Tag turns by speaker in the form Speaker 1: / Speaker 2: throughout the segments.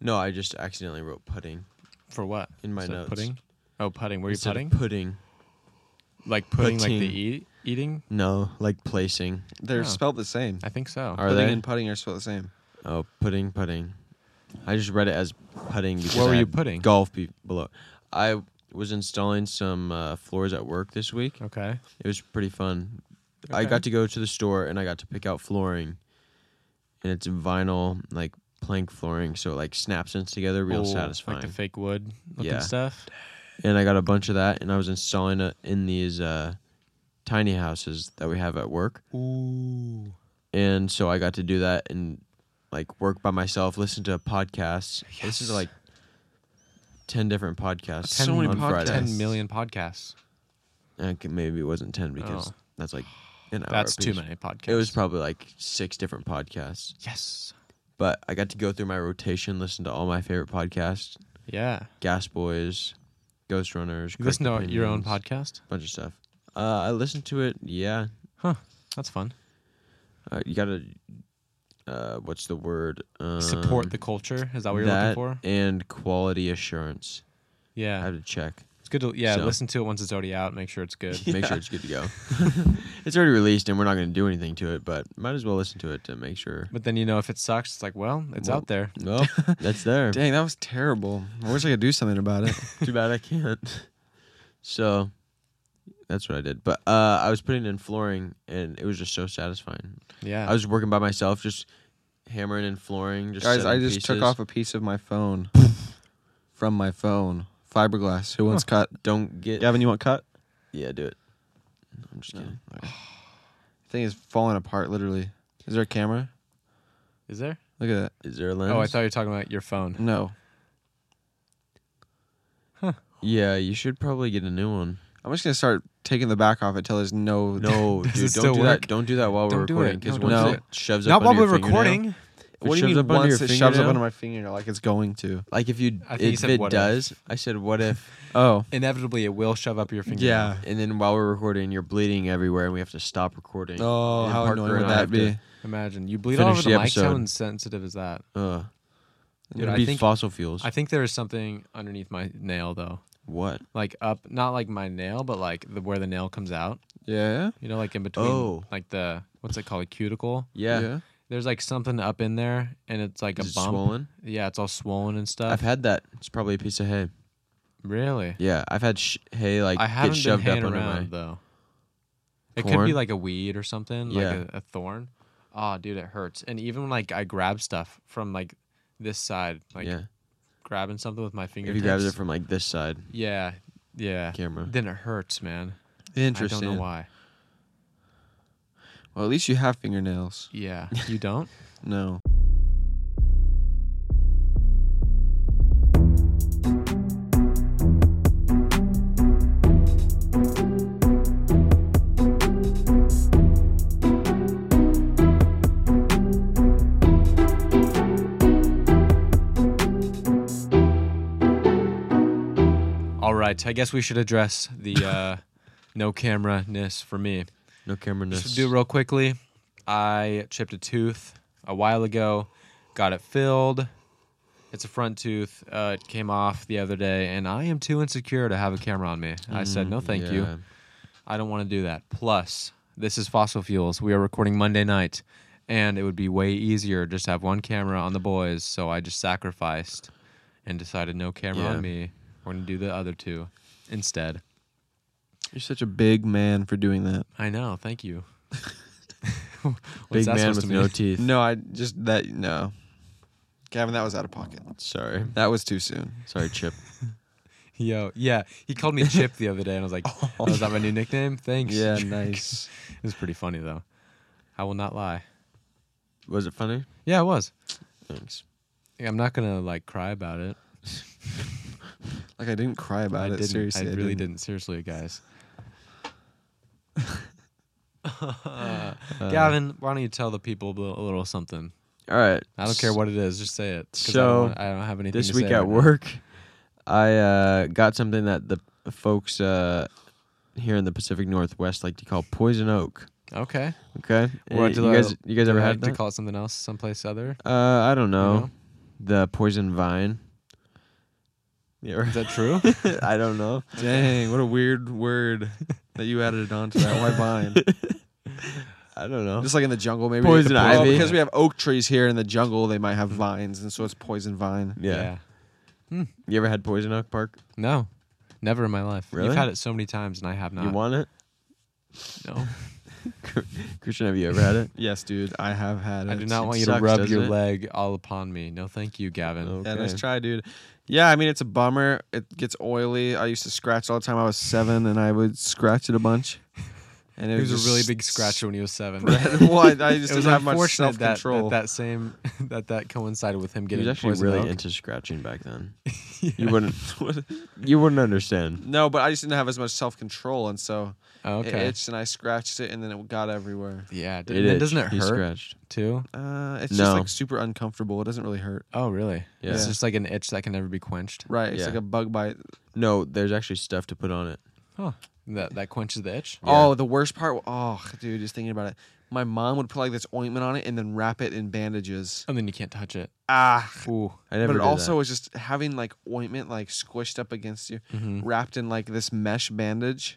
Speaker 1: No, I just accidentally wrote putting
Speaker 2: For what?
Speaker 1: In my
Speaker 2: Instead of
Speaker 1: notes.
Speaker 2: Pudding? Oh, putting. Were you
Speaker 1: instead
Speaker 2: putting?
Speaker 1: of pudding.
Speaker 2: like pudding, like
Speaker 1: putting.
Speaker 2: the eat, eating?
Speaker 1: No, like placing.
Speaker 3: They're
Speaker 2: Oh.
Speaker 3: spelled the same.
Speaker 2: I think so.
Speaker 1: Are
Speaker 3: pudding
Speaker 1: they?
Speaker 3: and putting are spelled the same.
Speaker 1: Oh, pudding, pudding. I just read it as putting. Because
Speaker 2: What were
Speaker 1: I
Speaker 2: you
Speaker 1: had
Speaker 2: putting?
Speaker 1: Golf be- below. I was installing some uh, floors at work this week.
Speaker 2: Okay.
Speaker 1: It was pretty fun. I
Speaker 2: Oh. Okay.
Speaker 1: got to go to the store and I got to pick out flooring, and it's vinyl like plank flooring, so it like snaps in together, real
Speaker 2: Oh,
Speaker 1: satisfying.
Speaker 2: Like the fake wood looking
Speaker 1: Yeah.
Speaker 2: stuff.
Speaker 1: and I got a bunch of that, and I was installing it in these uh, tiny houses that we have at work.
Speaker 2: Ooh.
Speaker 1: and so I got to do that and like work by myself, listen to podcasts. This is
Speaker 2: Yes.
Speaker 1: like ten different podcasts.
Speaker 2: Ten,
Speaker 1: on Friday.
Speaker 2: Ten million podcasts.
Speaker 1: Uh, c- maybe it wasn't ten because
Speaker 2: Oh.
Speaker 1: that's like an hour.
Speaker 2: That's too
Speaker 1: apiece.
Speaker 2: many podcasts.
Speaker 1: It was probably like six different podcasts,
Speaker 2: yes.
Speaker 1: but I got to go through my rotation, listen to all my favorite podcasts:
Speaker 2: Yeah.
Speaker 1: Gas Boys, Ghost Runners.
Speaker 2: You
Speaker 1: Correct
Speaker 2: listen to your own
Speaker 1: Opinions,
Speaker 2: podcast?
Speaker 1: Bunch of stuff. Uh, I listened to it. Yeah,
Speaker 2: Huh. That's fun.
Speaker 1: uh, you gotta. Uh, what's the word? Um,
Speaker 2: Support the culture. Is that what you're
Speaker 1: that
Speaker 2: looking for?
Speaker 1: and quality assurance. I
Speaker 2: Yeah.
Speaker 1: have to check,
Speaker 2: It's good to yeah,
Speaker 1: so-
Speaker 2: listen to it once it's already out, make sure it's good.
Speaker 1: make sure it's good to go. it's already released, and we're not going to do anything to it, but might as well listen to it to make sure.
Speaker 2: But then you know if it sucks, it's like, well, it's
Speaker 1: Well-
Speaker 2: out there.
Speaker 1: Well, that's there.
Speaker 3: Dang, that was terrible. I wish I could do something about it.
Speaker 1: Too bad I can't. So that's what I did. But uh, I was putting in flooring, and it was just so satisfying.
Speaker 2: Yeah.
Speaker 1: I was working by myself, just hammering in flooring. Just
Speaker 3: Guys, I
Speaker 1: setting
Speaker 3: just took
Speaker 1: pieces.
Speaker 3: off a piece of my phone from my phone. Fiberglass. Who wants cut?
Speaker 1: Don't get.
Speaker 3: Gavin, you want cut?
Speaker 1: Yeah, do it. I'm just kidding.
Speaker 3: The thing is falling apart, literally. Is there a camera?
Speaker 2: Is there?
Speaker 3: Look at
Speaker 1: Is there a lens?
Speaker 2: Oh, I thought you were talking about your
Speaker 3: that.
Speaker 2: phone.
Speaker 3: No.
Speaker 1: Yeah, you should probably get a new one.
Speaker 3: I'm just going to start taking the back off until there's no.
Speaker 1: No,
Speaker 2: Does
Speaker 1: dude,
Speaker 2: it
Speaker 1: don't
Speaker 2: still
Speaker 1: do
Speaker 2: work?
Speaker 1: that. Don't do that while we're
Speaker 2: Don't do
Speaker 1: recording
Speaker 2: it.
Speaker 1: because
Speaker 2: No,
Speaker 1: once
Speaker 3: don't do
Speaker 1: it shoves
Speaker 2: Not
Speaker 1: up
Speaker 2: while
Speaker 1: under
Speaker 2: we're
Speaker 1: your fingernail-
Speaker 2: recording.
Speaker 1: if it
Speaker 3: What do you
Speaker 1: shoves
Speaker 3: mean
Speaker 1: up under
Speaker 3: once
Speaker 1: your
Speaker 3: it shoves up
Speaker 1: fingernail-
Speaker 3: under my finger? Like it's going to.
Speaker 1: Like if you
Speaker 2: I think you
Speaker 1: if
Speaker 2: said
Speaker 1: it
Speaker 2: what if.
Speaker 1: does, I said what if,
Speaker 3: Oh.
Speaker 2: Inevitably it will shove up your finger.
Speaker 3: Yeah.
Speaker 1: and then while we're recording, you're bleeding everywhere, and we have to stop recording.
Speaker 3: Oh,
Speaker 1: And
Speaker 3: how
Speaker 1: Parker
Speaker 3: annoying
Speaker 1: and
Speaker 3: would
Speaker 1: I
Speaker 3: that
Speaker 1: have
Speaker 3: be?
Speaker 1: to-
Speaker 2: Imagine. You bleed all
Speaker 1: Finish
Speaker 2: over
Speaker 1: the
Speaker 2: the mic. How
Speaker 1: episode.
Speaker 2: insensitive is that?
Speaker 1: Ugh.
Speaker 2: Dude,
Speaker 1: It'd
Speaker 2: I
Speaker 1: be
Speaker 2: think-
Speaker 1: fossil fuels.
Speaker 2: I think there is something underneath my nail though.
Speaker 1: what?
Speaker 2: Like up not like my nail, but like the where the nail comes out.
Speaker 3: Yeah.
Speaker 2: You know, like in between
Speaker 1: Oh.
Speaker 2: like the what's it called? A cuticle.
Speaker 1: Yeah,
Speaker 2: There's like something up in there and it's like
Speaker 1: Is
Speaker 2: a Uh,
Speaker 1: it
Speaker 2: bump.
Speaker 1: swollen?
Speaker 2: Yeah, it's all swollen and stuff.
Speaker 1: I've had that. It's probably a piece of hay.
Speaker 2: really?
Speaker 1: Yeah, I've had sh- hay like
Speaker 2: I
Speaker 1: get
Speaker 2: haven't
Speaker 1: shoved
Speaker 2: been
Speaker 1: up
Speaker 2: haying
Speaker 1: under
Speaker 2: around
Speaker 1: my.
Speaker 2: though. It could be
Speaker 1: Corn?
Speaker 2: like a weed or something,
Speaker 1: Yeah.
Speaker 2: like a, a thorn. Oh, dude, it hurts. And even like I grab stuff from like this side, like
Speaker 1: yeah,
Speaker 2: grabbing something with my
Speaker 1: if
Speaker 2: fingertips.
Speaker 1: you grab it from like this side,
Speaker 2: yeah, yeah,
Speaker 1: Camera.
Speaker 2: then it hurts, man.
Speaker 3: Interesting.
Speaker 2: I don't know why.
Speaker 3: Well, at least you have fingernails.
Speaker 2: Yeah, you don't.
Speaker 3: No.
Speaker 2: all right, I guess we should address the uh, no camera ness for me.
Speaker 1: no camera.
Speaker 2: Just to do real quickly. I chipped a tooth a while ago, got it filled. It's a front tooth. Uh, it came off the other day, and I am too insecure to have a camera on me. I said,
Speaker 1: Mm,
Speaker 2: no, thank you. I don't want to do that. Plus, this is Fossil Fuels. We are recording Monday night, and it would be way easier just to have one camera on the boys. So I just sacrificed and decided no camera
Speaker 1: Yeah.
Speaker 2: on me. We're going to do the other two instead.
Speaker 3: You're such a big man for doing that.
Speaker 2: I know. Thank you.
Speaker 1: Big
Speaker 2: What's that
Speaker 1: man
Speaker 2: supposed
Speaker 1: with
Speaker 2: to
Speaker 1: no
Speaker 2: mean?
Speaker 1: teeth.
Speaker 3: No, I just that no. Gavin, that was out of pocket.
Speaker 1: Sorry,
Speaker 3: That was too soon.
Speaker 1: sorry, Chip.
Speaker 2: Yo, yeah, he called me Chip the other day, and I was like, oh, "Is that my new nickname?" Thanks. Trick."
Speaker 3: nice.
Speaker 2: It was pretty funny though. I will not lie.
Speaker 1: Was it funny?
Speaker 2: Yeah, it was.
Speaker 1: Thanks.
Speaker 2: Yeah, I'm not gonna like cry about it.
Speaker 3: like I didn't cry about
Speaker 2: I
Speaker 3: it.
Speaker 2: didn't.
Speaker 3: Seriously,
Speaker 2: I really didn't. Seriously, guys.
Speaker 1: Uh,
Speaker 2: Gavin, why don't you tell the people a little- a little something?
Speaker 1: All right.
Speaker 2: I don't care what it is, just say it. 'cause I
Speaker 1: So,
Speaker 2: don't, want- I don't have anything.
Speaker 1: this
Speaker 2: to
Speaker 1: week
Speaker 2: say
Speaker 1: at
Speaker 2: right now.
Speaker 1: work i uh, got something that the folks uh, here in the pacific northwest like to call poison oak
Speaker 2: Okay.
Speaker 1: okay
Speaker 2: Or
Speaker 1: Uh,
Speaker 2: do
Speaker 1: you
Speaker 2: I-
Speaker 1: guys you guys
Speaker 2: Do
Speaker 1: ever
Speaker 2: I
Speaker 1: had
Speaker 2: have to
Speaker 1: that
Speaker 2: call it something else, someplace other?
Speaker 1: uh, i don't know
Speaker 2: know?
Speaker 1: the poison vine. You ever-
Speaker 2: Is that true?
Speaker 1: I don't know.
Speaker 3: Dang, what a weird word that you added onto that. Why vine?
Speaker 1: I don't know.
Speaker 3: Just like in the jungle, maybe.
Speaker 1: Poison
Speaker 3: Well,
Speaker 1: ivy.
Speaker 3: Because we have oak trees here in the jungle, they might have vines, and so it's poison vine.
Speaker 1: yeah. You ever had poison oak park?
Speaker 2: No. Never in my life.
Speaker 1: Really?
Speaker 2: You've had it so many times and I have not.
Speaker 1: You want it?
Speaker 2: no.
Speaker 1: Christian, have you ever had it?
Speaker 3: Yes, dude, I have had it.
Speaker 2: I do not
Speaker 1: it
Speaker 2: want you to
Speaker 1: sucks,
Speaker 2: rub
Speaker 1: doesn't
Speaker 2: your
Speaker 1: it?
Speaker 2: leg all upon me. No, thank you, Gavin.
Speaker 1: Okay.
Speaker 3: Yeah, nice try, dude. Yeah, I mean it's a bummer. It gets oily. I used to scratch all the time. I was seven, and I would scratch it a bunch. And it
Speaker 2: He was
Speaker 3: just
Speaker 2: a really big scratcher when he was seven.
Speaker 3: spread. well, I, I
Speaker 2: It
Speaker 3: just
Speaker 2: was
Speaker 3: didn't have much
Speaker 2: unfortunate
Speaker 3: self
Speaker 2: that-
Speaker 3: control.
Speaker 2: That, that same that that coincided with him
Speaker 1: He
Speaker 2: getting
Speaker 1: was actually
Speaker 2: poison
Speaker 1: really
Speaker 2: oak.
Speaker 1: into scratching back then. You wouldn't. you wouldn't understand.
Speaker 3: No, but I just didn't have as much self control, and so it
Speaker 2: okay.
Speaker 3: itched, and I scratched it, and then it got everywhere.
Speaker 2: yeah,
Speaker 1: It
Speaker 2: dude. And
Speaker 1: itched.
Speaker 2: doesn't it
Speaker 1: He
Speaker 2: hurt
Speaker 1: scratched.
Speaker 2: too?
Speaker 3: Uh, it's
Speaker 1: No.
Speaker 3: just like super uncomfortable. It doesn't really hurt.
Speaker 2: Oh, really?
Speaker 1: Yeah.
Speaker 2: It's just like an itch that can never be quenched.
Speaker 3: Right, it's
Speaker 1: Yeah.
Speaker 3: like a bug bite.
Speaker 1: No, there's actually stuff to put on it.
Speaker 2: Huh. That that quenches the itch.
Speaker 3: Oh, the worst part. Oh, dude, just thinking about it. My mom would put like this ointment on it and then wrap it in bandages.
Speaker 2: And Oh, then you can't touch it.
Speaker 3: Ah,
Speaker 2: Ooh.
Speaker 1: I never.
Speaker 3: but it
Speaker 1: did
Speaker 3: also was just having like ointment like squished up against you,
Speaker 2: Mhm.
Speaker 3: wrapped in like this mesh bandage.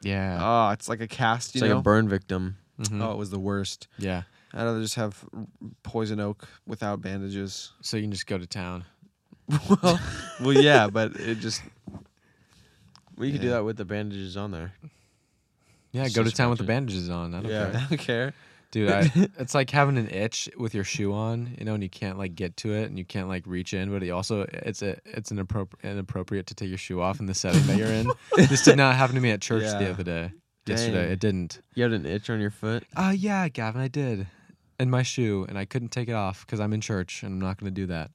Speaker 2: Yeah.
Speaker 1: Uh,
Speaker 3: Oh, it's like a cast,
Speaker 1: That. It's
Speaker 3: you
Speaker 1: like
Speaker 3: know.
Speaker 1: a burn victim.
Speaker 2: Mhm.
Speaker 3: Oh, it was the worst.
Speaker 2: Yeah.
Speaker 3: I'd rather just have poison oak without bandages.
Speaker 2: So you can just go to town.
Speaker 3: well, well, yeah, but it just
Speaker 1: Well, you could do
Speaker 3: Yeah.
Speaker 1: that with the bandages on there.
Speaker 2: Yeah,
Speaker 1: Just
Speaker 2: go to
Speaker 1: just
Speaker 2: town with the
Speaker 1: scratch
Speaker 2: bandages on. I don't
Speaker 1: Yeah.
Speaker 2: care.
Speaker 3: I don't care.
Speaker 2: Dude, I, it's like having an itch with your shoe on, you know, and you can't like get to it and you can't like reach in, but it also it's a it's an appropri- inappropriate to take your shoe off in the setting that you're in. this did not happen to me at church the
Speaker 3: Yeah.
Speaker 2: other day. Yesterday,
Speaker 3: Dang.
Speaker 2: it didn't.
Speaker 1: You had an itch on your foot.
Speaker 2: Uh yeah, Gavin, I did. In my shoe, and I couldn't take it off because I'm in church and I'm not gonna do that.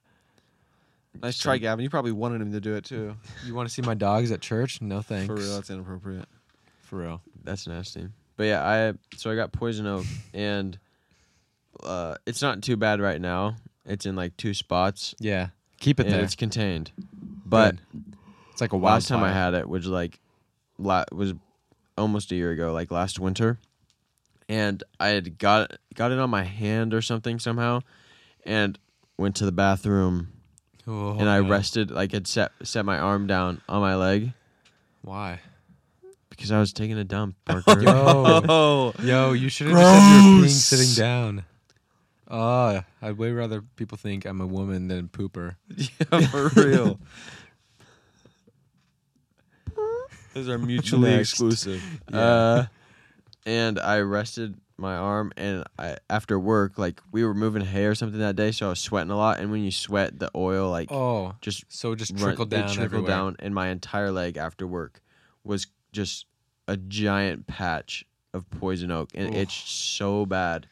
Speaker 3: Nice try, Gavin. You probably wanted him to do it too.
Speaker 2: You wanna see my dogs at church? No thanks.
Speaker 3: For real, that's inappropriate.
Speaker 2: For real.
Speaker 1: That's nasty. But yeah, I so I got poison oak, and uh, it's not too bad right now. It's in like two spots,
Speaker 2: Yeah. Keep it
Speaker 1: and
Speaker 2: there.
Speaker 1: it's contained. But
Speaker 2: It's like a wild
Speaker 1: last time I had it was like la- was almost a year ago, like last winter, and I had got got it on my hand or something somehow, and went to the bathroom
Speaker 2: Oh,
Speaker 1: and I rested like had set set my arm down on my leg
Speaker 2: Why?
Speaker 1: because I was taking a dump. Parker.
Speaker 2: Yo.
Speaker 3: Oh,
Speaker 2: Yo, you should have just said you were peeing sitting down. Ah, I'd way rather people think I'm a woman than a pooper.
Speaker 3: yeah, for real. Those are mutually
Speaker 1: Next.
Speaker 3: exclusive.
Speaker 1: Uh, and I rested my arm, and I after work, like we were moving hay or something that day, so I was sweating a lot. And when you sweat, the oil like
Speaker 2: Oh,
Speaker 1: just
Speaker 2: so it just
Speaker 1: run-
Speaker 2: trickled
Speaker 1: it
Speaker 2: down.
Speaker 1: trickled
Speaker 2: everywhere.
Speaker 1: down, and my entire leg after work was just a giant patch of poison oak, and it
Speaker 2: Oof.
Speaker 1: itched so bad.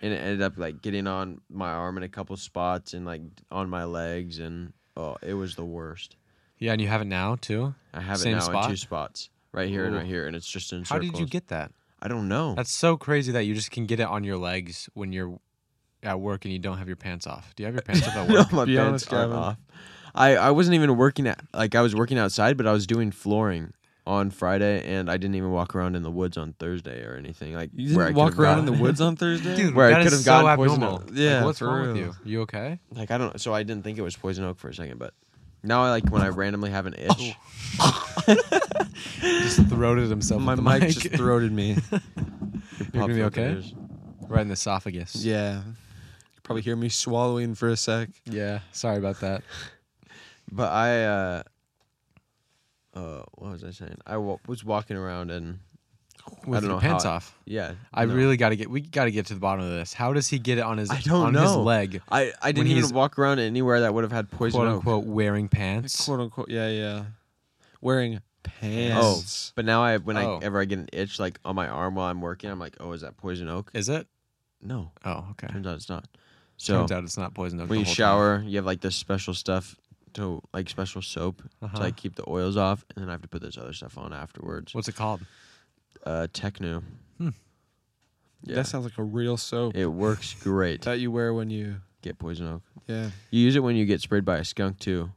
Speaker 1: And it ended up like getting on my arm in a couple spots and like on my legs, and oh, it was the worst.
Speaker 2: Yeah, and you have it now too.
Speaker 1: I have
Speaker 2: Same
Speaker 1: it now
Speaker 2: spot?
Speaker 1: in two spots, right here and
Speaker 2: Ooh.
Speaker 1: right here, and it's just in
Speaker 2: How
Speaker 1: circles.
Speaker 2: did you get that?
Speaker 1: I don't know.
Speaker 2: That's so crazy that you just can get it on your legs when you're at work and you don't have your pants off. Do you have your pants off at
Speaker 1: no,
Speaker 2: work?
Speaker 1: my
Speaker 3: Be
Speaker 1: pants
Speaker 3: honest,
Speaker 1: aren't
Speaker 3: Gavin.
Speaker 1: off. I, I wasn't even working at like I was working outside, but I was doing flooring on Friday, and I didn't even walk around in the woods on Thursday or anything. Like
Speaker 3: You
Speaker 1: where I
Speaker 3: didn't
Speaker 1: could've
Speaker 3: walk around in the
Speaker 1: gotten-
Speaker 3: woods on Thursday?
Speaker 2: Dude,
Speaker 1: Where I
Speaker 2: that is
Speaker 1: could've
Speaker 2: so
Speaker 1: gotten poison
Speaker 2: abnormal.
Speaker 1: oak.
Speaker 2: Like,
Speaker 3: Yeah,
Speaker 2: what's
Speaker 3: for
Speaker 2: wrong with
Speaker 3: real.
Speaker 2: you? You okay?
Speaker 1: Like I don't. So I didn't think it was poison oak for a second, but now I like when I randomly have an
Speaker 3: Oh.
Speaker 1: itch.
Speaker 2: Just throated himself.
Speaker 3: My
Speaker 2: with the
Speaker 3: mic
Speaker 2: mic.
Speaker 3: just throated me.
Speaker 1: You're
Speaker 2: gonna be okay? right in the esophagus.
Speaker 3: yeah. You probably hear me swallowing for a sec.
Speaker 2: Yeah. Sorry about that.
Speaker 1: But I. uh uh, what was I saying? I wa- was walking around and don't
Speaker 2: With your
Speaker 1: know
Speaker 2: pants
Speaker 1: how I-
Speaker 2: off.
Speaker 1: yeah,
Speaker 2: I
Speaker 1: no.
Speaker 2: really got to get. We got to get to the bottom of this. How does he get it on his?
Speaker 1: I don't
Speaker 2: on
Speaker 1: know
Speaker 2: his leg.
Speaker 1: I I didn't
Speaker 2: he's-
Speaker 1: even walk around anywhere that would have had poison
Speaker 2: Quote
Speaker 1: oak.
Speaker 2: unquote wearing pants.
Speaker 3: Quote unquote. Yeah, yeah. Wearing pants.
Speaker 1: But now I when
Speaker 2: Oh.
Speaker 1: I ever I get an itch like on my arm while I'm working, I'm like, oh, is that poison oak?
Speaker 2: Is it?
Speaker 1: No,
Speaker 2: Oh, okay.
Speaker 1: turns out it's not. So
Speaker 2: Turns out it's not poison oak.
Speaker 1: when
Speaker 2: the
Speaker 1: you
Speaker 2: whole time.
Speaker 1: shower, you have like this special stuff to like special soap
Speaker 2: Uh-huh.
Speaker 1: to like keep the oils off, and then I have to put this other stuff on afterwards.
Speaker 2: what's it called?
Speaker 1: Uh, Techno.
Speaker 2: Hmm.
Speaker 1: Yeah,
Speaker 3: That sounds like a real soap
Speaker 1: it works great.
Speaker 3: that you wear when you.
Speaker 1: get poison oak.
Speaker 3: Yeah.
Speaker 1: You use it when you get sprayed by a skunk too,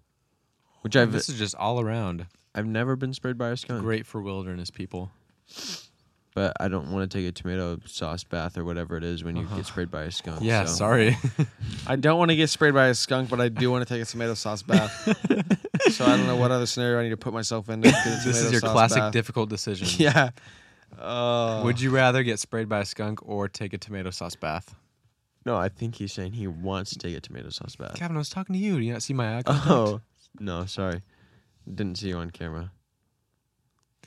Speaker 1: which I've
Speaker 2: this is just all around
Speaker 1: I've never been sprayed by a skunk.
Speaker 2: great for wilderness people.
Speaker 1: but I don't want to take a tomato sauce bath or whatever it is when you
Speaker 2: Uh-huh.
Speaker 1: get sprayed by a skunk.
Speaker 2: Yeah,
Speaker 1: so.
Speaker 2: sorry.
Speaker 3: I don't want to get sprayed by a skunk, but I do want to take a tomato sauce bath. so I don't know what other scenario I need to put myself in. To get a tomato
Speaker 2: this is your
Speaker 3: sauce
Speaker 2: classic
Speaker 3: bath.
Speaker 2: difficult decision.
Speaker 3: Yeah. Uh,
Speaker 2: Would you rather get sprayed by a skunk or take a tomato sauce bath?
Speaker 1: No, I think he's saying he wants to take a tomato sauce bath.
Speaker 2: Kevin, I was talking to you. Do you not see my eye contact?
Speaker 1: Oh no, sorry, didn't see you on camera.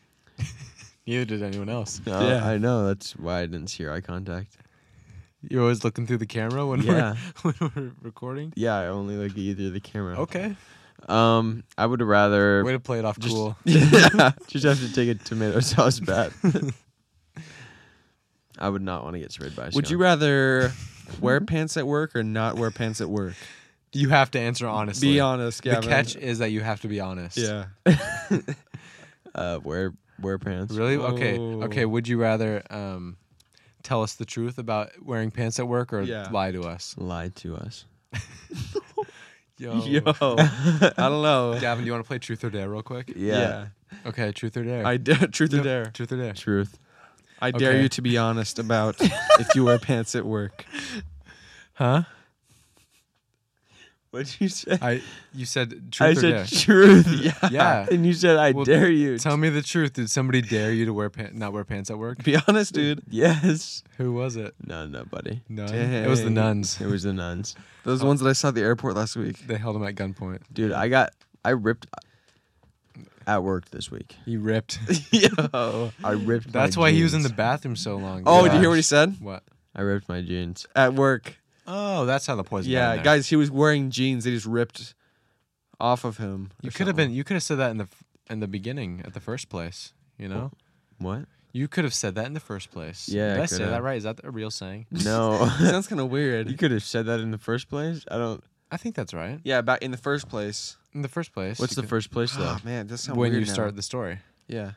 Speaker 2: Neither did anyone else.
Speaker 1: No,
Speaker 3: Yeah.
Speaker 1: I know that's why I didn't see your eye contact.
Speaker 2: You're always looking through the camera when
Speaker 1: Yeah.
Speaker 2: we're when we're recording.
Speaker 1: Yeah, I only look at you through the camera.
Speaker 2: Okay.
Speaker 1: Um, I would rather
Speaker 2: Way to play it off
Speaker 1: just-
Speaker 2: cool.
Speaker 1: yeah, just have to take a tomato sauce bath. I would not want to get sprayed by. A
Speaker 3: would you
Speaker 1: skunk.
Speaker 3: rather wear pants at work or not wear pants at work?
Speaker 2: You have to answer honestly.
Speaker 3: Be honest,
Speaker 2: The
Speaker 3: Gavin.
Speaker 2: catch is that you have to be honest.
Speaker 3: Yeah.
Speaker 1: uh, wear wear pants?
Speaker 2: Really? Okay.
Speaker 3: Oh.
Speaker 2: Okay. Would you rather um, tell us the truth about wearing pants at work or
Speaker 3: Yeah.
Speaker 2: lie to us?
Speaker 1: Lied to us.
Speaker 2: Yo.
Speaker 1: Oh.
Speaker 3: Yo, I don't know.
Speaker 2: Gavin, do you want to play truth or dare real quick?
Speaker 1: Yeah.
Speaker 2: Okay. Truth or dare.
Speaker 3: I dare, truth or
Speaker 2: Yep,
Speaker 3: dare.
Speaker 2: Truth or dare.
Speaker 1: Truth.
Speaker 3: I dare
Speaker 2: Okay.
Speaker 3: you to be honest about if you wear pants at work.
Speaker 2: Huh?
Speaker 1: What'd you say?
Speaker 2: I. You said truth
Speaker 1: I
Speaker 2: or
Speaker 1: said
Speaker 2: dare.
Speaker 1: truth. Yeah.
Speaker 2: Yeah.
Speaker 1: And you said I
Speaker 2: Well,
Speaker 1: dare you.
Speaker 2: Tell me the truth. Did somebody dare you to wear pant- not wear pants at work?
Speaker 3: Be honest, dude.
Speaker 1: yes.
Speaker 2: Who was it?
Speaker 1: No, no, buddy.
Speaker 2: None. It was the
Speaker 3: Dang.
Speaker 2: nuns.
Speaker 1: It was the nuns.
Speaker 3: Those ones that I saw at the airport last week.
Speaker 2: They held him at gunpoint.
Speaker 1: Dude, I got I ripped at work this week.
Speaker 2: He ripped.
Speaker 3: Yo.
Speaker 1: I ripped. my
Speaker 2: That's why he was in the
Speaker 1: jeans.
Speaker 2: bathroom so long.
Speaker 3: Oh,
Speaker 2: Yeah.
Speaker 3: did you hear what he said?
Speaker 2: What?
Speaker 1: I ripped my jeans.
Speaker 3: At work.
Speaker 2: Oh, that's how the poison. got in
Speaker 3: Yeah,
Speaker 2: there.
Speaker 3: guys, he was wearing jeans. They just ripped off of him.
Speaker 2: You
Speaker 3: or
Speaker 2: could have
Speaker 3: something.
Speaker 2: been. You could have said that in the f- in the beginning, at the first place. You know,
Speaker 1: What?
Speaker 2: you could have said that in the first place.
Speaker 1: Yeah,
Speaker 2: did
Speaker 1: I
Speaker 2: I say
Speaker 1: coulda.
Speaker 2: that right? Is that a real saying?
Speaker 1: No.
Speaker 3: Sounds kind
Speaker 1: you
Speaker 3: of weird.
Speaker 1: could have said that in the first place. I don't.
Speaker 2: I think that's right.
Speaker 3: Yeah, back in the first place.
Speaker 2: In the first place.
Speaker 1: What's
Speaker 2: you
Speaker 1: the
Speaker 2: could-
Speaker 1: first place though?
Speaker 3: Oh man, that sounds
Speaker 2: when
Speaker 3: weird
Speaker 2: you
Speaker 3: now.
Speaker 2: start the story?
Speaker 3: Yeah.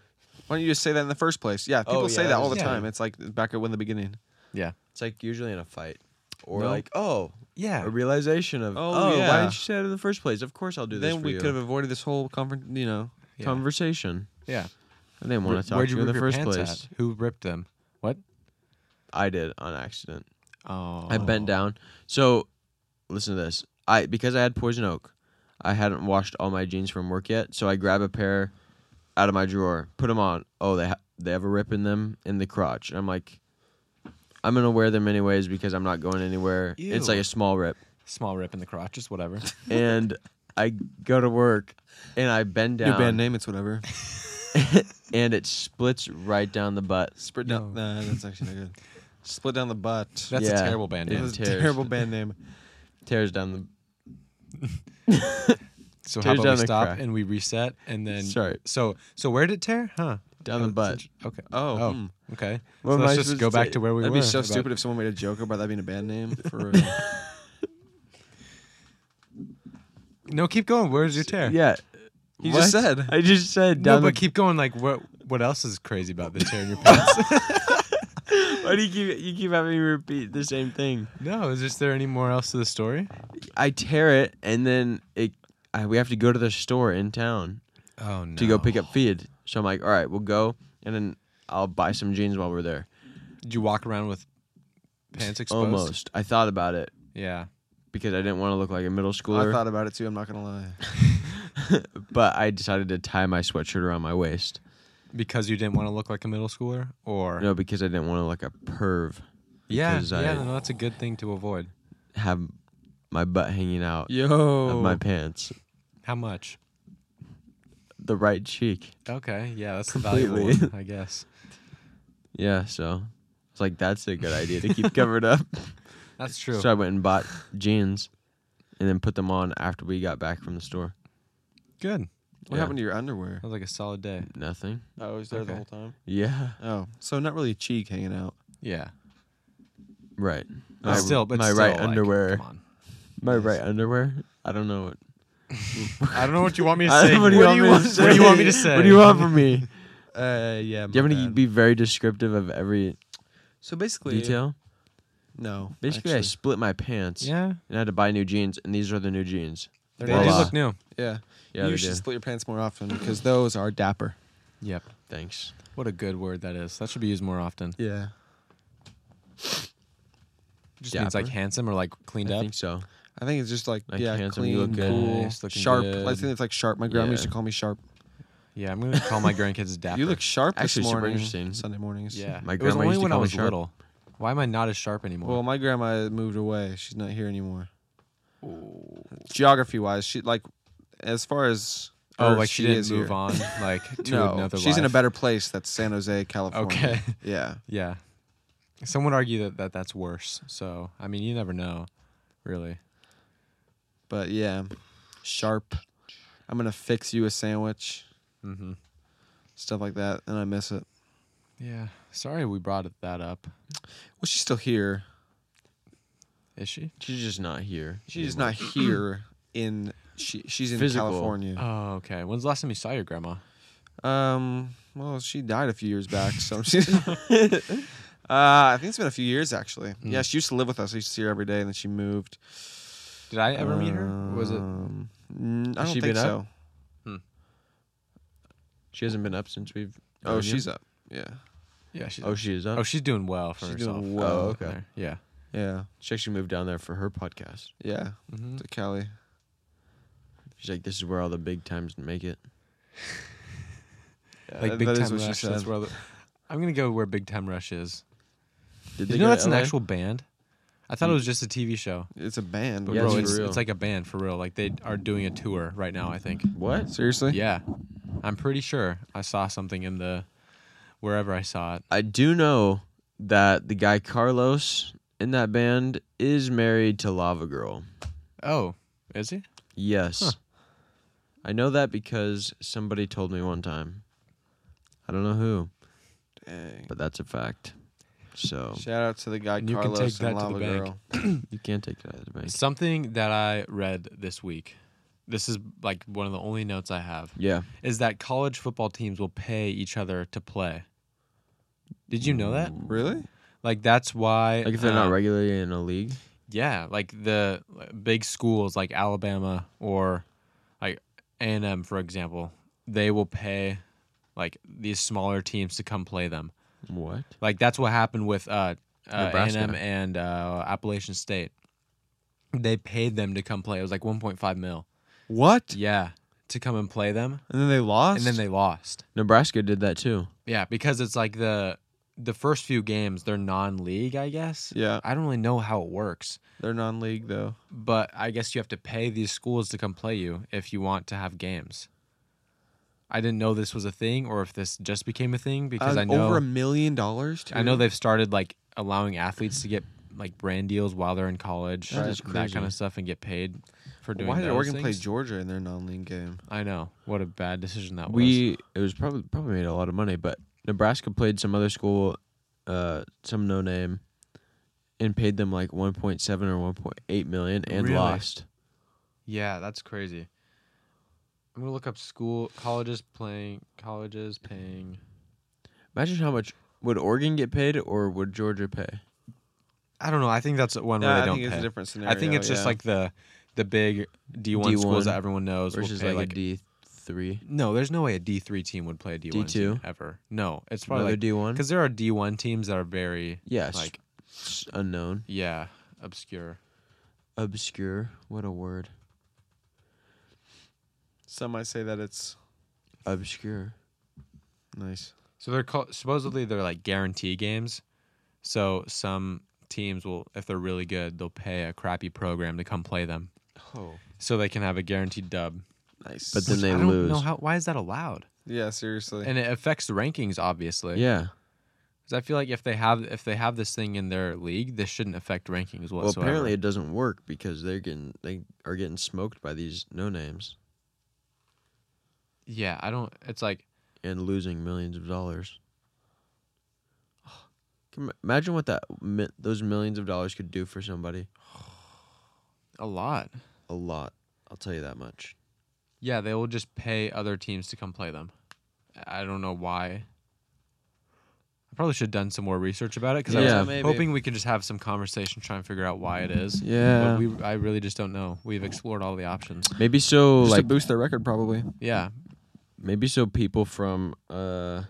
Speaker 3: Why don't you just say that in the first place? Yeah, people
Speaker 1: Oh,
Speaker 3: say
Speaker 1: yeah,
Speaker 3: that all the
Speaker 2: yeah.
Speaker 3: time. It's like back at when the beginning.
Speaker 1: It's like usually in a fight, or
Speaker 2: No.
Speaker 1: like oh,
Speaker 2: Yeah.
Speaker 1: a realization of
Speaker 3: Oh,
Speaker 1: oh,
Speaker 3: yeah.
Speaker 1: why didn't you say it in the first place? Of course I'll do this.
Speaker 3: then
Speaker 1: for
Speaker 3: we
Speaker 1: you.
Speaker 3: could have avoided this whole conference. You know,
Speaker 2: Yeah.
Speaker 1: conversation.
Speaker 2: yeah.
Speaker 1: I didn't want to talk
Speaker 2: Where'd
Speaker 1: to
Speaker 2: you
Speaker 1: you in the
Speaker 2: rip your
Speaker 1: first
Speaker 2: pants
Speaker 1: place.
Speaker 2: at? Who ripped them? What?
Speaker 1: I did on accident.
Speaker 2: Oh.
Speaker 1: I bent down. So listen to this. I because I had poison oak, I hadn't washed all my jeans from work yet. So I grab a pair out of my drawer, put them on. Oh, they ha- they have a rip in them in the crotch. And I'm like, I'm gonna wear them anyways because I'm not going anywhere. It's like
Speaker 2: Ew.
Speaker 1: a small rip.
Speaker 2: Small rip in the crotch, just whatever.
Speaker 1: And I go to work, and I bend
Speaker 3: new
Speaker 1: down,
Speaker 3: band name. It's whatever.
Speaker 1: and it splits right down the butt.
Speaker 3: Split down.
Speaker 2: No.
Speaker 3: Nah, that's actually not good. Split down the butt.
Speaker 2: That's a
Speaker 1: Yeah.
Speaker 2: terrible band
Speaker 1: It
Speaker 2: name.
Speaker 1: was-
Speaker 3: That's a
Speaker 1: tears.
Speaker 3: terrible band name.
Speaker 1: Tears down the tears
Speaker 2: So how about
Speaker 1: down
Speaker 2: we
Speaker 1: the
Speaker 2: stop
Speaker 1: crack.
Speaker 2: and we reset and then.
Speaker 1: Sorry.
Speaker 2: So so where did it tear? Huh.
Speaker 1: down the
Speaker 2: that's
Speaker 1: butt.
Speaker 2: int- Okay.
Speaker 3: Oh, hmm.
Speaker 2: Okay.
Speaker 1: What
Speaker 2: so
Speaker 1: am
Speaker 2: let's
Speaker 1: I
Speaker 2: just
Speaker 1: supposed
Speaker 2: go
Speaker 1: to
Speaker 2: back
Speaker 1: say?
Speaker 2: to where we
Speaker 3: that'd
Speaker 2: were.
Speaker 3: be so
Speaker 2: about-
Speaker 3: stupid if someone made a joke about that being a band name. For real.
Speaker 2: No, keep going. Where's your tear?
Speaker 1: Yeah.
Speaker 3: You just
Speaker 1: What?
Speaker 3: said.
Speaker 1: I just said
Speaker 2: No,
Speaker 1: down
Speaker 2: but
Speaker 1: the
Speaker 2: keep going. Like, what? What else is crazy about the tear in your pants?
Speaker 1: Why do you keep you keep having me repeat the same thing?
Speaker 2: no, is just there any more else to the story?
Speaker 1: I tear it, and then it. I, we have to go to the store in town
Speaker 2: Oh no.
Speaker 1: to go pick up feed. So I'm like, all right, we'll go, and then I'll buy some jeans while we're there.
Speaker 2: Did you walk around with pants exposed?
Speaker 1: Almost. I thought about it
Speaker 2: Yeah.
Speaker 1: because I didn't want to look like a middle
Speaker 3: I
Speaker 1: schooler,
Speaker 3: thought about it too. I'm not gonna lie.
Speaker 1: but I decided to tie my sweatshirt around my waist.
Speaker 2: Because you didn't want to look like a middle schooler, or
Speaker 1: No, because I didn't want to look like a perv.
Speaker 2: yeah,
Speaker 1: because I-
Speaker 2: yeah, no, that's a good thing to avoid.
Speaker 1: Have my butt hanging out
Speaker 3: Yo.
Speaker 1: of my pants,
Speaker 2: How much?
Speaker 1: the right cheek.
Speaker 2: Okay, yeah, that's the valuable
Speaker 1: Completely.
Speaker 2: one, I guess.
Speaker 1: Yeah, so it's like that's a good idea to keep covered up.
Speaker 2: That's true.
Speaker 1: So I went and bought jeans and then put them on after we got back from the store.
Speaker 2: good. That
Speaker 3: what
Speaker 1: Yeah.
Speaker 3: happened to your underwear?
Speaker 2: was like a solid day.
Speaker 1: Nothing.
Speaker 3: Oh, it was
Speaker 2: there the whole
Speaker 3: time.
Speaker 1: Yeah.
Speaker 3: Oh, so not really cheek hanging out.
Speaker 2: Yeah.
Speaker 1: Right.
Speaker 2: But still, but
Speaker 1: my
Speaker 2: still,
Speaker 1: right
Speaker 2: like,
Speaker 1: underwear.
Speaker 2: Come on.
Speaker 1: My right underwear. I don't know what.
Speaker 2: I don't know what you want me to
Speaker 1: I
Speaker 2: say.
Speaker 1: don't-
Speaker 2: what, do you want,
Speaker 1: me to
Speaker 2: what do you want me to
Speaker 1: say?
Speaker 2: say?
Speaker 1: What do you want from me? Do
Speaker 3: Uh, yeah.
Speaker 1: you have any? Be very descriptive of every
Speaker 3: so basically,
Speaker 1: detail.
Speaker 3: No.
Speaker 1: Basically, I
Speaker 3: actually.
Speaker 1: split my pants.
Speaker 2: Yeah,
Speaker 1: And I had to buy new jeans, and these are the new jeans.
Speaker 3: They're
Speaker 2: they
Speaker 1: Voila.
Speaker 2: do
Speaker 3: nice.
Speaker 2: look new.
Speaker 3: yeah.
Speaker 1: Yeah,
Speaker 3: you
Speaker 1: they
Speaker 3: should
Speaker 1: do.
Speaker 3: split your pants more often because those are dapper.
Speaker 2: Yep.
Speaker 1: Thanks.
Speaker 2: What a good word that is. That should be used more often.
Speaker 3: Yeah.
Speaker 2: Just means like
Speaker 1: Dapper?
Speaker 2: handsome or like cleaned
Speaker 1: I
Speaker 2: up.
Speaker 1: think so.
Speaker 3: I think it's just like,
Speaker 1: Like
Speaker 3: yeah,
Speaker 1: handsome,
Speaker 3: clean,
Speaker 1: you look good,
Speaker 3: cool,
Speaker 2: nice, looking
Speaker 3: sharp.
Speaker 2: good.
Speaker 3: I think it's like sharp. My grandma used to
Speaker 1: Yeah.
Speaker 3: call me sharp.
Speaker 2: Yeah, I'm gonna call my grandkids dapper.
Speaker 3: You look sharp this
Speaker 1: Actually, super
Speaker 3: morning.
Speaker 1: interesting.
Speaker 3: Sunday mornings.
Speaker 2: Yeah.
Speaker 1: My
Speaker 2: it was
Speaker 1: grandma
Speaker 2: only
Speaker 1: used to
Speaker 2: when I
Speaker 1: call me
Speaker 2: was
Speaker 1: sharp.
Speaker 2: little. Why am I not as sharp anymore?
Speaker 3: Well, my grandma moved away. She's not here anymore. Geography wise, she like as far as
Speaker 2: oh,
Speaker 3: Earth,
Speaker 2: like she,
Speaker 3: is
Speaker 2: didn't move
Speaker 3: here.
Speaker 2: on like to
Speaker 3: no,
Speaker 2: another.
Speaker 3: she's in a
Speaker 2: life.
Speaker 3: better place. That's San Jose, California.
Speaker 2: Okay.
Speaker 3: Yeah.
Speaker 2: Yeah. Some would argue that, that that's worse. So I mean, you never know, really.
Speaker 3: But yeah, sharp. I'm gonna fix you a sandwich,
Speaker 2: Mm-hmm.
Speaker 3: stuff like that, and I miss it.
Speaker 2: Yeah. Sorry, we brought it- that up.
Speaker 3: Well, she's still here.
Speaker 2: Is she?
Speaker 1: She's just not here.
Speaker 3: She's not here in she. She's in
Speaker 1: Physical.
Speaker 3: California.
Speaker 2: Oh, okay. When's the last time you saw your grandma?
Speaker 3: Um. Well, she died a few years back, so she's. uh, I think it's been a few years actually.
Speaker 2: Hmm.
Speaker 3: Yeah, she used to live with us. I used to see her every day, and then she moved.
Speaker 2: Did I ever meet her? Was it?
Speaker 3: Um, n- I
Speaker 1: Has
Speaker 3: don't
Speaker 1: she
Speaker 3: think
Speaker 1: been
Speaker 3: so.
Speaker 1: up? She hasn't been up since we've.
Speaker 3: Oh,
Speaker 1: known you?
Speaker 3: she's up. Yeah.
Speaker 2: Yeah, she's.
Speaker 1: Oh, she is up.
Speaker 2: Oh, she's doing well for
Speaker 3: She's doing
Speaker 2: herself.
Speaker 3: well.
Speaker 1: Oh, okay.
Speaker 2: There. Yeah.
Speaker 3: Yeah.
Speaker 1: she actually moved down there for her podcast.
Speaker 3: Yeah.
Speaker 2: Mhm.
Speaker 3: To Cali.
Speaker 1: She's like, this is where all the big times make it.
Speaker 3: Yeah,
Speaker 2: Like
Speaker 3: that-
Speaker 2: big
Speaker 3: Uh, that is
Speaker 2: time
Speaker 3: what she
Speaker 2: rush. That's
Speaker 3: said.
Speaker 2: where the- I'm gonna go where big time rush is.
Speaker 1: Did
Speaker 2: Did
Speaker 1: they
Speaker 2: you know
Speaker 1: go to
Speaker 2: that's an
Speaker 1: LA?
Speaker 2: actual band? I thought it was just a TV show.
Speaker 3: It's a band.
Speaker 2: But
Speaker 1: Yeah,
Speaker 2: bro,
Speaker 1: for
Speaker 2: it's,
Speaker 1: real.
Speaker 2: it's like a band for real. Like they are doing a tour right now. I think.
Speaker 1: What?
Speaker 3: Seriously?
Speaker 2: Yeah, I'm pretty sure I saw something in the wherever I saw it.
Speaker 1: I do know that the guy Carlos in that band is married to Lava Girl.
Speaker 2: Oh, is he?
Speaker 1: Yes.
Speaker 2: Huh.
Speaker 1: I know that because somebody told me one time. I don't know who,
Speaker 3: Dang.
Speaker 1: but that's a fact. So
Speaker 3: Shout out to the guy
Speaker 2: And you can take
Speaker 3: Carlos
Speaker 2: that
Speaker 3: and
Speaker 2: to the
Speaker 3: Lava
Speaker 2: bank.
Speaker 3: Girl.
Speaker 1: you can't take that as a bank.
Speaker 2: Something that I read this week. This is like one of the only notes I have
Speaker 1: Yeah.
Speaker 2: is that college football teams will pay each other to play. Did you know that?
Speaker 3: Really?
Speaker 2: Like that's why.
Speaker 1: Like if they're not
Speaker 2: uh,
Speaker 1: regularly in a league.
Speaker 2: Yeah, like the big schools like Alabama or like A&M for example, they will pay like these smaller teams to come play them.
Speaker 1: What?
Speaker 2: Like that's what happened with uh, uh
Speaker 1: Nebraska.
Speaker 2: A&M and uh, Appalachian State. They paid them to come play. It was like 1.5 mil.
Speaker 3: What?
Speaker 2: Yeah, to come and play them,
Speaker 3: And then they lost.
Speaker 2: and then they lost.
Speaker 1: Nebraska did that too.
Speaker 2: Yeah, because it's like the the first few games they're non-league, I guess.
Speaker 3: Yeah,
Speaker 2: I don't really know how it works.
Speaker 3: they're non-league though.
Speaker 2: but I guess you have to pay these schools to come play you if you want to have games. I didn't know this was a thing or if this just became a thing because
Speaker 3: Uh,
Speaker 2: I know
Speaker 3: over a million dollars. to-
Speaker 2: I know they've started like allowing athletes to get like brand deals while they're in college
Speaker 1: That is
Speaker 2: that kind
Speaker 1: crazy.
Speaker 2: of stuff and get paid for doing
Speaker 3: Why did
Speaker 2: those
Speaker 3: Oregon play
Speaker 2: things.
Speaker 3: Georgia in their non-league game?
Speaker 2: I know. What a bad decision that was.
Speaker 1: We it was probably probably made a lot of money, but Nebraska played some other school, uh, some no name, and paid them like 1.7 or 1.8 million and
Speaker 2: Really?
Speaker 1: lost.
Speaker 2: Yeah, that's crazy. I'm going to look up school colleges playing colleges paying.
Speaker 1: Imagine how much would Oregon get paid or would Georgia pay?
Speaker 2: I don't know. I think that's one where
Speaker 3: Yeah,
Speaker 2: they
Speaker 3: I
Speaker 2: don't
Speaker 3: think it's
Speaker 2: pay.
Speaker 3: a different scenario.
Speaker 2: I think it's just
Speaker 3: yeah.
Speaker 2: like the the big D one
Speaker 1: D1
Speaker 2: schools that everyone knows will
Speaker 1: Versus
Speaker 2: pay,
Speaker 1: like,
Speaker 2: like
Speaker 1: a D three,
Speaker 2: No, there's no way a D three team would play a D one
Speaker 1: D2?
Speaker 2: team ever. No, it's probably
Speaker 1: another D one.
Speaker 2: because there are D one teams that are very
Speaker 1: Yes,
Speaker 2: like
Speaker 1: s- unknown,
Speaker 2: yeah obscure.
Speaker 1: obscure. What a word,
Speaker 3: some might say that it's
Speaker 1: obscure.
Speaker 3: nice.
Speaker 2: So they're called, supposedly they're like guarantee games. So some teams will, if they're really good, they'll pay a crappy program to come play them,
Speaker 3: Oh,
Speaker 2: so they can have a guaranteed dub.
Speaker 3: nice.
Speaker 1: But then
Speaker 2: Which
Speaker 1: they
Speaker 2: I don't
Speaker 1: lose.
Speaker 2: know how. Why is that allowed?
Speaker 3: yeah, seriously.
Speaker 2: And it affects the rankings, obviously.
Speaker 1: Yeah.
Speaker 2: Because I feel like if they have if they have this thing in their league, this shouldn't affect rankings whatsoever.
Speaker 1: Well, apparently it doesn't work because they're getting they are getting smoked by these no names
Speaker 2: yeah, I don't. It's like
Speaker 1: and losing millions of dollars. Can- Imagine what that mi- those millions of dollars could do for somebody.
Speaker 2: a lot.
Speaker 1: A lot. I'll tell you that much.
Speaker 2: Yeah, they will just pay other teams to come play them. I don't know why. I probably should have done some more research about it because I
Speaker 1: Yeah,
Speaker 2: was
Speaker 3: maybe.
Speaker 2: hoping we could just have some conversation, try and figure out why it is.
Speaker 3: yeah,
Speaker 2: But we, I really just don't know. We've explored all the options.
Speaker 1: Maybe so
Speaker 3: just
Speaker 1: like
Speaker 3: to boost their record probably.
Speaker 2: Yeah,
Speaker 1: maybe so people from uh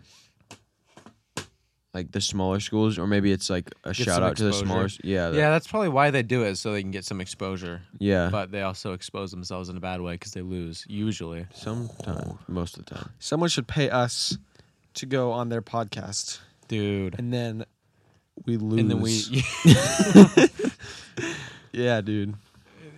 Speaker 1: like the smaller schools, or maybe it's like a
Speaker 2: Get
Speaker 1: shout
Speaker 2: some
Speaker 1: out to the
Speaker 2: exposure.
Speaker 1: smaller. s- Yeah, the-
Speaker 2: Yeah, that's probably why they do it, so they can get some exposure.
Speaker 1: yeah.
Speaker 2: But they also expose themselves in a bad way because they lose usually.
Speaker 1: Sometimes, most of the time.
Speaker 3: Someone should pay us to go on their podcast,
Speaker 2: Dude.
Speaker 3: and then we lose.
Speaker 2: And then we
Speaker 3: yeah, dude.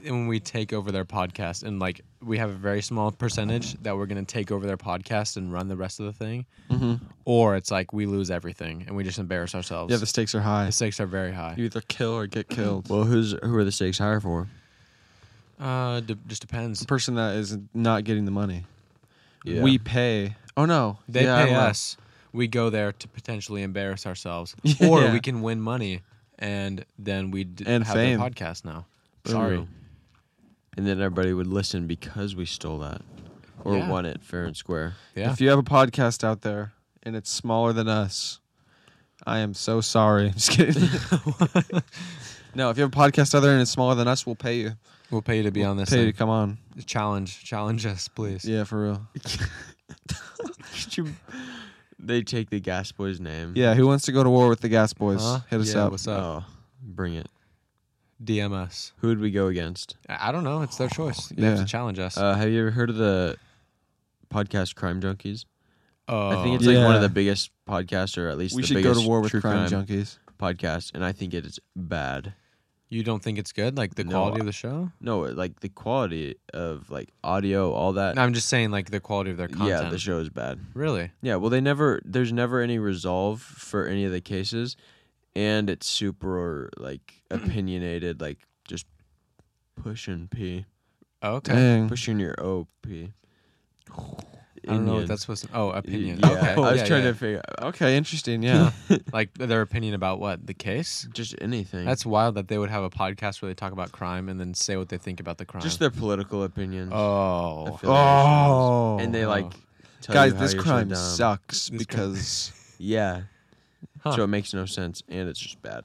Speaker 2: and when we take over their podcast and like we have a very small percentage that we're going to take over their podcast and run the rest of the thing
Speaker 3: Mm-hmm.
Speaker 2: or it's like we lose everything and we just embarrass ourselves
Speaker 3: Yeah, the stakes are high.
Speaker 2: the stakes are very high
Speaker 3: You either kill or get killed.
Speaker 1: Well, who's who are the stakes higher for?
Speaker 2: uh d- just depends
Speaker 3: The person that is not getting the money,
Speaker 1: Yeah.
Speaker 3: we pay. Oh no,
Speaker 2: they
Speaker 3: Yeah, I
Speaker 2: pay
Speaker 3: don't know.
Speaker 2: us we go there to potentially embarrass ourselves or
Speaker 3: Yeah.
Speaker 2: we can win money and then we d-
Speaker 3: And
Speaker 2: have
Speaker 3: fame.
Speaker 2: their podcast now
Speaker 1: Boom.
Speaker 2: sorry
Speaker 1: and then everybody would listen because we stole that or
Speaker 2: Yeah.
Speaker 1: won it fair and square.
Speaker 2: yeah
Speaker 3: If you have a podcast out there and it's smaller than us, I am so sorry. I'm just kidding. no, if you have a podcast out there and it's smaller than us, we'll pay you.
Speaker 2: we'll pay you to be on this
Speaker 3: pay you
Speaker 2: thing.
Speaker 3: to come on.
Speaker 2: challenge challenge us please
Speaker 3: Yeah, for real.
Speaker 1: They take the gas boy's name.
Speaker 3: Yeah, who wants to go to war with the Gas Boys?
Speaker 2: Huh?
Speaker 3: Hit us
Speaker 2: Yeah,
Speaker 3: up. Uh,
Speaker 2: what's up
Speaker 1: Oh, bring it.
Speaker 2: dm us
Speaker 1: Who would we go against?
Speaker 2: I I don't know. It's their choice. They have
Speaker 3: Yeah.
Speaker 2: to challenge us.
Speaker 1: Uh, have you ever heard of the podcast Crime Junkies?
Speaker 2: oh,
Speaker 1: I think it's like one
Speaker 3: Yeah.
Speaker 1: of the biggest podcasts, or at least
Speaker 3: We
Speaker 1: the
Speaker 3: should go
Speaker 1: biggest
Speaker 3: to war with
Speaker 1: true
Speaker 3: crime,
Speaker 1: crime,
Speaker 3: junkies.
Speaker 1: podcast, and I think it is bad.
Speaker 2: you don't think it's good, like the
Speaker 1: No,
Speaker 2: quality of the show.
Speaker 1: No, like the quality of like audio, all that.
Speaker 2: No, I'm just saying, like the quality of their content.
Speaker 1: yeah, the show is bad.
Speaker 2: Really?
Speaker 1: Yeah, well, they never. There's never any resolve for any of the cases, and it's super like opinionated, like just pushing p,
Speaker 2: Oh, Okay.
Speaker 3: Dang.
Speaker 1: pushing your op. I
Speaker 2: I don't know what that's supposed to. Oh, opinion.
Speaker 1: Yeah,
Speaker 2: Okay.
Speaker 1: I was
Speaker 2: Yeah,
Speaker 1: trying
Speaker 2: yeah.
Speaker 1: to figure uh, out
Speaker 3: Okay, interesting. Yeah.
Speaker 2: like their opinion about what the case.
Speaker 1: just anything.
Speaker 2: That's wild that they would have a podcast where they talk about crime and then say what they think about the crime.
Speaker 1: just their political opinions.
Speaker 2: oh,
Speaker 3: oh.
Speaker 1: and they
Speaker 2: oh.
Speaker 1: like tell
Speaker 3: guys,
Speaker 1: you how
Speaker 3: this
Speaker 1: you're so
Speaker 3: crime
Speaker 1: dumb.
Speaker 3: sucks
Speaker 2: This crime-
Speaker 3: because
Speaker 1: Yeah,
Speaker 2: Huh.
Speaker 1: so it makes no sense, and it's just bad.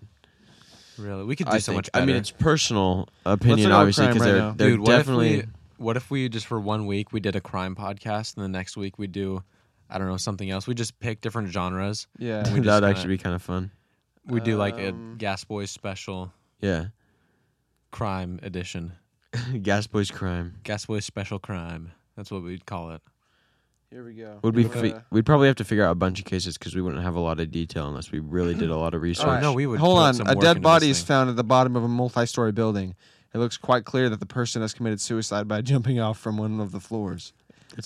Speaker 2: really? We could do
Speaker 1: I
Speaker 2: so
Speaker 1: think.
Speaker 2: much. Better.
Speaker 1: I mean, it's personal opinion,
Speaker 3: look up
Speaker 1: obviously,
Speaker 3: crime
Speaker 1: because
Speaker 3: right
Speaker 1: they're
Speaker 3: now.
Speaker 1: they're
Speaker 2: Dude, what
Speaker 1: definitely.
Speaker 2: If we, what if we just for one week we did a crime podcast, and the next week we do, I don't know, something else. We just pick different genres. we
Speaker 3: yeah.
Speaker 2: just
Speaker 1: that'd
Speaker 2: kinda-
Speaker 1: actually be kind of fun.
Speaker 2: We do like a
Speaker 3: Um,
Speaker 2: Gas Boys special
Speaker 1: Yeah,
Speaker 2: crime edition.
Speaker 1: Gas Boys Crime.
Speaker 2: Gas Boys special crime. That's what we'd call it.
Speaker 3: Here we go.
Speaker 1: Would we?
Speaker 3: Uh,
Speaker 1: Fi- we'd probably have to figure out a bunch of cases because we wouldn't have a lot of detail unless we really did a lot of research.
Speaker 2: Oh, no, we would
Speaker 3: Hold
Speaker 2: put
Speaker 3: on.
Speaker 2: some
Speaker 3: A
Speaker 2: work
Speaker 3: dead
Speaker 2: into
Speaker 3: body
Speaker 2: this
Speaker 3: is
Speaker 2: thing.
Speaker 3: found at the bottom of a multi-story building. It looks quite clear that the person has committed suicide by jumping off from one of the floors.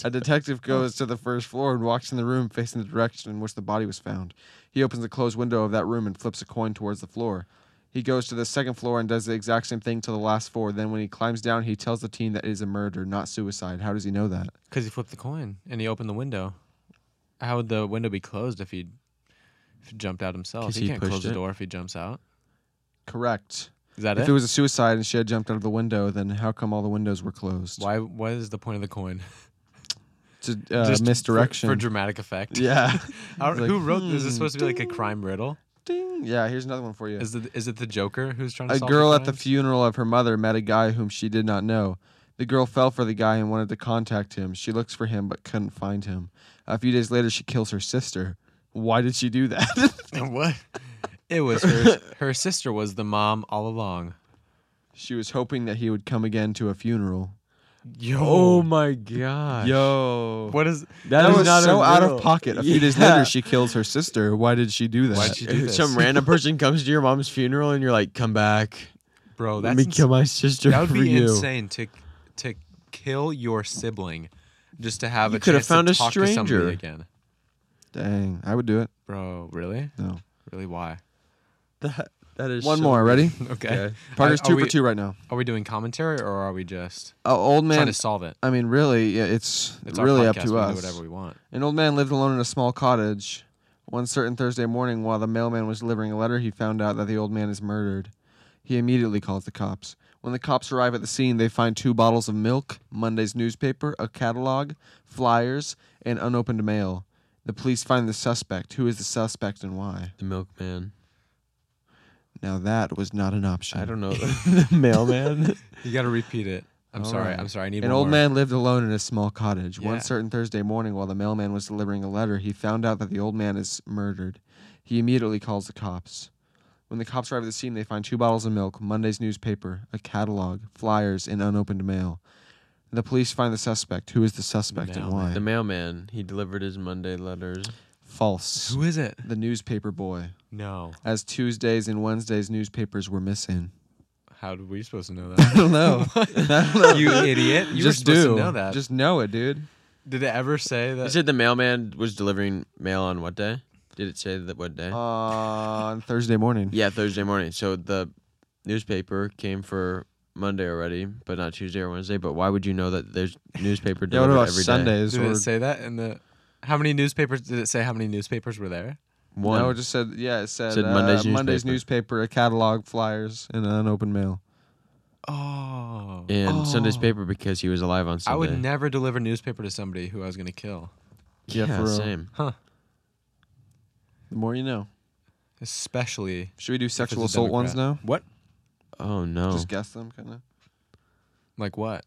Speaker 3: A detective goes to the first floor and walks in the room facing the direction in which the body was found. He opens the closed window of that room and flips a coin towards the floor. He goes to the second floor and does the exact same thing to the last floor. Then, when he climbs down, he tells the team that it is a murder, not suicide. How does he know that?
Speaker 2: Because he flipped the coin and he opened the window. How would the window be closed if he, if he jumped out himself?
Speaker 1: 'Cause
Speaker 2: He,
Speaker 1: he
Speaker 2: can't
Speaker 1: pushed
Speaker 2: close
Speaker 1: it.
Speaker 2: the door if he jumps out.
Speaker 3: Correct.
Speaker 2: Is that
Speaker 3: If
Speaker 2: it?
Speaker 3: it was a suicide and she had jumped out of the window, then how come all the windows were closed?
Speaker 2: Why? What is the point of the coin?
Speaker 3: To, uh,
Speaker 2: Just for-
Speaker 3: misdirection.
Speaker 2: for, dramatic effect.
Speaker 3: yeah.
Speaker 2: How-
Speaker 3: It's like,
Speaker 2: who wrote this? Is
Speaker 3: hmm,
Speaker 2: this supposed to be like a
Speaker 3: ding.
Speaker 2: crime riddle?
Speaker 3: Ding. Yeah, here's another one for you.
Speaker 2: Is it is it the Joker who's trying to?
Speaker 3: A
Speaker 2: solve
Speaker 3: girl at the
Speaker 2: crimes?
Speaker 3: funeral of her mother met a guy whom she did not know. The girl fell for the guy and wanted to contact him. She looks for him but couldn't find him. A few days later, she kills her sister. Why did she do that?
Speaker 2: what? It was her. her sister was the mom all along.
Speaker 3: she was hoping that he would come again to a funeral.
Speaker 2: Yo.
Speaker 1: Oh my god.
Speaker 3: Yo.
Speaker 2: What is?
Speaker 3: That
Speaker 1: is
Speaker 3: was
Speaker 1: not a
Speaker 3: so out
Speaker 1: riddle.
Speaker 3: of pocket. A few days
Speaker 1: Yeah.
Speaker 3: later, she kills her sister. Why did she do that?
Speaker 2: Why'd she do this?
Speaker 1: Some random person comes to your mom's funeral and you're like, "Come back,
Speaker 2: Bro,
Speaker 1: let
Speaker 2: that's
Speaker 1: me
Speaker 2: ins-
Speaker 1: kill my sister
Speaker 2: that would
Speaker 1: for
Speaker 2: be
Speaker 1: you."
Speaker 2: insane to to kill your sibling just to have
Speaker 1: You
Speaker 2: a
Speaker 1: could have
Speaker 2: chance
Speaker 1: found
Speaker 2: to
Speaker 1: a
Speaker 2: talk to somebody
Speaker 1: stranger.
Speaker 2: again.
Speaker 3: Dang, I would do it.
Speaker 2: Bro, really?
Speaker 3: No.
Speaker 2: Really? Why?
Speaker 1: That, that is
Speaker 3: One
Speaker 1: so-
Speaker 3: more, ready?
Speaker 2: Okay.
Speaker 1: Okay.
Speaker 3: Parker's
Speaker 2: Are- are
Speaker 3: two
Speaker 2: we-
Speaker 3: for two right now.
Speaker 2: Are we doing commentary or are we just
Speaker 3: Uh, old
Speaker 2: trying
Speaker 3: man.
Speaker 2: to solve it?
Speaker 3: I mean, really, yeah, it's,
Speaker 2: It's
Speaker 3: really
Speaker 2: our
Speaker 3: up
Speaker 2: podcast.
Speaker 3: to
Speaker 2: we
Speaker 3: us.
Speaker 2: can do whatever we want.
Speaker 3: An old man lived alone in a small cottage. One certain Thursday morning, while the mailman was delivering a letter, he found out that the old man is murdered. He immediately calls the cops. When the cops arrive at the scene, they find two bottles of milk, Monday's newspaper, a catalog, flyers, and unopened mail. The police find the suspect. Who is the suspect and why?
Speaker 1: The milkman.
Speaker 3: Now that was not an option.
Speaker 1: I don't know. the mailman.
Speaker 2: You got to repeat it. I'm
Speaker 3: All
Speaker 2: sorry.
Speaker 3: right.
Speaker 2: I'm sorry. I need
Speaker 3: An
Speaker 2: one
Speaker 3: old
Speaker 2: more.
Speaker 3: man lived alone in a small cottage.
Speaker 2: Yeah.
Speaker 3: One certain Thursday morning, while the mailman was delivering a letter, he found out that the old man is murdered. He immediately calls the cops. When the cops arrive at the scene, they find two bottles of milk, Monday's newspaper, a catalog, flyers, and unopened mail. The police find the suspect. Who is the suspect and why?
Speaker 1: The mailman. He delivered his Monday letters.
Speaker 3: False.
Speaker 2: Who is it?
Speaker 3: The newspaper boy,
Speaker 2: No.
Speaker 3: as Tuesdays and Wednesdays newspapers were missing.
Speaker 2: How were we supposed to know
Speaker 3: I don't know. I don't know.
Speaker 2: that? you idiot. You
Speaker 3: just
Speaker 2: were supposed
Speaker 3: do.
Speaker 2: to know that.
Speaker 3: Just know it, dude.
Speaker 2: Did it ever say
Speaker 1: He
Speaker 3: Uh,
Speaker 2: that?
Speaker 1: said the mailman was delivering mail on what day? Did it say that what day?
Speaker 3: Uh, on Thursday morning.
Speaker 1: yeah, Thursday morning. So the newspaper came for Monday already, but not Tuesday or Wednesday. But why would you know that there's newspaper
Speaker 3: Yeah, what
Speaker 1: delivered
Speaker 3: about
Speaker 1: every day?
Speaker 3: Sundays?
Speaker 2: did
Speaker 3: or,
Speaker 2: it say that in the? How many newspapers did it say? How many newspapers were there?
Speaker 1: One.
Speaker 3: No, it just said yeah. It said,
Speaker 1: Said
Speaker 3: uh,
Speaker 1: Monday's
Speaker 3: Monday's, newspaper. a catalog, flyers, and an unopened mail.
Speaker 2: Oh.
Speaker 1: in
Speaker 2: Oh.
Speaker 1: Sunday's paper because he was alive on Sunday.
Speaker 2: I would never deliver newspaper to somebody who I was going to kill,
Speaker 1: Yeah,
Speaker 3: Yeah, for real.
Speaker 1: same.
Speaker 3: The more you know.
Speaker 2: especially
Speaker 3: Should we do
Speaker 2: if it's
Speaker 3: sexual
Speaker 2: a
Speaker 3: assault ones
Speaker 2: Democrat.
Speaker 3: now?
Speaker 2: What?
Speaker 1: Oh no.
Speaker 3: Just guess them, kind of.
Speaker 2: Like what?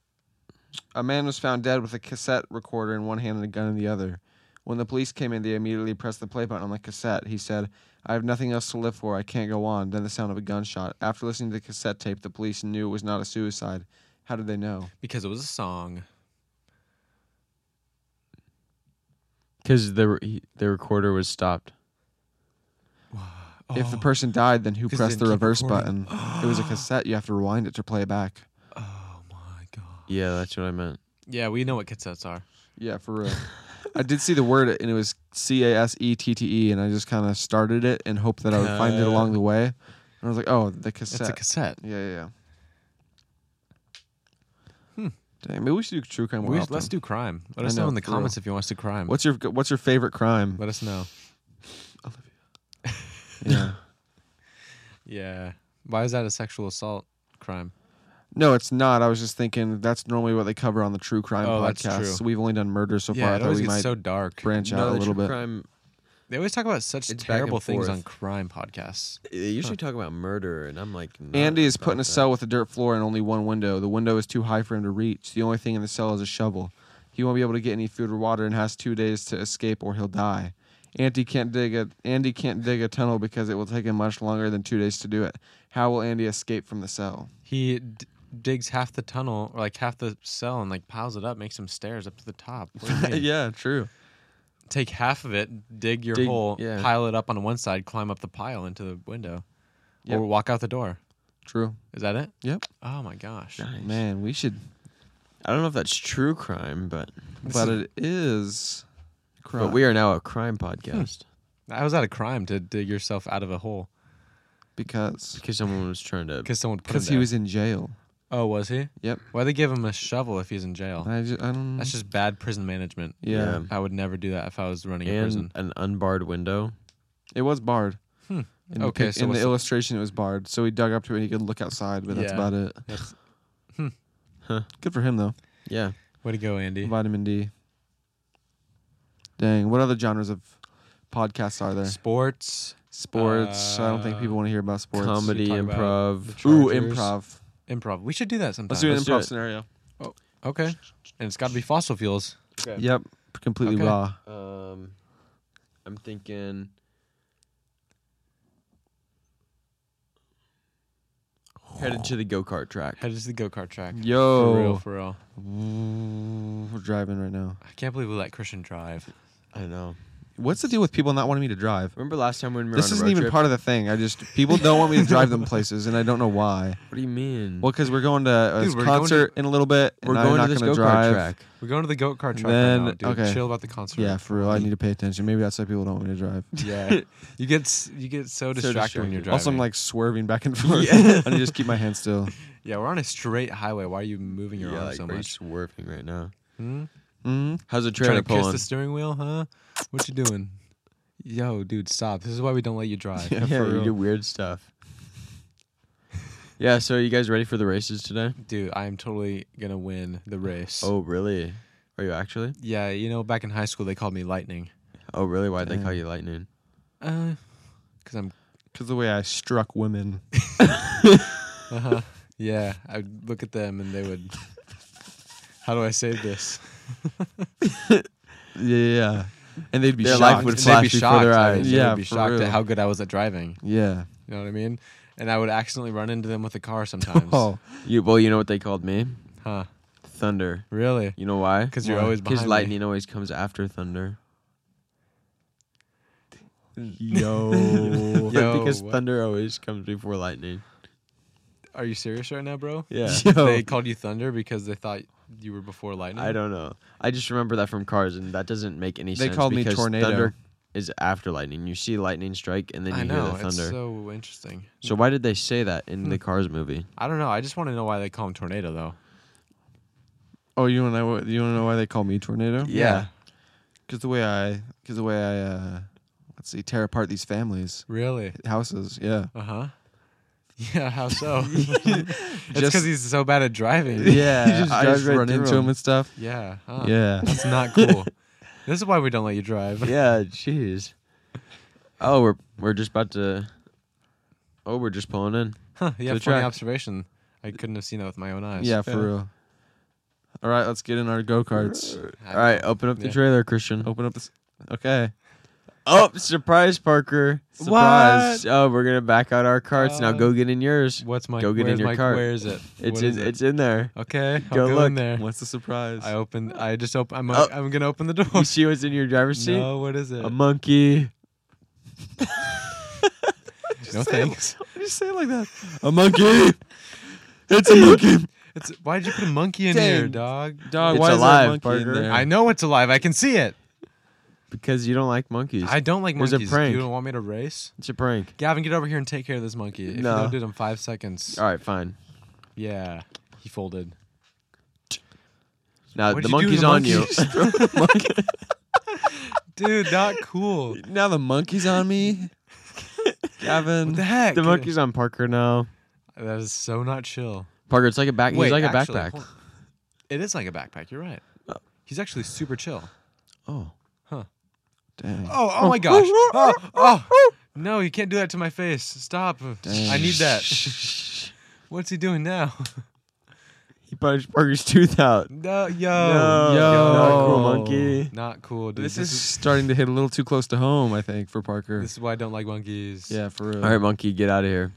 Speaker 3: A man was found dead with a cassette recorder in one hand and a gun in the other. When the police came in, they immediately pressed the play button on the cassette. He said, I have nothing else to live for. I can't go on. Then the sound of a gunshot. After listening to the cassette tape, the police knew it was not a suicide. How did they know?
Speaker 2: Because it was a song.
Speaker 1: Because the he, the recorder was stopped.
Speaker 3: If the
Speaker 2: Oh.
Speaker 3: person died, then who
Speaker 2: 'Cause it
Speaker 3: pressed the
Speaker 2: didn't keep
Speaker 3: reverse
Speaker 2: recording.
Speaker 3: button? it was a cassette. You have to rewind it to play it back.
Speaker 2: Oh my god.
Speaker 1: Yeah, that's what I meant.
Speaker 2: Yeah, we know what cassettes are.
Speaker 3: Yeah, for real. I did see the word and it was C A S E T T E, and I just kind of started it and hoped that I would find it along the way. And I was like, oh, the
Speaker 2: It's a
Speaker 3: cassette.
Speaker 2: cassette.
Speaker 3: yeah, yeah, yeah. Dang, maybe we should do true crime more
Speaker 2: Hmm. We,
Speaker 3: often.
Speaker 2: let's do crime. Let
Speaker 3: I
Speaker 2: us know,
Speaker 3: know,
Speaker 2: in the
Speaker 3: for real.
Speaker 2: comments if you want us to crime.
Speaker 3: What's your What's your favorite crime?
Speaker 2: Let us know.
Speaker 3: yeah.
Speaker 2: Yeah. Why is that a sexual assault crime?
Speaker 3: No, it's not. I was just thinking that's normally what they cover on the true crime
Speaker 2: Oh, that's
Speaker 3: podcast.
Speaker 2: true.
Speaker 3: So we've only done murder so far.
Speaker 2: Yeah,
Speaker 3: I
Speaker 2: it
Speaker 3: thought
Speaker 2: always
Speaker 3: we
Speaker 2: gets
Speaker 3: might
Speaker 2: so dark.
Speaker 3: branch out
Speaker 1: no,
Speaker 3: a
Speaker 1: the
Speaker 3: little
Speaker 1: true
Speaker 3: bit.
Speaker 1: crime.
Speaker 2: They always talk about such
Speaker 1: It's back
Speaker 2: terrible
Speaker 1: and
Speaker 2: things
Speaker 1: forth.
Speaker 2: on crime podcasts.
Speaker 1: They usually talk about murder, and I'm like, not
Speaker 3: Andy is put
Speaker 1: about
Speaker 3: in a
Speaker 1: that.
Speaker 3: cell with a dirt floor and only one window. The window is too high for him to reach. The only thing in the cell is a shovel. He won't be able to get any food or water and has two days to escape or he'll die. Andy can't dig a Andy can't dig a tunnel because it will take him much longer than two days to do it. How will Andy escape from the cell?
Speaker 2: He d- digs half the tunnel or like half the cell and like piles it up, makes some stairs up to the top. What do you mean?
Speaker 3: yeah, true.
Speaker 2: Take half of it, dig your
Speaker 1: Dig-
Speaker 2: hole,
Speaker 1: yeah.
Speaker 2: pile it up on one side, climb up the pile into the window,
Speaker 3: Yep.
Speaker 2: or walk out the door.
Speaker 3: True.
Speaker 2: Is that it?
Speaker 3: Yep.
Speaker 2: Oh my gosh.
Speaker 1: Nice.
Speaker 3: Man, we should.
Speaker 1: I don't know if that's true crime, but
Speaker 3: But it is. Crime.
Speaker 1: but we are now a crime
Speaker 2: Hmm.
Speaker 1: podcast
Speaker 2: I was at a crime to dig yourself out of a hole
Speaker 3: because
Speaker 1: because someone was trying to.
Speaker 2: because someone put him
Speaker 3: because he
Speaker 2: there.
Speaker 3: was in jail.
Speaker 2: Oh, was he?
Speaker 3: Yep.
Speaker 2: Why they give him a shovel if he's in jail?
Speaker 3: I, ju- I don't.
Speaker 2: That's just bad prison management.
Speaker 3: yeah.
Speaker 1: Yeah.
Speaker 2: I would never do that if I was running a
Speaker 1: And
Speaker 2: prison.
Speaker 1: an unbarred window.
Speaker 3: It was barred.
Speaker 2: Hmm.
Speaker 3: In the
Speaker 2: Okay,
Speaker 3: pic-
Speaker 2: so
Speaker 3: in
Speaker 2: what's
Speaker 3: the
Speaker 2: the-
Speaker 3: illustration, it was barred. So he dug up to it and he could look outside, but that's
Speaker 2: Yeah.
Speaker 3: about it.
Speaker 2: That's-
Speaker 3: Good for him though.
Speaker 1: Yeah,
Speaker 2: Way to go, Andy.
Speaker 3: Vitamin D. Dang, what other genres of podcasts are there?
Speaker 2: Sports,
Speaker 3: Sports. I don't think people
Speaker 2: Uh,
Speaker 3: want to hear about sports.
Speaker 1: comedy,
Speaker 2: We talk about
Speaker 1: improv.
Speaker 2: the
Speaker 3: Ooh,
Speaker 2: Chargers.
Speaker 3: improv.
Speaker 2: improv. We should do that sometime.
Speaker 3: Let's do an
Speaker 1: Let's do
Speaker 3: improv
Speaker 1: it.
Speaker 3: scenario.
Speaker 2: Okay. And it's got to be fossil fuels.
Speaker 3: Yep, completely
Speaker 2: Okay.
Speaker 3: raw.
Speaker 1: Um, I'm thinking. Headed to the go kart track.
Speaker 2: Head to the go kart track.
Speaker 3: Yo,
Speaker 2: For real, for real.
Speaker 3: we're driving right now.
Speaker 2: I can't believe we let Christian drive.
Speaker 1: I know.
Speaker 3: What's the deal with people not wanting me to drive?
Speaker 1: Remember last time when we were
Speaker 3: This
Speaker 1: on a
Speaker 3: isn't
Speaker 1: road
Speaker 3: even
Speaker 1: trip?
Speaker 3: part of the thing. I just people don't want me to drive them places, and I don't know why.
Speaker 1: What do you mean?
Speaker 3: Well, because we're going to a
Speaker 2: Dude, we're going
Speaker 3: concert in a little bit. And
Speaker 1: we're
Speaker 3: I'm
Speaker 1: going
Speaker 3: not
Speaker 1: to this
Speaker 3: gonna
Speaker 1: go kart
Speaker 3: drive.
Speaker 1: track.
Speaker 2: We're going to the go kart track
Speaker 3: Then-
Speaker 2: right now, dude.
Speaker 3: okay.
Speaker 2: Chill about the concert.
Speaker 3: Yeah, for real. I need to pay attention. Maybe that's why people don't want me to drive.
Speaker 2: Yeah. you get s- you get so distracted, when you're
Speaker 1: distracted.
Speaker 2: driving.
Speaker 3: Also, I'm like swerving back and forth.
Speaker 1: Yeah.
Speaker 3: I need to just keep my hands still.
Speaker 2: yeah, we're on a straight highway. Why are you moving your
Speaker 1: yeah,
Speaker 2: arm
Speaker 1: like
Speaker 2: so
Speaker 1: are you
Speaker 2: much?
Speaker 1: swerving right now.
Speaker 2: Hmm?
Speaker 3: Mm,
Speaker 1: How's the trailer
Speaker 2: Trying to kiss
Speaker 1: pulling?
Speaker 2: the steering wheel, huh? What you doing? Yo, dude, stop. This is why we don't let you drive.
Speaker 1: yeah,
Speaker 3: for
Speaker 1: you
Speaker 3: real.
Speaker 1: do weird stuff. yeah, so you guys ready for the races today?
Speaker 2: Dude, I am totally gonna win the race.
Speaker 1: Oh, really? Are you actually?
Speaker 2: Yeah, you know, back in high school they called me Lightning.
Speaker 1: Oh, really? Why'd they call
Speaker 3: Damn.
Speaker 1: you Lightning?
Speaker 2: Uh, cause I'm.
Speaker 3: Because the way I struck women.
Speaker 2: Uh-huh. yeah, I'd look at them and they would How do I save this?
Speaker 3: Yeah, yeah, yeah. And they'd be
Speaker 1: Their life
Speaker 3: shocked.
Speaker 1: would
Speaker 2: And
Speaker 1: flash
Speaker 2: they'd be
Speaker 1: before
Speaker 2: shocked.
Speaker 1: their
Speaker 2: I mean,
Speaker 1: eyes.
Speaker 2: they would
Speaker 3: Yeah,
Speaker 2: be
Speaker 3: for
Speaker 2: shocked
Speaker 3: real.
Speaker 2: at how good I was at driving.
Speaker 3: yeah.
Speaker 2: You know what I mean? And I would accidentally run into them with a car sometimes.
Speaker 3: Oh,
Speaker 1: You well, you know what they called me?
Speaker 2: Huh?
Speaker 1: Thunder.
Speaker 2: Really?
Speaker 1: You know why?
Speaker 2: 'Cause you're always
Speaker 1: because
Speaker 2: behind me.
Speaker 1: lightning always comes after thunder.
Speaker 3: yo.
Speaker 2: Yo,
Speaker 1: because
Speaker 2: what?
Speaker 1: thunder always comes before lightning.
Speaker 2: Are you serious right now, bro?
Speaker 1: Yeah.
Speaker 3: Yo.
Speaker 2: They called you Thunder because they thought you were before lightning.
Speaker 1: I don't know. I just remember that from Cars, and that doesn't make any
Speaker 3: They
Speaker 1: sense.
Speaker 3: called me
Speaker 1: because
Speaker 3: Tornado.
Speaker 1: Thunder is after lightning. You see lightning strike, and then you
Speaker 2: I
Speaker 1: hear
Speaker 2: know.
Speaker 1: the thunder.
Speaker 2: It's
Speaker 1: So...
Speaker 2: so Hmm. interesting.
Speaker 1: why did they say that in the Cars movie?
Speaker 2: I don't know. I just want to know why they call him Tornado though.
Speaker 3: Oh, you want to you want to know why they call me tornado?
Speaker 1: Yeah.
Speaker 3: Because the way I, because the way I, uh, let's see, tear apart these families,
Speaker 2: Really?
Speaker 3: houses. Yeah.
Speaker 2: Uh huh. Yeah. How so? it's
Speaker 3: Just-
Speaker 2: because he's so bad at driving.
Speaker 3: Yeah.
Speaker 1: You just
Speaker 3: I
Speaker 1: drive
Speaker 3: just
Speaker 1: right
Speaker 3: run
Speaker 1: through
Speaker 3: into
Speaker 1: 'em.
Speaker 3: them and stuff.
Speaker 2: Yeah. Huh.
Speaker 3: Yeah.
Speaker 2: That's not cool. this is why we don't let you drive.
Speaker 1: yeah. Jeez. Oh, we're we're just about to. Oh, we're just pulling in.
Speaker 2: Huh, yeah.
Speaker 1: the
Speaker 2: Funny
Speaker 1: track.
Speaker 2: observation. I couldn't have seen that with my own eyes.
Speaker 3: Yeah, for real. All right, let's get in our go karts.
Speaker 2: I-
Speaker 1: All right, open up the
Speaker 2: Yeah.
Speaker 1: trailer, Christian.
Speaker 3: Open up this. Okay.
Speaker 1: Oh, surprise, Parker! Surprise! Oh, we're gonna back out our carts now.
Speaker 2: Uh,
Speaker 1: Go get in yours.
Speaker 2: What's my?
Speaker 1: Go get in
Speaker 2: where's
Speaker 1: your
Speaker 2: my-
Speaker 1: cart.
Speaker 2: Where is it?
Speaker 1: It's
Speaker 2: What
Speaker 1: in,
Speaker 2: is it?
Speaker 1: it's in there.
Speaker 2: Okay. I'll
Speaker 1: Go
Speaker 2: go,
Speaker 1: look.
Speaker 2: in there.
Speaker 3: What's the surprise?
Speaker 2: I open. I just open. I'm.
Speaker 1: Oh.
Speaker 2: I'm gonna open the door.
Speaker 1: You see what's in your driver's seat?
Speaker 2: no. What is it?
Speaker 1: A monkey.
Speaker 2: no thanks.
Speaker 3: Why did you say it like that? A monkey. it's a monkey.
Speaker 2: It's. Why'd you put a monkey in here,
Speaker 3: Dang.
Speaker 2: dog?
Speaker 3: Dog,
Speaker 1: It's
Speaker 3: why
Speaker 1: alive,
Speaker 3: is there a monkey
Speaker 1: Parker.
Speaker 3: in there?
Speaker 2: I know it's alive. I can see it.
Speaker 1: Because you don't like monkeys.
Speaker 2: I don't like
Speaker 1: It was a
Speaker 2: monkeys.
Speaker 1: prank.
Speaker 2: You don't want me to race?
Speaker 1: it's a prank.
Speaker 2: Gavin, get over here and take care of this monkey. If
Speaker 1: No.
Speaker 2: you don't do it in five seconds,
Speaker 1: All right, fine.
Speaker 2: yeah, he folded.
Speaker 1: Now
Speaker 2: What'd
Speaker 1: the
Speaker 2: you do to
Speaker 1: monkey's on
Speaker 2: the monkey?
Speaker 1: you.
Speaker 2: Dude, not cool.
Speaker 3: Now the monkey's on me.
Speaker 2: What
Speaker 3: Gavin.
Speaker 2: the heck?
Speaker 1: the monkey's on Parker now.
Speaker 2: That is so not chill.
Speaker 1: Parker, it's like a back. he's like
Speaker 2: actually,
Speaker 1: a backpack.
Speaker 2: hold- It is like a backpack. You're right. He's actually super chill.
Speaker 1: Oh,
Speaker 3: Dang.
Speaker 2: Oh, oh my gosh. Oh, oh. No, you can't do that to my face. Stop. I need that. What's he doing now?
Speaker 1: he punched Parker's tooth out.
Speaker 2: No, yo.
Speaker 1: No, not cool,
Speaker 3: Yo.
Speaker 1: monkey.
Speaker 2: Not cool, dude.
Speaker 3: This is starting to hit a little too close to home, I think, for Parker.
Speaker 2: This is why I don't like monkeys.
Speaker 3: Yeah, for real.
Speaker 1: All right, monkey, get out of here.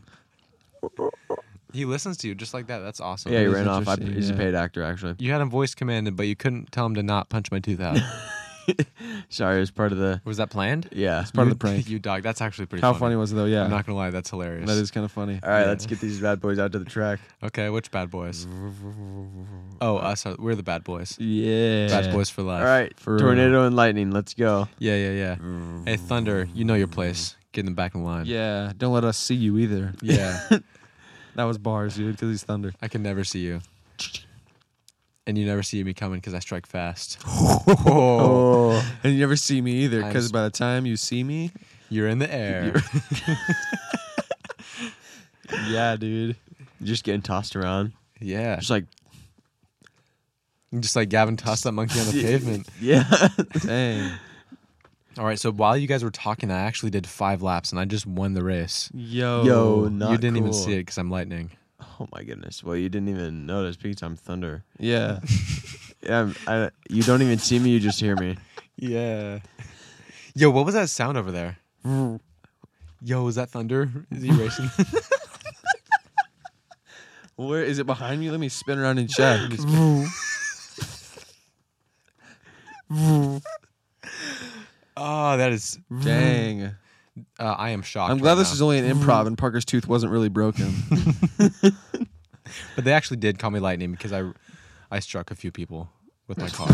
Speaker 2: He listens to you just like that. That's awesome.
Speaker 1: Yeah, he
Speaker 3: is
Speaker 1: ran off. I,
Speaker 3: interesting,
Speaker 1: he's a
Speaker 3: yeah.
Speaker 1: paid actor, actually.
Speaker 2: You had him voice commanded, but you couldn't tell him to not punch my tooth out.
Speaker 1: Sorry, it's part of the.
Speaker 2: was that planned?
Speaker 1: Yeah.
Speaker 3: part of
Speaker 2: You-
Speaker 3: the prank.
Speaker 2: You dog. That's actually pretty
Speaker 3: How
Speaker 2: funny.
Speaker 3: funny was it, though? Yeah.
Speaker 2: I'm not going to lie. That's hilarious.
Speaker 3: that is kind of funny.
Speaker 1: All right, let's get these bad boys out to the track.
Speaker 2: Okay, which bad boys? Oh, us. Are, we're the bad boys.
Speaker 3: Yeah.
Speaker 2: Bad boys for life.
Speaker 1: All right,
Speaker 3: For real.
Speaker 1: tornado and lightning. Let's go.
Speaker 2: Yeah, yeah, yeah. Hey, Thunder, you know your place. Get them back in line.
Speaker 3: Yeah. Don't let us see you either.
Speaker 2: Yeah.
Speaker 3: That was bars, dude, because he's thunder.
Speaker 2: I can never see you. And you never see me coming because I strike fast.
Speaker 3: Oh. And you never see me either,
Speaker 2: I'm
Speaker 3: because
Speaker 2: s-
Speaker 3: by the time you see me,
Speaker 2: You're in the air.
Speaker 3: yeah, dude.
Speaker 1: Just getting tossed around.
Speaker 2: yeah.
Speaker 1: Just like
Speaker 2: Just like Gavin tossed that monkey on the pavement.
Speaker 1: yeah.
Speaker 3: Dang.
Speaker 2: All right, so while you guys were talking, I actually did five laps and I just won the race.
Speaker 3: Yo.
Speaker 1: Yo, not
Speaker 2: you didn't even
Speaker 1: cool.
Speaker 2: see it because I'm lightning.
Speaker 1: Oh my goodness. Well, you didn't even notice because I'm thunder.
Speaker 3: Yeah.
Speaker 1: Yeah, I'm- I, you don't even see me. You just hear me.
Speaker 2: Yeah. Yo, what was that sound over there? Yo, is that thunder? Is he racing?
Speaker 3: Where is it behind me? Let me spin around and check.
Speaker 2: oh, that is.
Speaker 3: Dang.
Speaker 2: Uh, I am shocked.
Speaker 3: I'm glad this is only an improv and Parker's tooth wasn't really broken.
Speaker 2: But they actually did call me lightning because I, I struck a few people with my car.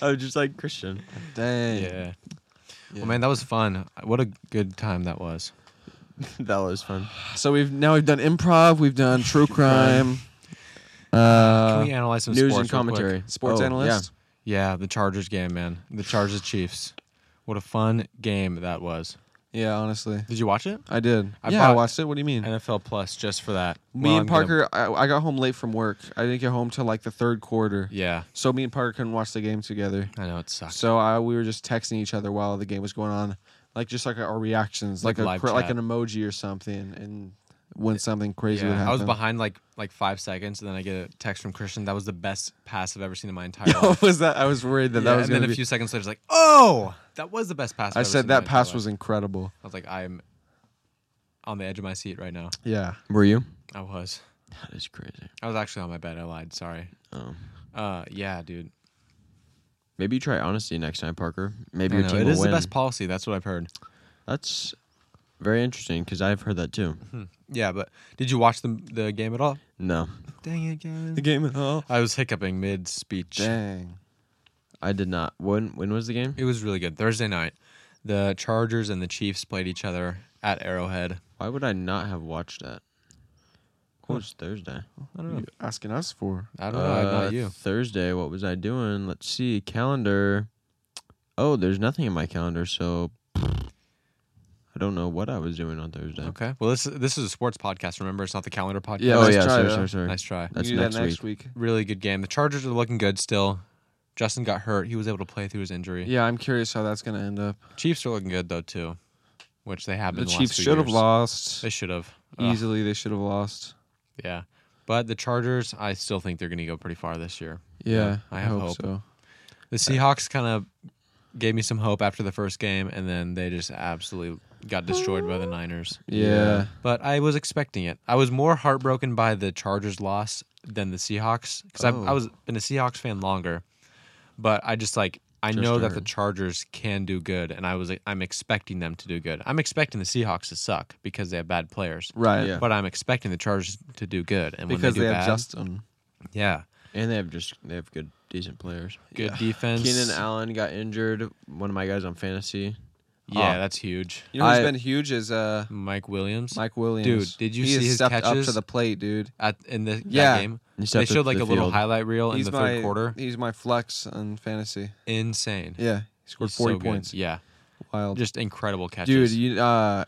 Speaker 1: I was just like Christian.
Speaker 3: Dang.
Speaker 2: yeah. Well, man, that was fun. What a good time that was.
Speaker 1: that was fun.
Speaker 3: So we've now we've done improv, we've done true crime. Uh,
Speaker 2: Can we analyze some
Speaker 1: News and
Speaker 2: sports real quick?
Speaker 1: commentary.
Speaker 3: sports
Speaker 1: Oh,
Speaker 3: analyst.
Speaker 2: Yeah, the Chargers game, man. The Chargers Chiefs. What a fun game that was.
Speaker 3: Yeah. honestly.
Speaker 2: Did you watch it?
Speaker 3: I did.
Speaker 2: I
Speaker 3: yeah, I
Speaker 2: bought-
Speaker 3: watched it. What do you mean?
Speaker 2: NFL Plus just for that.
Speaker 3: me
Speaker 2: Well,
Speaker 3: and
Speaker 2: I'm gonna-
Speaker 3: Parker, I, I got home late from work. I didn't get home till like the third quarter.
Speaker 2: yeah,
Speaker 3: So me and Parker couldn't watch the game together.
Speaker 2: I know it sucks.
Speaker 3: So I, we were just texting each other while the game was going on, like just like our reactions, like
Speaker 2: Like
Speaker 3: a
Speaker 2: live
Speaker 3: cr- like
Speaker 2: chat.
Speaker 3: an emoji or something, and when something crazy would
Speaker 2: Yeah,
Speaker 3: happen.
Speaker 2: I was behind like like five seconds, and then I get a text from Christian. That was the best pass I've ever seen in my entire life.
Speaker 3: was that? I was worried that
Speaker 2: Yeah,
Speaker 3: that was
Speaker 2: and
Speaker 3: going
Speaker 2: then
Speaker 3: to
Speaker 2: a
Speaker 3: be.
Speaker 2: few seconds later, it's like, oh, that was the best pass. I've
Speaker 3: I
Speaker 2: ever seen
Speaker 3: said
Speaker 2: in my
Speaker 3: that
Speaker 2: entire
Speaker 3: pass
Speaker 2: life."
Speaker 3: was incredible.
Speaker 2: I was like, I'm on the edge of my seat right now.
Speaker 3: Yeah.
Speaker 1: Were you?
Speaker 2: I was.
Speaker 1: That is crazy.
Speaker 2: I was actually on my bed. I lied. Sorry.
Speaker 1: Oh.
Speaker 2: Uh, yeah, dude.
Speaker 1: Maybe you try honesty next time, Parker. Maybe
Speaker 2: I
Speaker 1: your
Speaker 2: know,
Speaker 1: team
Speaker 2: it
Speaker 1: will
Speaker 2: is
Speaker 1: win.
Speaker 2: the best policy. That's what I've heard.
Speaker 1: That's very interesting because I've heard that too.
Speaker 2: Yeah, but did you watch the the game at all?
Speaker 1: No,
Speaker 2: Dang it, Gavin.
Speaker 3: The game at all.
Speaker 2: I was hiccuping mid speech.
Speaker 3: Dang.
Speaker 1: I did not. When when was the game?
Speaker 2: It was really good. Thursday night, the Chargers and the Chiefs played each other at Arrowhead.
Speaker 1: Why would I not have watched that? Of course, Thursday.
Speaker 2: I don't know.
Speaker 3: You asking us for?
Speaker 2: I don't know. I'm
Speaker 1: Uh,
Speaker 2: not you.
Speaker 1: Thursday. What was I doing? Let's see. Calendar. Oh, there's nothing in my calendar, so I don't know what I was doing on Thursday.
Speaker 2: Okay. Well, this this is a sports podcast. Remember, it's not the calendar podcast.
Speaker 3: Yeah,
Speaker 1: oh
Speaker 3: nice
Speaker 1: yeah,
Speaker 3: try,
Speaker 1: sorry,
Speaker 3: though.
Speaker 1: sorry, sorry.
Speaker 2: Nice try.
Speaker 1: That's
Speaker 3: we can do
Speaker 1: next
Speaker 3: that next week.
Speaker 2: Really good game. The Chargers are looking good still. Justin got hurt. He was able to play through his injury.
Speaker 3: Yeah, I'm curious how that's going to end up.
Speaker 2: Chiefs are looking good though too, which they have
Speaker 3: The
Speaker 2: been. The,
Speaker 3: Chiefs should
Speaker 2: should
Speaker 3: have lost.
Speaker 2: They should have Ugh,
Speaker 3: Easily, they should have lost.
Speaker 2: yeah, but the Chargers, I still think they're going to go pretty far this year.
Speaker 3: Yeah,
Speaker 2: I
Speaker 3: I,
Speaker 2: have
Speaker 3: hope,
Speaker 2: hope.
Speaker 3: so.
Speaker 2: The Seahawks kind of gave me some hope after the first game, and then they just absolutely got destroyed by the Niners.
Speaker 3: Yeah.
Speaker 2: But I was expecting it. I was more heartbroken by the Chargers loss than the Seahawks because
Speaker 1: Oh.
Speaker 2: I was been a Seahawks fan longer. But I just like I
Speaker 1: Just
Speaker 2: know that the
Speaker 1: heard.
Speaker 2: Chargers can do good, and I was I'm expecting them to do good. I'm expecting the Seahawks to suck because they have bad players.
Speaker 3: Right.
Speaker 1: Yeah.
Speaker 2: But I'm expecting the Chargers to do good, and when
Speaker 3: Because they,
Speaker 2: they, do
Speaker 3: have
Speaker 2: bad,
Speaker 3: Justin.
Speaker 2: yeah,
Speaker 1: And they have just they have good decent players.
Speaker 2: good defense.
Speaker 1: Keenan Allen got injured. One of my guys on fantasy.
Speaker 2: yeah,
Speaker 1: Oh.
Speaker 2: that's huge.
Speaker 3: You know who's
Speaker 1: I-
Speaker 3: been huge is uh,
Speaker 2: Mike Williams.
Speaker 3: Mike Williams.
Speaker 2: Dude, did you
Speaker 3: He
Speaker 2: see
Speaker 3: has
Speaker 2: his
Speaker 3: stepped up
Speaker 2: catches?
Speaker 3: to the plate, dude.
Speaker 2: at in the that
Speaker 3: Yeah.
Speaker 2: game.
Speaker 1: He
Speaker 2: They
Speaker 1: stepped up
Speaker 2: showed
Speaker 1: to
Speaker 2: like
Speaker 1: the
Speaker 2: a little
Speaker 1: field.
Speaker 2: highlight reel in the
Speaker 3: my
Speaker 2: third quarter.
Speaker 3: He's my flex on fantasy.
Speaker 2: Insane.
Speaker 3: Yeah, he scored
Speaker 2: He's so
Speaker 3: 40
Speaker 2: good.
Speaker 3: points.
Speaker 2: Yeah,
Speaker 3: Wild.
Speaker 2: just incredible
Speaker 3: Dude,
Speaker 2: catches.
Speaker 3: you, uh,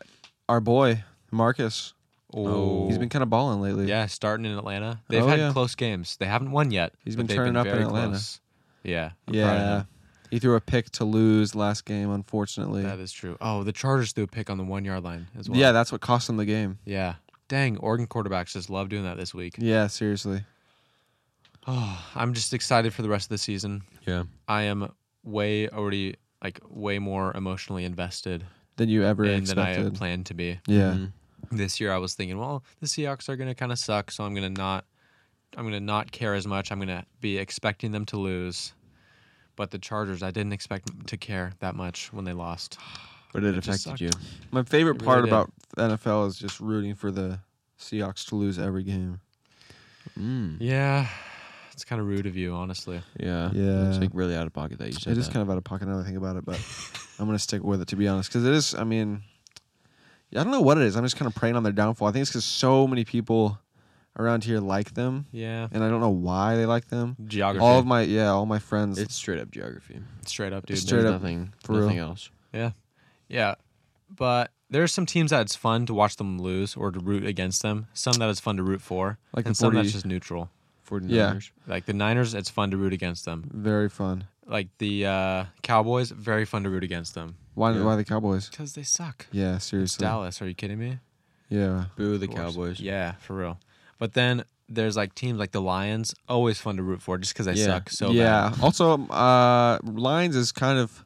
Speaker 3: our boy Marcus,
Speaker 2: oh,
Speaker 3: he's been kind of balling lately.
Speaker 2: yeah starting in Atlanta. They've
Speaker 3: Oh,
Speaker 2: had
Speaker 3: yeah.
Speaker 2: close games. They haven't won yet.
Speaker 3: He's
Speaker 2: but
Speaker 3: been
Speaker 2: they've
Speaker 3: turning up in
Speaker 2: very
Speaker 3: Atlanta.
Speaker 2: close. Yeah, I'm proud of
Speaker 3: yeah.
Speaker 2: him.
Speaker 3: He threw a pick to lose last game, unfortunately.
Speaker 2: that is true. Oh, the Chargers threw a pick on the one yard line as well.
Speaker 3: Yeah, that's what cost him the game.
Speaker 2: yeah. Dang, Oregon quarterbacks just love doing that this week.
Speaker 3: Yeah, seriously.
Speaker 2: Oh, I'm just excited for the rest of the season.
Speaker 1: Yeah.
Speaker 2: I am way already like way more emotionally invested
Speaker 3: Than you ever
Speaker 2: in than I Mm-hmm.
Speaker 3: expected.
Speaker 2: had planned to be.
Speaker 3: yeah.
Speaker 1: Mhm.
Speaker 2: this year I was thinking, well, the Seahawks are going to kind of suck, so I'm going to not I'm going to not care as much. I'm going to be expecting them to lose. But the Chargers, I didn't expect to care that much when they lost.
Speaker 1: But it,
Speaker 2: It just
Speaker 1: affected you.
Speaker 3: My favorite
Speaker 2: It really
Speaker 3: part
Speaker 2: did.
Speaker 3: about the NFL is just rooting for the Seahawks to lose every game.
Speaker 1: Mm.
Speaker 2: Yeah. It's kind of rude of you, honestly.
Speaker 1: Yeah.
Speaker 3: Yeah.
Speaker 1: It's like really out of pocket that you said
Speaker 3: It is
Speaker 1: that.
Speaker 3: kind of out of pocket now that I think about it, but I'm gonna stick with it to be honest, because it is. I mean, I don't know what it is. I'm just kind of preying on their downfall. I think it's because so many people around here like them,
Speaker 2: Yeah.
Speaker 3: and I don't know why they like them.
Speaker 2: Geography.
Speaker 3: All of my yeah, all my friends.
Speaker 1: it's straight up geography.
Speaker 2: straight up, dude.
Speaker 3: It's
Speaker 1: There's
Speaker 3: Straight up,
Speaker 1: nothing
Speaker 3: for
Speaker 1: nothing
Speaker 3: real.
Speaker 1: else.
Speaker 2: yeah. But there's some teams that it's fun to watch them lose or to root against them. Some that it's fun to root for.
Speaker 3: Like
Speaker 2: and
Speaker 3: the
Speaker 2: some
Speaker 3: 40
Speaker 2: that's just neutral.
Speaker 1: 49ers.
Speaker 2: Like the Niners, it's fun to root against them.
Speaker 3: very fun.
Speaker 2: Like the uh, Cowboys, very fun to root against them.
Speaker 3: Why
Speaker 1: Yeah.
Speaker 3: why the Cowboys?
Speaker 2: Because they suck.
Speaker 3: Yeah, seriously.
Speaker 2: Dallas, are you kidding me?
Speaker 3: Yeah,
Speaker 1: Boo the
Speaker 2: Of course.
Speaker 1: Cowboys.
Speaker 2: Yeah, for real. But then there's like teams like the Lions, always fun to root for just because they
Speaker 1: Yeah.
Speaker 2: suck so
Speaker 3: yeah.
Speaker 2: bad.
Speaker 3: Also, uh, Lions is kind of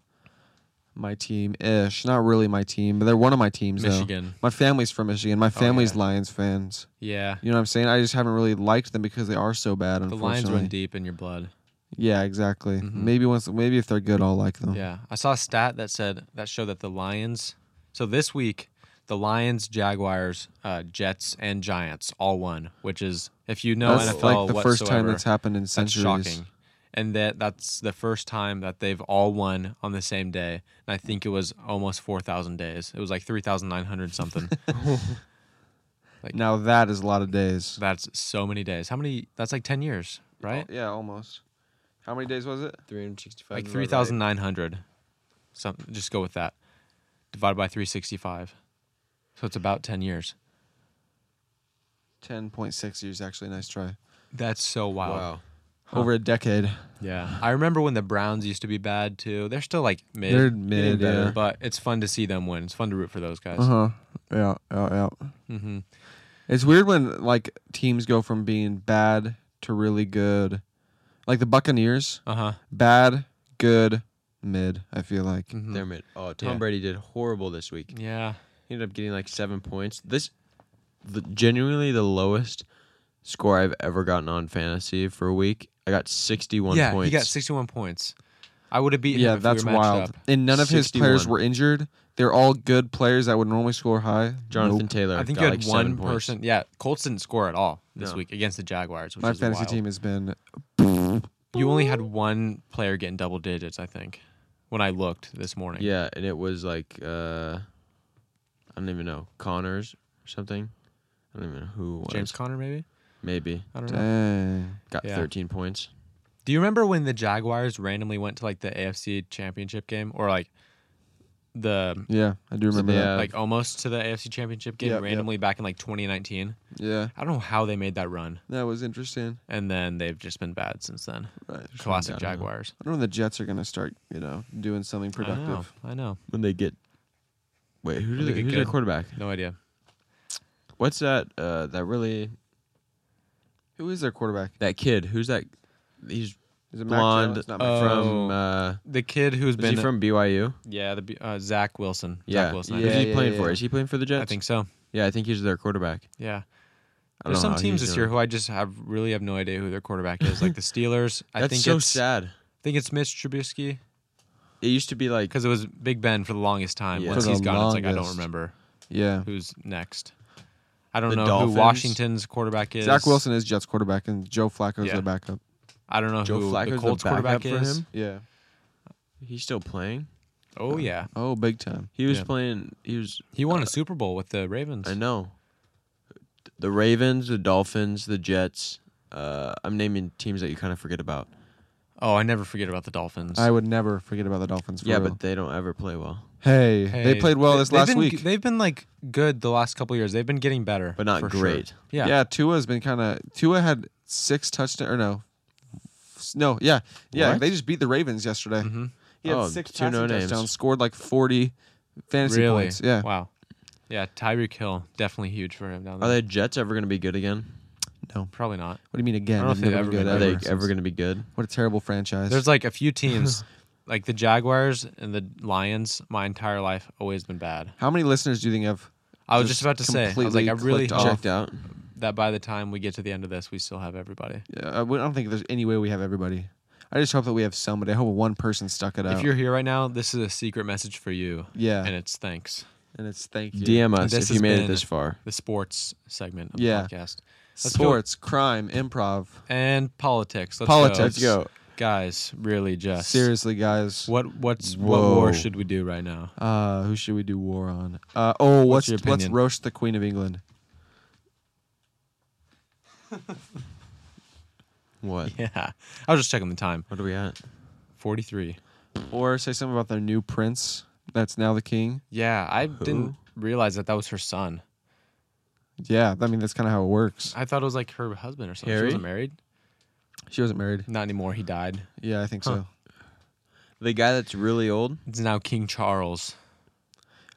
Speaker 3: my team ish. Not really my team, but they're one of my teams. though.
Speaker 2: Michigan. Oh,
Speaker 3: My family's from Michigan. My family's
Speaker 2: yeah.
Speaker 3: Lions fans.
Speaker 2: Yeah.
Speaker 3: You know what I'm saying? I just haven't really liked them because they are so bad.
Speaker 2: The
Speaker 3: Unfortunately,
Speaker 2: Lions run deep in your blood.
Speaker 3: Yeah, exactly.
Speaker 2: Mhm.
Speaker 3: Maybe once, maybe if they're good, I'll like them.
Speaker 2: Yeah. I saw a stat that said that showed that the Lions so this week the Lions, Jaguars, uh, Jets, and Giants all won, which is if you know
Speaker 3: that's
Speaker 2: NFL
Speaker 3: like the
Speaker 2: whatsoever,
Speaker 3: first time that's happened in
Speaker 2: that's
Speaker 3: centuries.
Speaker 2: shocking. And that that's the first time that they've all won on the same day. And I think it was almost four thousand days. It was like three thousand nine hundred something.
Speaker 3: Now that is a lot of days.
Speaker 2: That's so many days. How many? That's like 10 years, right?
Speaker 3: Oh, Yeah, almost. How many days was it?
Speaker 1: 365.
Speaker 2: like 3,900. Some just go with that. Divided by 365. So it's about 10 years.
Speaker 3: Ten point six years. Actually, nice try.
Speaker 2: That's so wild.
Speaker 1: Wow.
Speaker 3: Over a decade.
Speaker 2: Yeah. I remember when the Browns used to be bad too. They're still like mid.
Speaker 3: They're mid.
Speaker 1: better,
Speaker 3: Yeah. Uh-huh.
Speaker 2: but it's fun to see them win. It's fun to root for those guys.
Speaker 3: Uh huh. Yeah. Yeah. Yeah.
Speaker 2: hmm
Speaker 3: It's weird when like teams go from being bad to really good. Like the Buccaneers,
Speaker 2: Uh huh.
Speaker 3: bad, good, mid, I feel like.
Speaker 1: They're mid. Oh, Tom
Speaker 2: Mm-hmm. Yeah.
Speaker 1: Brady did horrible this week.
Speaker 2: Yeah.
Speaker 1: He ended up getting like seven points. This, the, genuinely the lowest score I've ever gotten on fantasy for a week. I got sixty-one
Speaker 2: yeah.
Speaker 1: points.
Speaker 2: He got 61 points. I would have beaten
Speaker 3: Yeah,
Speaker 2: him. if
Speaker 3: that's
Speaker 2: we were matched
Speaker 3: wild.
Speaker 2: Up.
Speaker 3: And none of his players
Speaker 1: 61.
Speaker 3: were injured. They're all good players that would normally score high.
Speaker 1: Jonathan
Speaker 3: Nope.
Speaker 1: Taylor.
Speaker 2: I think
Speaker 1: got
Speaker 2: you had
Speaker 1: like seven
Speaker 2: one
Speaker 1: points.
Speaker 2: person. Yeah, Colts didn't score at all this
Speaker 1: No.
Speaker 2: week against the Jaguars. Which
Speaker 3: My
Speaker 2: is
Speaker 3: fantasy
Speaker 2: wild.
Speaker 3: team has been
Speaker 2: You only had one player getting double digits, I think, when I looked this morning.
Speaker 1: Yeah, and it was like uh, I don't even know Connors or something. I don't even know who it was.
Speaker 2: James Conner, maybe?
Speaker 1: Maybe
Speaker 2: I don't know.
Speaker 3: dang.
Speaker 1: got
Speaker 2: Yeah.
Speaker 1: thirteen points.
Speaker 2: Do you remember when the Jaguars randomly went to like the AFC championship game or like the
Speaker 3: Yeah, I do remember
Speaker 1: yeah.
Speaker 3: that.
Speaker 2: like almost to the AFC championship game
Speaker 3: Yep, yep.
Speaker 2: randomly back in like 2019?
Speaker 3: Yeah,
Speaker 2: I don't know how they made that run.
Speaker 3: that was interesting.
Speaker 2: And then they've just been bad since then.
Speaker 3: Right.
Speaker 2: Classic
Speaker 1: I don't know.
Speaker 2: Jaguars.
Speaker 3: I don't know when the Jets are going to start, you know, doing something
Speaker 2: I know.
Speaker 3: productive.
Speaker 2: I know.
Speaker 1: When they get wait, who do
Speaker 2: they
Speaker 1: they,
Speaker 2: get
Speaker 1: who's their
Speaker 2: good.
Speaker 1: quarterback?
Speaker 2: No idea.
Speaker 1: What's that? Uh, that really
Speaker 3: Who is their quarterback?
Speaker 1: that kid? Who's that? He's
Speaker 3: Is it Mac
Speaker 1: blonde
Speaker 3: Jones? Not Mac Jones.
Speaker 1: from.
Speaker 2: Oh.
Speaker 1: Uh,
Speaker 2: The kid
Speaker 1: is
Speaker 2: who's
Speaker 1: he
Speaker 2: been
Speaker 1: from BYU?
Speaker 2: yeah, the B- uh, Zach Wilson.
Speaker 1: Yeah.
Speaker 2: Zach Wilson. I
Speaker 1: Who's
Speaker 3: Yeah,
Speaker 2: think.
Speaker 1: he
Speaker 3: yeah,
Speaker 1: playing
Speaker 3: yeah.
Speaker 1: for? Is he playing for the Jets?
Speaker 2: I think so.
Speaker 1: Yeah, I think he's their quarterback.
Speaker 2: Yeah.
Speaker 1: I don't
Speaker 2: There's
Speaker 1: know
Speaker 2: some
Speaker 1: how
Speaker 2: teams
Speaker 1: he's
Speaker 2: this
Speaker 1: doing.
Speaker 2: year who I just have really have no idea who their quarterback is. Like the Steelers, I
Speaker 1: That's
Speaker 2: think
Speaker 1: so
Speaker 2: it's
Speaker 1: sad.
Speaker 2: think it's Mitch Trubisky
Speaker 1: It used to be like
Speaker 2: because it was Big Ben for the longest time.
Speaker 1: Yeah.
Speaker 2: Once
Speaker 3: For
Speaker 2: he's
Speaker 3: the
Speaker 2: gone, it's like I don't
Speaker 3: longest.
Speaker 2: remember
Speaker 3: Yeah.
Speaker 2: who's next. I don't
Speaker 1: The
Speaker 2: know
Speaker 1: Dolphins?
Speaker 2: who Washington's quarterback is.
Speaker 3: Zach Wilson is Jets quarterback, and Joe Flacco is
Speaker 2: Yeah.
Speaker 3: their backup.
Speaker 2: I don't know
Speaker 1: Joe
Speaker 2: who
Speaker 1: Flacco's
Speaker 2: the
Speaker 1: the
Speaker 2: Colts quarterback
Speaker 1: backup for
Speaker 2: is.
Speaker 1: him?
Speaker 3: Yeah.
Speaker 1: he's still playing.
Speaker 2: Oh yeah,
Speaker 3: Oh, big time.
Speaker 1: He was
Speaker 2: Yeah.
Speaker 1: playing. He was.
Speaker 2: he won a Super Bowl with the Ravens.
Speaker 1: I know. The Ravens, the Dolphins, the Jets. Uh, I'm naming teams that you kind of forget about.
Speaker 2: Oh, I never forget about the Dolphins.
Speaker 3: I would never forget about the Dolphins. For
Speaker 1: yeah,
Speaker 3: real.
Speaker 1: but they don't ever play well,
Speaker 3: hey,
Speaker 2: Hey,
Speaker 3: they played well
Speaker 2: they-
Speaker 3: this
Speaker 2: they've
Speaker 3: last
Speaker 2: been-
Speaker 3: week.
Speaker 2: They've been like good the last couple years. They've been getting better,
Speaker 1: but not
Speaker 2: for sure.
Speaker 1: great.
Speaker 2: Yeah.
Speaker 3: yeah, Tua's been kind of. Tua had six touchdowns, or no, S- no, yeah, yeah.
Speaker 1: What?
Speaker 3: They just beat the Ravens yesterday. Mm-hmm. He had
Speaker 1: Oh,
Speaker 3: six
Speaker 1: two no
Speaker 3: passing
Speaker 1: names.
Speaker 3: touchdowns, scored like forty fantasy
Speaker 2: really.
Speaker 3: points. Yeah,
Speaker 2: Wow. Yeah, Tyreek Hill definitely huge for him down
Speaker 1: Are
Speaker 2: there.
Speaker 1: the Jets ever going to be good again?
Speaker 2: Probably not.
Speaker 3: What do you mean again?
Speaker 2: I don't know
Speaker 3: They've
Speaker 2: if
Speaker 3: never
Speaker 2: they've
Speaker 3: been
Speaker 2: ever
Speaker 1: Are
Speaker 3: good
Speaker 1: they
Speaker 2: been
Speaker 3: ever.
Speaker 1: ever going to be good?
Speaker 3: What a terrible franchise.
Speaker 2: There's like a few teams, like the Jaguars and the Lions. My entire life, always been bad.
Speaker 3: How many listeners do you think have?
Speaker 2: I was
Speaker 3: Just
Speaker 2: just about to say, I was like,
Speaker 3: completely
Speaker 2: I really
Speaker 3: clicked
Speaker 2: hope
Speaker 3: off.
Speaker 1: Checked out.
Speaker 2: that by the time we get to the end of this, we still have everybody.
Speaker 3: Yeah, I uh, we- I don't think there's any way we have everybody. I just hope that we have somebody. I hope one person stuck it out.
Speaker 2: If you're here right now, this is a secret message for you,
Speaker 3: yeah,
Speaker 2: and
Speaker 3: and,
Speaker 2: it's thanks.
Speaker 3: it's thank you.
Speaker 1: DM us
Speaker 2: This
Speaker 1: if you
Speaker 2: has
Speaker 1: made it
Speaker 2: been-
Speaker 1: this far.
Speaker 2: The sports segment of
Speaker 3: Yeah.
Speaker 2: the podcast Let's go.
Speaker 3: Sports, crime, improv.
Speaker 2: and politics. Let's
Speaker 3: Politics.
Speaker 2: go.
Speaker 1: Let's go.
Speaker 2: guys. Really, just
Speaker 3: Seriously, guys.
Speaker 2: What what's what
Speaker 1: Whoa.
Speaker 2: war should we do right now?
Speaker 3: Uh, who should we do war on? Uh, oh,
Speaker 2: What's your
Speaker 3: let's let's
Speaker 2: opinion?
Speaker 3: roast the Queen of England.
Speaker 1: What?
Speaker 2: Yeah, I was just checking the time.
Speaker 1: What are we at?
Speaker 2: Forty three.
Speaker 3: Or say something about their new prince that's now the king.
Speaker 2: Yeah, I didn't realize that that was her son.
Speaker 3: Yeah, I mean that's kind of how it works.
Speaker 2: I thought it was like her husband or something. She
Speaker 1: Harry?
Speaker 2: wasn't married.
Speaker 3: She wasn't married.
Speaker 2: Not anymore. He died.
Speaker 3: Yeah, I think so.
Speaker 1: The guy that's really old.
Speaker 2: It's now King Charles.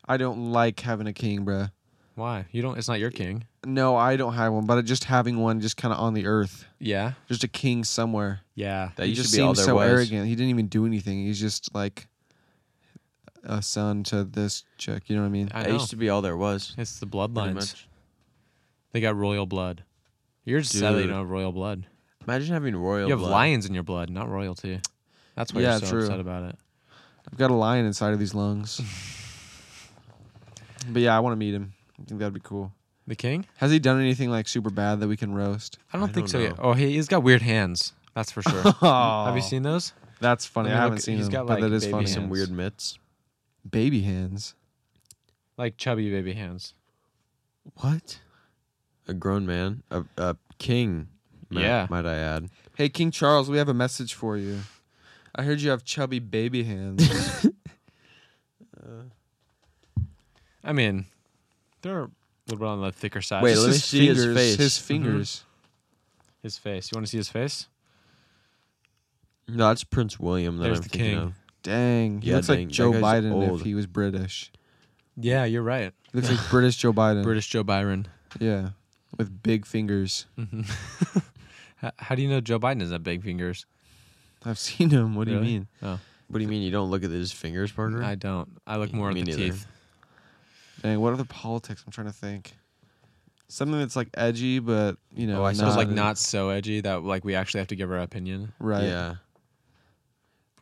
Speaker 3: I don't like having a king, bruh.
Speaker 2: Why? You don't. It's not your king.
Speaker 3: No, I don't have one, but just having one just kind of on the earth,
Speaker 2: Yeah.
Speaker 3: just a king somewhere.
Speaker 2: Yeah.
Speaker 1: That
Speaker 3: he
Speaker 1: used
Speaker 3: just
Speaker 1: to be all
Speaker 3: seems
Speaker 1: there
Speaker 3: so
Speaker 1: was.
Speaker 3: arrogant. He didn't even do anything. He's just like a son to this chick. You know what I mean?
Speaker 2: I
Speaker 1: That
Speaker 2: know.
Speaker 1: used to be all there was.
Speaker 2: It's the
Speaker 1: pretty
Speaker 2: bloodlines.
Speaker 1: much.
Speaker 2: They got royal blood. You're just sad that you
Speaker 1: Dude.
Speaker 2: don't have royal blood.
Speaker 1: Imagine having royal.
Speaker 2: you have
Speaker 1: blood.
Speaker 2: lions in your blood, not royalty. That's why
Speaker 3: Yeah,
Speaker 2: you're so
Speaker 3: true.
Speaker 2: upset about it.
Speaker 3: I've got a lion inside of these lungs. but yeah, I want to meet him. I think that'd be cool.
Speaker 2: The king?
Speaker 3: Has he done anything like super bad that we can roast?
Speaker 2: I don't
Speaker 1: I
Speaker 2: think
Speaker 1: don't
Speaker 2: so yet.
Speaker 1: know.
Speaker 2: Oh, he, he's got weird hands. That's for sure. have you seen those?
Speaker 3: Oh, That's funny.
Speaker 2: Let
Speaker 3: I,
Speaker 2: me
Speaker 3: haven't
Speaker 2: look-
Speaker 3: seen
Speaker 2: he's
Speaker 3: him,
Speaker 2: got,
Speaker 3: but
Speaker 2: like,
Speaker 3: that is
Speaker 2: baby
Speaker 3: funny.
Speaker 1: Some
Speaker 2: hands.
Speaker 1: weird mitts.
Speaker 3: baby hands.
Speaker 2: Like chubby baby hands.
Speaker 1: What? A grown man, a, a king. mi-
Speaker 2: Yeah.
Speaker 1: Might I add?
Speaker 3: Hey, King Charles, we have a message for you. I heard you have chubby baby hands.
Speaker 2: I mean, they're a little bit on the thicker side.
Speaker 1: Wait,
Speaker 3: Just
Speaker 1: let me
Speaker 3: his
Speaker 1: see his
Speaker 3: fingers,
Speaker 1: face.
Speaker 3: His
Speaker 1: Mhm.
Speaker 3: fingers.
Speaker 2: his face. You want to see his face?
Speaker 1: No, that's Prince William that
Speaker 2: There's
Speaker 1: I'm
Speaker 2: the
Speaker 1: thinking
Speaker 2: king.
Speaker 1: of.
Speaker 3: Dang, he
Speaker 1: Yeah,
Speaker 3: looks
Speaker 1: dang,
Speaker 3: like
Speaker 1: that
Speaker 3: Joe
Speaker 1: guy's
Speaker 3: Biden
Speaker 1: old.
Speaker 3: if he was British.
Speaker 2: Yeah, you're right.
Speaker 3: He looks like British Joe Biden.
Speaker 2: British Joe Byron.
Speaker 3: Yeah. with big fingers.
Speaker 2: How, Mm-hmm. how do you know Joe Biden doesn't have big fingers?
Speaker 3: I've seen him. What do
Speaker 2: Really?
Speaker 3: you mean?
Speaker 2: Oh,
Speaker 1: What do you mean you don't look at his fingers, Parker?
Speaker 2: I don't. I look more at
Speaker 1: Mm-hmm. Me
Speaker 2: the
Speaker 1: neither.
Speaker 2: teeth.
Speaker 3: Dang, what other politics? I'm trying to think. Something that's like edgy, but you know,
Speaker 1: Oh, I
Speaker 2: So
Speaker 1: saw,
Speaker 2: it's like
Speaker 1: Uh,
Speaker 2: not so edgy that like we actually have to give our opinion.
Speaker 3: right.
Speaker 1: Yeah.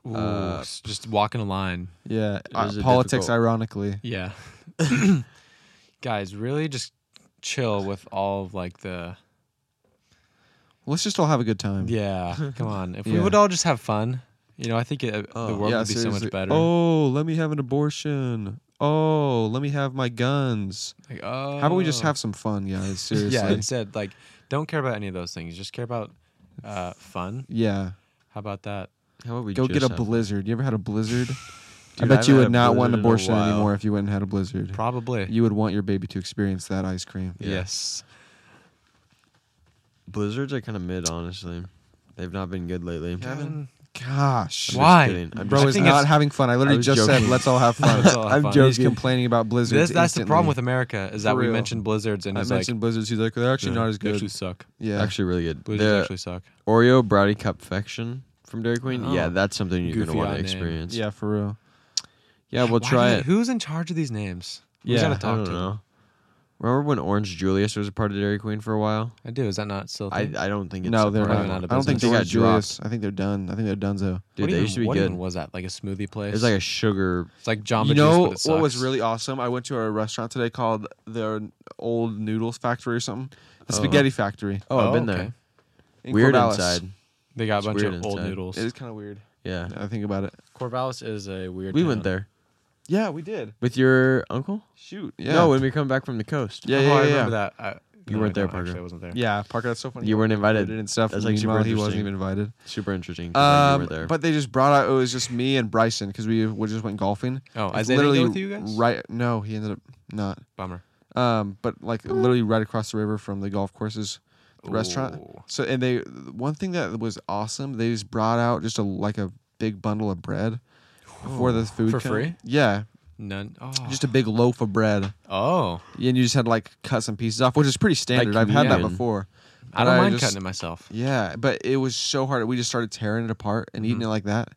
Speaker 2: Ooh,
Speaker 1: Uh,
Speaker 2: s- just walking a line.
Speaker 3: Yeah, uh,
Speaker 1: is a
Speaker 3: politics,
Speaker 1: difficult-
Speaker 3: ironically.
Speaker 2: Yeah. Guys, really just chill with all of like the
Speaker 3: Let's just all have a good time.
Speaker 2: Yeah, come on. If we
Speaker 3: Yeah.
Speaker 2: would all just have fun, you know, I think it, uh, the
Speaker 1: Oh,
Speaker 2: world
Speaker 3: Yeah,
Speaker 2: would be so
Speaker 3: seriously.
Speaker 2: much better.
Speaker 3: Oh, let me have an abortion. Oh, let me have my guns.
Speaker 2: Like, oh.
Speaker 3: How about we just have some fun, guys? Seriously.
Speaker 2: Yeah, instead like don't care about any of those things. Just care about uh fun.
Speaker 3: Yeah.
Speaker 2: How about that?
Speaker 1: How about we
Speaker 3: Go
Speaker 1: just
Speaker 3: get a
Speaker 1: have-
Speaker 3: blizzard. You ever had a blizzard?
Speaker 1: Dude,
Speaker 3: I
Speaker 1: I
Speaker 3: bet you
Speaker 1: haven't had
Speaker 3: would
Speaker 1: a
Speaker 3: not want
Speaker 1: blizzard in
Speaker 3: an abortion
Speaker 1: a while.
Speaker 3: anymore if you went and had a blizzard.
Speaker 2: Probably.
Speaker 3: You would want your baby to experience that ice cream.
Speaker 1: Yeah.
Speaker 2: Yes.
Speaker 1: Blizzards are kind of mid, honestly. They've not been good lately.
Speaker 3: Kevin, gosh.
Speaker 1: I'm
Speaker 2: Why?
Speaker 1: Just kidding. I'm
Speaker 3: Bro
Speaker 1: just
Speaker 3: is
Speaker 2: think
Speaker 1: kidding.
Speaker 2: it's-
Speaker 3: not having fun. I
Speaker 1: I
Speaker 3: literally
Speaker 1: was
Speaker 3: just said,
Speaker 1: joking.
Speaker 3: let's all have fun.
Speaker 2: Let's all have
Speaker 3: I'm
Speaker 2: fun.
Speaker 3: joking. He's
Speaker 1: joking.
Speaker 3: complaining about blizzards.
Speaker 2: This, that's the problem with
Speaker 3: instantly.
Speaker 2: America is
Speaker 3: For
Speaker 2: that we
Speaker 3: real.
Speaker 2: mentioned blizzards and
Speaker 3: I
Speaker 2: it's
Speaker 3: mentioned blizzards. He's like, they're actually
Speaker 2: like
Speaker 3: not as
Speaker 2: they
Speaker 3: good.
Speaker 2: actually suck.
Speaker 3: Yeah.
Speaker 1: Actually, really good.
Speaker 2: Blizzards
Speaker 1: The
Speaker 2: actually suck.
Speaker 1: Oreo Brownie Cupfection from Dairy Queen.
Speaker 2: Oh.
Speaker 1: Yeah, that's something you're
Speaker 2: Goofy
Speaker 1: gonna want
Speaker 2: odd
Speaker 1: to
Speaker 2: name.
Speaker 1: experience.
Speaker 3: yeah, for real.
Speaker 1: yeah, we'll
Speaker 2: Why
Speaker 1: try
Speaker 2: do
Speaker 1: it.
Speaker 2: they- Who's in charge of these names? Who's
Speaker 3: Yeah,
Speaker 2: gotta
Speaker 1: I
Speaker 2: talk
Speaker 1: don't
Speaker 2: to them?
Speaker 1: know. Remember when Orange Julius was a part of Dairy Queen for a while?
Speaker 2: I do. Is that not still? a
Speaker 1: I,
Speaker 2: thing?
Speaker 1: I don't think it's
Speaker 3: No,
Speaker 1: a
Speaker 3: they're
Speaker 1: part
Speaker 3: not.
Speaker 1: of-
Speaker 2: Probably not
Speaker 3: I don't think
Speaker 1: business.
Speaker 3: they
Speaker 1: They got
Speaker 3: Julius. I think they're done. I think they're donezo.
Speaker 1: Dude,
Speaker 2: What
Speaker 1: they
Speaker 2: even-
Speaker 1: used to be
Speaker 2: what
Speaker 1: good.
Speaker 2: even was that like a smoothie place?
Speaker 1: It was like a sugar.
Speaker 2: it's like Jamba
Speaker 3: you know
Speaker 2: Juice. but it
Speaker 3: what was
Speaker 2: sucks.
Speaker 3: really awesome? I went to a restaurant today called the Old Noodles Factory or something. The Spaghetti Factory.
Speaker 1: Oh, I've been
Speaker 2: okay.
Speaker 1: there.
Speaker 3: in
Speaker 1: Weird
Speaker 3: Corvallis.
Speaker 1: inside.
Speaker 2: They got
Speaker 1: It's
Speaker 2: a bunch
Speaker 1: weird
Speaker 2: of old
Speaker 1: inside.
Speaker 2: noodles.
Speaker 3: It is kind of weird.
Speaker 1: Yeah,
Speaker 3: now that I think about it.
Speaker 2: Corvallis is a weird.
Speaker 1: we went there
Speaker 3: Yeah, we did.
Speaker 1: with your uncle.
Speaker 3: Shoot. Yeah.
Speaker 1: No, when we come back from the coast.
Speaker 3: yeah,
Speaker 2: oh,
Speaker 3: yeah, yeah,
Speaker 2: I
Speaker 3: yeah.
Speaker 2: remember that. I,
Speaker 1: You
Speaker 2: no,
Speaker 1: weren't
Speaker 2: I don't,
Speaker 1: there, Parker.
Speaker 2: Actually, I wasn't there.
Speaker 3: Yeah, Parker. That's so funny.
Speaker 1: You weren't invited.
Speaker 3: and stuff.
Speaker 1: That's,
Speaker 3: That's
Speaker 1: like,
Speaker 3: like
Speaker 1: super
Speaker 3: meanwhile, he wasn't
Speaker 1: interesting.
Speaker 3: even invited.
Speaker 1: Super interesting. 'cause I knew
Speaker 3: Um,
Speaker 1: you were there.
Speaker 3: but they just brought out. It was just me and Bryson because we we just went golfing.
Speaker 2: Oh,
Speaker 3: It's
Speaker 2: Isaiah didn't go with you guys?
Speaker 3: Right? No, he ended up not.
Speaker 2: Bummer.
Speaker 3: Um, but like literally right across the river from the golf courses the restaurant.
Speaker 2: Ooh.
Speaker 3: So and they one thing that was awesome, they just brought out just a like a big bundle of bread before the food
Speaker 2: For
Speaker 3: came.
Speaker 2: free?
Speaker 3: Yeah,
Speaker 2: None. Oh.
Speaker 3: just a big loaf of bread,
Speaker 2: oh.
Speaker 3: and you just had to like cut some pieces off, which is pretty standard. I've had that
Speaker 1: communion.
Speaker 3: before.
Speaker 2: I
Speaker 3: But
Speaker 2: don't mind
Speaker 3: just-
Speaker 2: cutting it myself.
Speaker 3: Yeah, but it was so hard. We just started tearing it apart and eating it like that.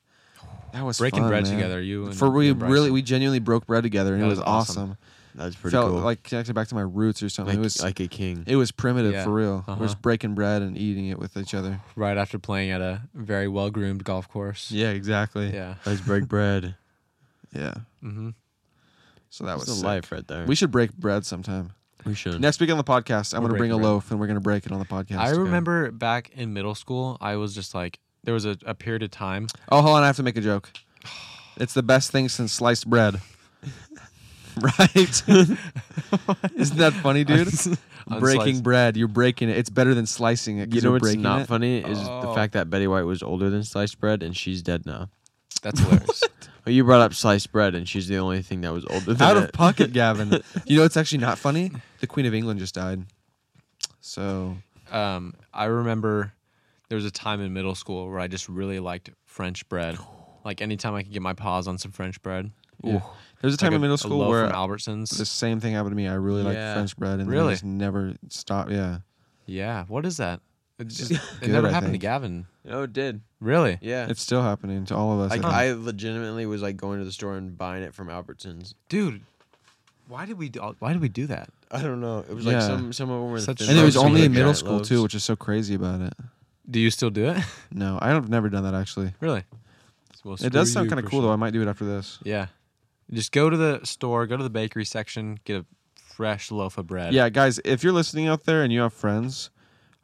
Speaker 3: That was
Speaker 2: Hmm. Breaking
Speaker 3: fun,
Speaker 2: bread
Speaker 3: man.
Speaker 2: together, you and-
Speaker 3: for we
Speaker 2: and Bryson.
Speaker 3: really we genuinely broke bread together, and
Speaker 2: That
Speaker 3: it
Speaker 2: is
Speaker 3: was
Speaker 2: awesome.
Speaker 3: awesome.
Speaker 1: That's pretty
Speaker 3: Felt
Speaker 1: cool.
Speaker 3: like connected back to my roots or something.
Speaker 1: like,
Speaker 3: it was
Speaker 1: like a king.
Speaker 3: It was primitive
Speaker 2: Yeah.
Speaker 3: for real.
Speaker 2: Uh-huh.
Speaker 3: We're just breaking bread and eating it with each other.
Speaker 2: Right after playing at a very well groomed golf course.
Speaker 3: Yeah, exactly.
Speaker 2: Yeah.
Speaker 1: Let's break bread.
Speaker 3: Yeah.
Speaker 2: Mm-hmm.
Speaker 3: So that
Speaker 1: That's
Speaker 3: was
Speaker 1: the
Speaker 3: sick.
Speaker 1: life right there.
Speaker 3: We should break bread sometime.
Speaker 1: we should.
Speaker 3: Next week on the podcast, I'm
Speaker 2: We're
Speaker 3: going to bring a
Speaker 2: breaking bread.
Speaker 3: loaf and we're going to break it on the podcast.
Speaker 2: I remember back in middle school, I was just like, there was a, a period of time.
Speaker 3: Oh, hold on. I have to make a joke. It's the best thing since sliced bread. right? Isn't that funny, dude? breaking
Speaker 2: Unsliced.
Speaker 3: bread. You're breaking it. It's better than slicing it. 'cause
Speaker 1: You know
Speaker 3: you're
Speaker 1: what's
Speaker 3: breaking
Speaker 1: not
Speaker 3: it.
Speaker 1: funny is
Speaker 2: Oh.
Speaker 1: the fact that Betty White was older than sliced bread and she's dead now.
Speaker 2: That's hilarious.
Speaker 1: Well, you brought up sliced bread and she's the only thing that was older than
Speaker 3: Out
Speaker 1: it.
Speaker 3: of pocket, Gavin. you know what's actually not funny? The Queen of England just died. So
Speaker 2: um, I remember there was a time in middle school where I just really liked French bread. Like anytime I could get my paws on some French bread.
Speaker 3: Yeah. There's a
Speaker 2: Like
Speaker 3: time in middle school
Speaker 2: loaf
Speaker 3: where
Speaker 2: from Albertsons.
Speaker 3: the same thing happened to me. I really
Speaker 1: Yeah.
Speaker 3: liked French bread and then
Speaker 2: Really?
Speaker 3: I just never stopped. Yeah.
Speaker 2: yeah, what is that? It, just, it
Speaker 3: good,
Speaker 2: never
Speaker 3: I
Speaker 2: happened
Speaker 3: think.
Speaker 2: to Gavin.
Speaker 1: No, Oh, it did.
Speaker 2: Really?
Speaker 1: Yeah.
Speaker 3: It's still happening to all of us.
Speaker 1: Like
Speaker 3: I think.
Speaker 1: I legitimately was like going to the store and buying it from Albertsons.
Speaker 2: Dude, why did we do, why did we do that?
Speaker 1: I don't know. It was
Speaker 3: Yeah.
Speaker 1: like some some of them were
Speaker 2: Such
Speaker 1: thin
Speaker 3: and it
Speaker 2: Those
Speaker 3: was
Speaker 1: loaves,
Speaker 2: are
Speaker 3: only
Speaker 1: like
Speaker 3: in middle
Speaker 1: giant
Speaker 3: school
Speaker 1: loaves.
Speaker 3: too, which is so crazy about it.
Speaker 2: Do you still do it?
Speaker 3: No, I've never done that actually.
Speaker 2: really? Well,
Speaker 3: it does
Speaker 2: screw you,
Speaker 3: sound kind of
Speaker 2: Christian.
Speaker 3: cool though. I might do it after this.
Speaker 2: Yeah. Just go to the store, go to the bakery section, get a fresh loaf of bread.
Speaker 3: Yeah, guys, if you're listening out there and you have friends,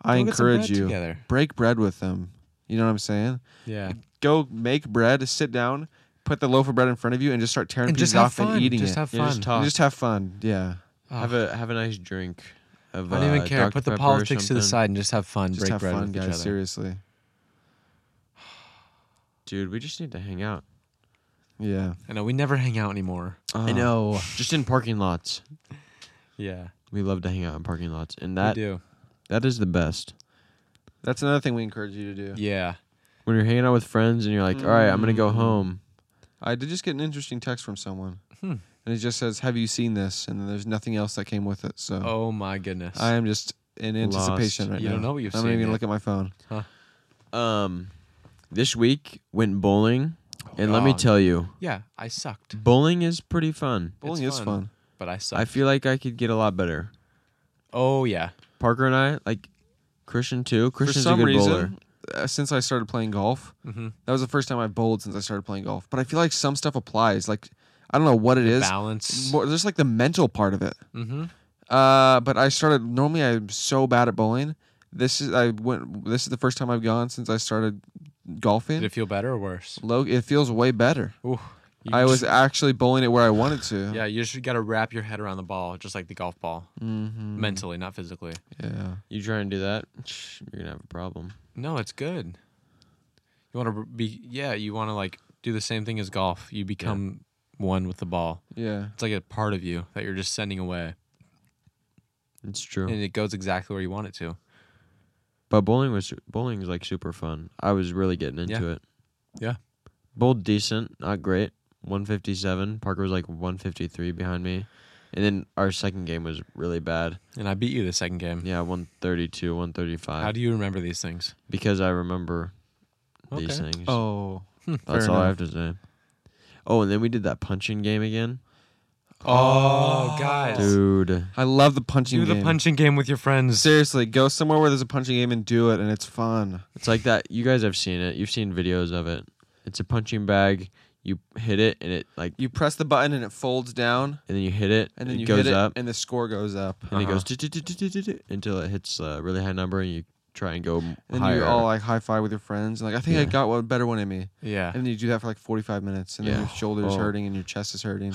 Speaker 3: I
Speaker 2: Go get some
Speaker 3: encourage
Speaker 2: bread
Speaker 3: you
Speaker 2: Together.
Speaker 3: break bread with them. You know what I'm saying?
Speaker 2: Yeah.
Speaker 3: Go make bread, sit down, put the loaf of bread in front of you, and just start tearing
Speaker 2: And just
Speaker 3: pieces
Speaker 2: have
Speaker 3: off
Speaker 2: fun.
Speaker 3: and eating
Speaker 2: just
Speaker 3: it.
Speaker 2: have
Speaker 1: Yeah,
Speaker 2: fun.
Speaker 1: just talk.
Speaker 3: And just have fun. Yeah,
Speaker 1: Have a have a nice drink. Of,
Speaker 2: I don't even
Speaker 1: uh,
Speaker 2: care.
Speaker 1: Dr.
Speaker 2: Put the
Speaker 1: Pepper or
Speaker 2: politics to the
Speaker 1: something.
Speaker 2: side and just have fun.
Speaker 3: just
Speaker 2: break
Speaker 3: have
Speaker 2: bread
Speaker 3: fun,
Speaker 2: with each
Speaker 3: guys.
Speaker 2: other.
Speaker 3: Seriously.
Speaker 1: dude. We just need to hang out.
Speaker 3: Yeah.
Speaker 2: I know we never hang out anymore.
Speaker 1: I know. Uh, Just in parking lots.
Speaker 2: Yeah,
Speaker 1: We love to hang out in parking lots, and
Speaker 2: we
Speaker 1: that
Speaker 2: do.
Speaker 1: that is the best.
Speaker 3: That's another thing we encourage you to do.
Speaker 2: Yeah,
Speaker 1: When you're hanging out with friends and you're like, all right, I'm gonna go home.
Speaker 3: I did just get an interesting text from someone,
Speaker 2: Hmm.
Speaker 3: and it just says, "Have you seen this?" And then there's nothing else that came with it. So
Speaker 2: Oh my goodness.
Speaker 3: I am just in anticipation right
Speaker 2: You
Speaker 3: now.
Speaker 2: don't know what you've
Speaker 3: I'm
Speaker 2: seen
Speaker 3: not even
Speaker 2: yet.
Speaker 3: gonna look at my phone.
Speaker 1: Um, this week went bowling, and let me
Speaker 2: Oh God.
Speaker 1: tell you,
Speaker 2: Yeah, I sucked.
Speaker 1: bowling is pretty fun.
Speaker 3: Bowling
Speaker 2: It's
Speaker 3: is
Speaker 2: fun.
Speaker 3: fun.
Speaker 2: But I
Speaker 1: I
Speaker 2: sucked.
Speaker 1: feel like I could get a lot better.
Speaker 2: oh yeah.
Speaker 1: Parker and I, like Christian too. Christian's
Speaker 3: For some
Speaker 1: a good
Speaker 3: reason,
Speaker 1: bowler.
Speaker 3: uh, since I started playing golf,
Speaker 2: Mhm.
Speaker 3: that was the first time I bowled since I started playing golf. But I feel like some stuff applies. Like I don't know what it is.
Speaker 2: Balance.
Speaker 3: More, there's like the mental part of it.
Speaker 2: mm-hmm.
Speaker 3: Uh, but I started. Normally, I'm so bad at bowling. This is I went. This is the first time I've gone since I started golfing.
Speaker 2: Did it feel better or worse?
Speaker 3: Lo- it feels way better.
Speaker 2: Ooh, you
Speaker 3: I was
Speaker 2: just-
Speaker 3: actually bowling it where I wanted to.
Speaker 2: Yeah, you just got to wrap your head around the ball, just like the golf ball,
Speaker 3: Mhm.
Speaker 2: mentally, not physically.
Speaker 3: Yeah.
Speaker 1: You try and do that, you're gonna have a problem.
Speaker 2: No, it's good. You want to be, yeah, you want to like do the same thing as golf. You become one with the ball.
Speaker 3: Yeah.
Speaker 2: It's like a part of you that you're just sending away,
Speaker 1: It's true.
Speaker 2: and it goes exactly where you want it to.
Speaker 1: But bowling was bowling is like super fun. I was really getting
Speaker 2: Yeah.
Speaker 1: into it.
Speaker 2: Yeah.
Speaker 1: Bowled decent, not great. 157. Parker was like 153 behind me. And then our second game was really bad.
Speaker 2: And I beat you the second game.
Speaker 1: Yeah, 132, 135.
Speaker 2: How do you remember these things?
Speaker 1: because I remember these
Speaker 2: Okay.
Speaker 1: things.
Speaker 3: Oh.
Speaker 1: That's
Speaker 3: fair
Speaker 1: all I have
Speaker 3: enough.
Speaker 1: to say. Oh, and then we did that punching game again.
Speaker 2: Oh, guys,
Speaker 1: Dude.
Speaker 3: I love the punching
Speaker 2: do the
Speaker 3: game.
Speaker 2: punching game with your friends.
Speaker 3: Seriously, go somewhere where there's a punching game and do it, and it's fun.
Speaker 1: It's like that. You guys have seen it. You've seen videos of it. It's a punching bag. You hit it and it like
Speaker 3: You press the button and it folds down,
Speaker 1: and then you hit it
Speaker 3: and then
Speaker 1: it
Speaker 3: you
Speaker 1: goes
Speaker 3: hit it,
Speaker 1: up
Speaker 3: and the score goes up.
Speaker 1: and it
Speaker 2: Uh-huh.
Speaker 1: goes "Du-du-du-du-du-du-du," until it hits a really high number and you try and go m-
Speaker 3: And then
Speaker 1: higher.
Speaker 3: you all like high five with your friends, and like I think I
Speaker 1: Yeah.
Speaker 3: got one better one in me.
Speaker 2: Yeah,
Speaker 3: And then you do that for like 45 minutes, and
Speaker 1: Yeah.
Speaker 3: then your shoulders
Speaker 1: Oh.
Speaker 3: hurting and your chest is hurting.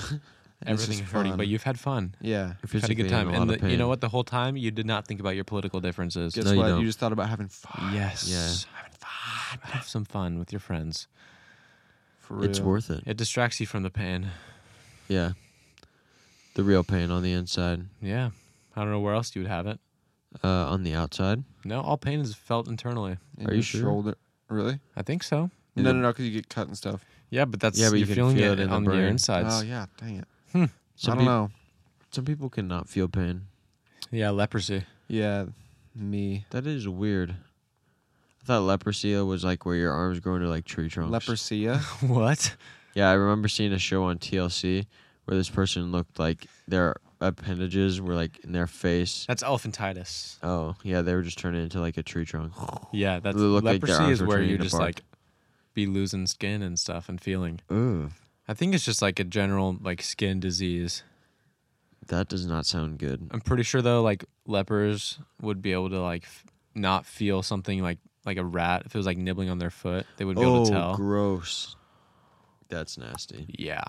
Speaker 3: and it's
Speaker 2: everything
Speaker 3: just
Speaker 2: hurting,
Speaker 3: fun.
Speaker 2: but you've had fun.
Speaker 3: yeah.
Speaker 1: You're
Speaker 2: Had a
Speaker 1: physically
Speaker 2: good
Speaker 1: in
Speaker 2: time,
Speaker 1: a lot
Speaker 2: and the,
Speaker 1: of
Speaker 2: you know
Speaker 1: pain.
Speaker 2: what? The whole time you did not think about your political differences.
Speaker 3: Guess
Speaker 1: No, you
Speaker 3: what? You,
Speaker 1: don't.
Speaker 3: just thought about having fun.
Speaker 2: Yes,
Speaker 1: Yes.
Speaker 2: having fun. Have some fun with your friends.
Speaker 3: For real.
Speaker 1: It's worth it.
Speaker 2: It distracts you from the pain.
Speaker 1: Yeah, the real pain on the inside,
Speaker 2: Yeah, I don't know where else you would have it.
Speaker 1: uh, on the outside.
Speaker 2: No, all pain is felt internally.
Speaker 3: In
Speaker 1: Are you
Speaker 3: your
Speaker 1: sure?
Speaker 3: Shoulder. Really?
Speaker 2: I think so.
Speaker 1: In
Speaker 3: no,
Speaker 1: the-
Speaker 3: no, no, because you get cut and stuff.
Speaker 2: Yeah, but that's
Speaker 1: Yeah, but you
Speaker 2: you're
Speaker 1: can
Speaker 2: feeling
Speaker 1: feel
Speaker 2: it,
Speaker 1: it in the
Speaker 2: on your
Speaker 1: brain.
Speaker 2: insides.
Speaker 3: oh, yeah. Dang it. I
Speaker 1: Some
Speaker 3: don't
Speaker 1: peop-
Speaker 3: know.
Speaker 1: Some people cannot feel pain.
Speaker 2: yeah, leprosy.
Speaker 3: Yeah. Me.
Speaker 1: That is weird. I thought leprosy was like where your arms grow into like tree trunks.
Speaker 3: Leprosia.
Speaker 2: what?
Speaker 1: Yeah, I remember seeing a show on TLC where this person looked like their appendages were like in their face.
Speaker 2: That's elephantitis.
Speaker 1: Oh, yeah, they were just turning into like a tree trunk.
Speaker 2: Yeah, that's
Speaker 1: They look like their
Speaker 2: leprosy
Speaker 1: arms
Speaker 2: is
Speaker 1: were
Speaker 2: where
Speaker 1: turning
Speaker 2: you
Speaker 1: into
Speaker 2: just
Speaker 1: bark.
Speaker 2: like be losing skin and stuff and feeling.
Speaker 1: Ooh,
Speaker 2: I think it's just like a general like skin disease.
Speaker 1: that does not sound good.
Speaker 2: I'm pretty sure though, like lepers would be able to like f- not feel something like like a rat if it was like nibbling on their foot. They would be able
Speaker 1: Oh,
Speaker 2: to tell.
Speaker 1: gross. That's nasty.
Speaker 2: yeah,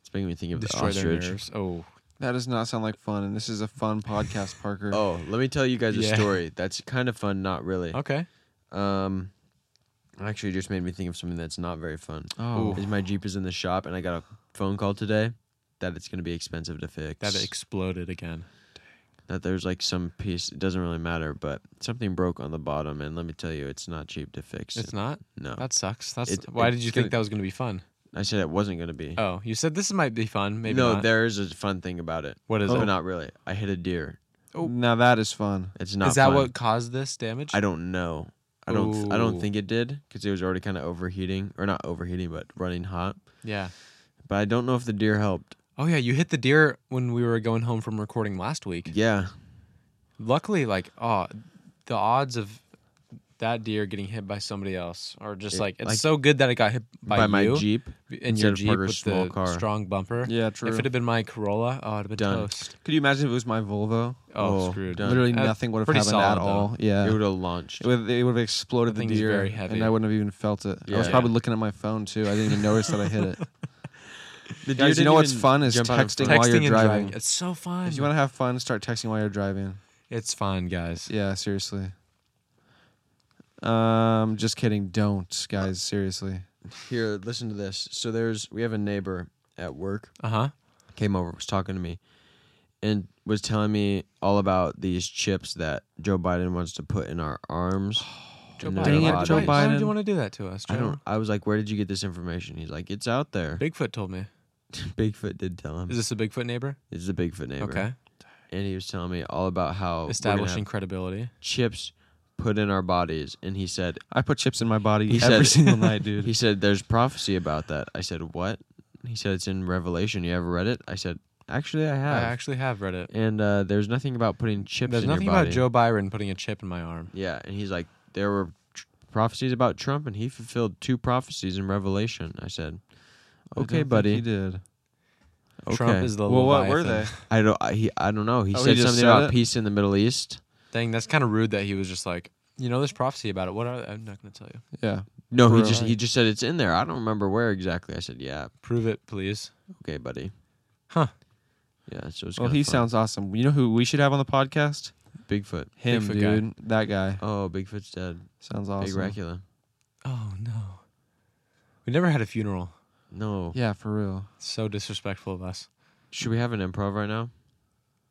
Speaker 1: It's making me think of
Speaker 2: destroy
Speaker 1: the
Speaker 2: their
Speaker 1: ostrich.
Speaker 2: nerves. Oh,
Speaker 3: that does not sound like fun, and this is a fun podcast, Parker.
Speaker 1: Oh, let me tell you guys
Speaker 2: Yeah.
Speaker 1: a story. That's kind of fun, not really.
Speaker 2: okay.
Speaker 1: Um, actually, it just made me think of something that's not very fun.
Speaker 3: Oh.
Speaker 1: Is my Jeep is in the shop, and I got a phone call today that it's going to be expensive to fix.
Speaker 2: That exploded again.
Speaker 1: that there's like some piece. It doesn't really matter, but something broke on the bottom, and let me tell you, it's not cheap to fix.
Speaker 2: It's
Speaker 1: It.
Speaker 2: not.
Speaker 1: No,
Speaker 2: That sucks. That's
Speaker 1: It-
Speaker 2: why
Speaker 1: it's
Speaker 2: did you think
Speaker 1: gonna-
Speaker 2: that was going to be fun?
Speaker 1: I said it wasn't going to be.
Speaker 2: Oh, you said this might be fun. Maybe
Speaker 1: no, Oh,
Speaker 2: not. Oh.
Speaker 1: there is a fun thing about it.
Speaker 2: What is
Speaker 1: but
Speaker 2: it?
Speaker 1: not really. I hit a deer.
Speaker 2: Oh.
Speaker 3: Now that is fun.
Speaker 1: It's not.
Speaker 2: Is that
Speaker 1: fun.
Speaker 2: what caused this damage?
Speaker 1: I don't know. I don't. th- I
Speaker 2: Ooh.
Speaker 1: don't think it did because it was already kind of overheating, or not overheating, but running hot.
Speaker 2: yeah.
Speaker 1: But I don't know if the deer helped.
Speaker 2: Oh yeah, you hit the deer when we were going home from recording last week.
Speaker 1: Yeah,
Speaker 2: Luckily, like oh, the odds of that deer getting hit by somebody else are just
Speaker 1: It-
Speaker 2: like it's
Speaker 1: like-
Speaker 2: so good that it got hit by,
Speaker 1: by, my
Speaker 2: you
Speaker 1: Jeep.
Speaker 2: and your
Speaker 1: instead of
Speaker 2: jeep
Speaker 1: Parker's
Speaker 2: with
Speaker 1: small
Speaker 2: the
Speaker 1: car.
Speaker 2: strong bumper.
Speaker 3: Yeah, true.
Speaker 2: If it had been my Corolla, oh, it'd have been
Speaker 1: Done.
Speaker 2: toast.
Speaker 3: Could you imagine if it was my Volvo?
Speaker 2: Oh,
Speaker 1: Oh,
Speaker 2: screwed.
Speaker 1: done.
Speaker 3: Literally
Speaker 2: That's
Speaker 3: nothing would have
Speaker 2: pretty
Speaker 3: happened
Speaker 2: solid,
Speaker 3: at all. Yeah.
Speaker 1: It would have launched.
Speaker 3: It would, it would have exploded
Speaker 2: That
Speaker 3: the
Speaker 2: thing's
Speaker 3: deer,
Speaker 2: very heavy.
Speaker 3: and I wouldn't have even felt it. I was
Speaker 1: Yeah.
Speaker 3: probably looking at my phone too. I didn't even notice that I hit it.
Speaker 1: The
Speaker 3: Guys, you know what's fun is texting
Speaker 2: Texting
Speaker 3: while you're
Speaker 2: and
Speaker 3: driving.
Speaker 2: It's so fun.
Speaker 3: If you want to have fun, start texting while you're driving.
Speaker 2: it's fun, guys.
Speaker 3: Yeah, seriously. Um, just kidding. Don't, guys. Seriously.
Speaker 1: Here, listen to this. So there's we have a neighbor at work
Speaker 2: Uh huh.
Speaker 1: came over, was talking to me, and was telling me all about these chips that Joe Biden wants to put in our arms.
Speaker 2: Joe
Speaker 1: No,
Speaker 2: Biden.
Speaker 1: Dang it,
Speaker 2: Why-
Speaker 1: Joe
Speaker 2: Why did
Speaker 3: Biden.
Speaker 2: you want to do that to us? Joe?
Speaker 1: I don't. I was like, "Where did you get this information?" He's like, "It's out there."
Speaker 2: Bigfoot told me.
Speaker 1: Bigfoot did tell him.
Speaker 2: Is this a Bigfoot neighbor?
Speaker 1: It's the Bigfoot neighbor.
Speaker 2: Okay.
Speaker 1: and he was telling me all about how we're gonna
Speaker 2: establishing
Speaker 1: have
Speaker 2: credibility.
Speaker 1: chips put in our bodies, and he said
Speaker 3: I put chips in my body
Speaker 1: He
Speaker 3: every
Speaker 1: said-
Speaker 3: single night, dude.
Speaker 1: he said there's prophecy about that. I said what? He said it's in Revelation. You ever read it? I said actually I
Speaker 2: I
Speaker 1: have.
Speaker 2: actually have read it.
Speaker 1: and uh, there's nothing about putting chips
Speaker 2: There's
Speaker 1: in
Speaker 2: nothing
Speaker 1: your body.
Speaker 2: about Joe Byron putting a chip in my arm.
Speaker 1: Yeah, and he's like, there were tr- prophecies about Trump, and he fulfilled two prophecies in Revelation. I said,
Speaker 3: I don't
Speaker 1: okay,
Speaker 3: think
Speaker 1: buddy.
Speaker 3: He did.
Speaker 2: Trump
Speaker 1: Okay.
Speaker 2: is the
Speaker 3: Well, what were
Speaker 2: Leviathan.
Speaker 3: they?
Speaker 1: I don't. I, he, I don't know. He
Speaker 3: Oh, he
Speaker 1: said
Speaker 3: just
Speaker 1: something
Speaker 3: said
Speaker 1: about
Speaker 3: it?
Speaker 1: peace in the Middle East.
Speaker 2: Dang, that's kind of rude that he was just like, you know, there's prophecy about it. What are I'm not gonna tell you.
Speaker 3: Yeah.
Speaker 1: No, he
Speaker 3: Bro.
Speaker 1: just he just said it's in there. I don't remember where exactly. I said, yeah,
Speaker 2: Prove it, please.
Speaker 1: okay, buddy.
Speaker 2: Huh.
Speaker 1: Yeah. So it's
Speaker 3: Well, he sounds awesome. You know who we should have on the podcast?
Speaker 1: Bigfoot.
Speaker 3: Him,
Speaker 2: Bigfoot guy.
Speaker 3: dude. That guy
Speaker 1: Oh, Bigfoot's dead.
Speaker 3: sounds
Speaker 1: Big
Speaker 3: awesome.
Speaker 1: Dracula.
Speaker 2: Oh no, we never had a funeral.
Speaker 1: No.
Speaker 3: Yeah, for real.
Speaker 2: So disrespectful of us.
Speaker 1: Should we have an improv right now?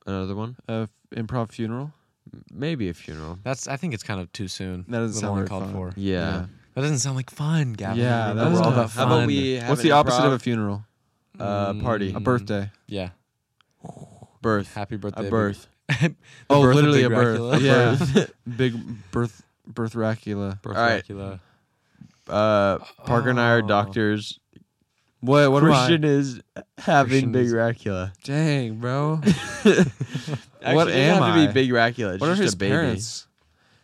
Speaker 1: Another one?
Speaker 3: Uh, improv funeral.
Speaker 1: M- Maybe a funeral.
Speaker 2: That's. I think it's kind of too soon.
Speaker 3: That doesn't
Speaker 2: Little
Speaker 3: sound very
Speaker 2: uncalled
Speaker 3: fun.
Speaker 2: for.
Speaker 1: Yeah.
Speaker 2: That doesn't sound like fun, Gavin.
Speaker 3: Yeah,
Speaker 2: Remember
Speaker 3: that
Speaker 2: we're
Speaker 3: was
Speaker 2: all
Speaker 3: tough.
Speaker 2: about
Speaker 1: How
Speaker 2: fun.
Speaker 1: about we? Have
Speaker 3: What's
Speaker 1: an
Speaker 3: the opposite of a
Speaker 1: improv-
Speaker 3: funeral?
Speaker 1: uh, party?
Speaker 3: A
Speaker 2: Mm,
Speaker 3: birthday.
Speaker 2: Yeah.
Speaker 1: birth?
Speaker 2: Happy birthday.
Speaker 1: A
Speaker 2: baby.
Speaker 1: birth.
Speaker 3: Oh,
Speaker 2: birth of
Speaker 3: literally
Speaker 2: Big
Speaker 3: a birth.
Speaker 2: Dracula.
Speaker 3: Yeah. Big birth birth Dracula.
Speaker 2: Birth
Speaker 1: All right.
Speaker 2: Dracula.
Speaker 1: Uh, Parker and I are
Speaker 2: Oh.
Speaker 1: doctors.
Speaker 3: What? What
Speaker 1: Christian
Speaker 3: am I?
Speaker 1: is having
Speaker 2: Christian
Speaker 1: Big
Speaker 2: is-
Speaker 1: Dracula.
Speaker 3: Dang, bro.
Speaker 1: Actually,
Speaker 3: What
Speaker 1: it doesn't
Speaker 3: am
Speaker 1: have to
Speaker 3: I?
Speaker 1: be Big Dracula. It's
Speaker 3: what are
Speaker 1: just
Speaker 3: his
Speaker 1: a baby.
Speaker 3: parents?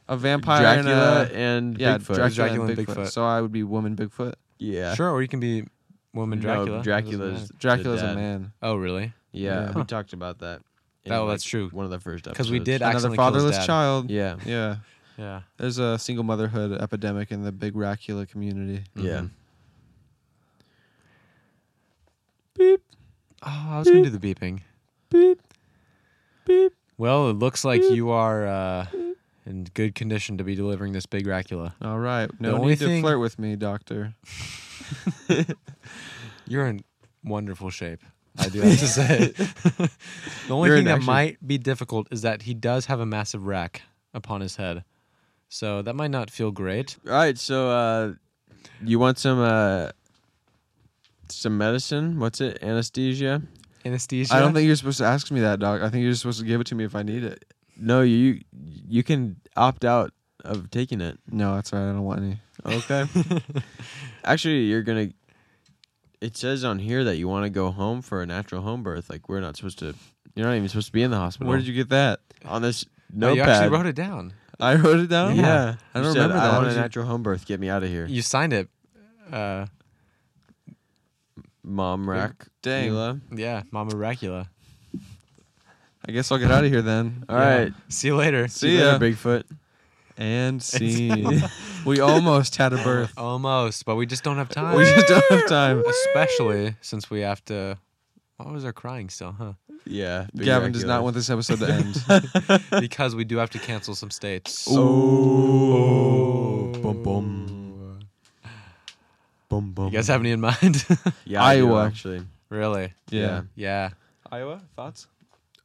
Speaker 3: A vampire
Speaker 1: Dracula
Speaker 3: and a
Speaker 1: and
Speaker 3: yeah,
Speaker 1: Bigfoot.
Speaker 3: Dracula,
Speaker 2: Dracula
Speaker 3: and
Speaker 2: and
Speaker 3: Bigfoot.
Speaker 2: Bigfoot.
Speaker 3: So I would be woman Bigfoot.
Speaker 1: Yeah.
Speaker 2: Sure, or you can be woman
Speaker 1: No,
Speaker 2: Dracula. It doesn't
Speaker 1: Dracula's
Speaker 2: matter.
Speaker 3: Dracula's
Speaker 1: the
Speaker 3: a
Speaker 1: dad.
Speaker 3: man.
Speaker 2: Oh, really?
Speaker 1: Yeah,
Speaker 3: Yeah.
Speaker 1: we talked about that. in,
Speaker 2: Oh,
Speaker 1: like,
Speaker 2: that's true.
Speaker 1: One of the first episodes.
Speaker 2: 'Cause we did-
Speaker 3: Another
Speaker 2: accidentally kill his
Speaker 3: fatherless
Speaker 2: dad.
Speaker 3: child.
Speaker 1: Yeah.
Speaker 3: Yeah.
Speaker 2: Yeah.
Speaker 3: There's a single motherhood epidemic in the big Dracula community.
Speaker 1: Yeah.
Speaker 2: Mhm. Oh, I was going to do the beeping. Beep. Beep. Well, it looks like you are uh, in good condition to be delivering this big Dracula.
Speaker 3: All right. No
Speaker 2: only
Speaker 3: need to
Speaker 2: thing-
Speaker 3: flirt with me, doctor.
Speaker 2: You're in wonderful shape. I do have to say. the only
Speaker 3: You're in
Speaker 2: thing that
Speaker 3: action.
Speaker 2: might be difficult is that he does have a massive rack upon his head. So that might not feel great.
Speaker 1: All right, so uh, you want some uh, some medicine? What's it? Anesthesia?
Speaker 2: Anesthesia.
Speaker 3: I don't think you're supposed to ask me that, doc. I think you're supposed to give it to me if I need it.
Speaker 1: No, you you can opt out of taking it.
Speaker 3: No, that's all right. I don't want any.
Speaker 1: Okay. Actually, you're gonna. It says on here that you want to go home for a natural home birth. Like we're not supposed to. You're not even supposed to be in the hospital.
Speaker 3: Where did you get that?
Speaker 1: on this
Speaker 2: Oh, you actually
Speaker 1: notepad?
Speaker 2: wrote it down.
Speaker 3: I wrote it down.
Speaker 1: Yeah.
Speaker 3: I don't
Speaker 1: You said,
Speaker 3: remember
Speaker 1: I
Speaker 3: that.
Speaker 1: want
Speaker 3: Did
Speaker 1: a
Speaker 3: you-
Speaker 1: natural home birth. Get me out of here,
Speaker 2: You signed it. Uh,
Speaker 1: mom. Rack.
Speaker 3: Dang.
Speaker 1: Mila.
Speaker 2: yeah, Mama Dracula.
Speaker 3: I guess I'll get out of here then.
Speaker 1: All
Speaker 2: Yeah.
Speaker 1: right.
Speaker 2: See you later.
Speaker 3: See
Speaker 1: you
Speaker 3: ya.
Speaker 1: later, Bigfoot.
Speaker 3: And scene. we almost had a birth.
Speaker 2: Almost, but we just don't have time.
Speaker 3: We just don't have time.
Speaker 2: Especially since we have to. Why was there crying still, huh?
Speaker 1: Yeah. Big
Speaker 3: Gavin does
Speaker 1: Dracula.
Speaker 3: not want this episode to end.
Speaker 2: Because we do have to cancel some states.
Speaker 1: Oh. Bum bum. Bum bum.
Speaker 2: You guys have any in mind?
Speaker 1: yeah, I do,
Speaker 3: Iowa.
Speaker 1: actually.
Speaker 2: really?
Speaker 1: Yeah.
Speaker 2: Yeah.
Speaker 3: Iowa, thoughts?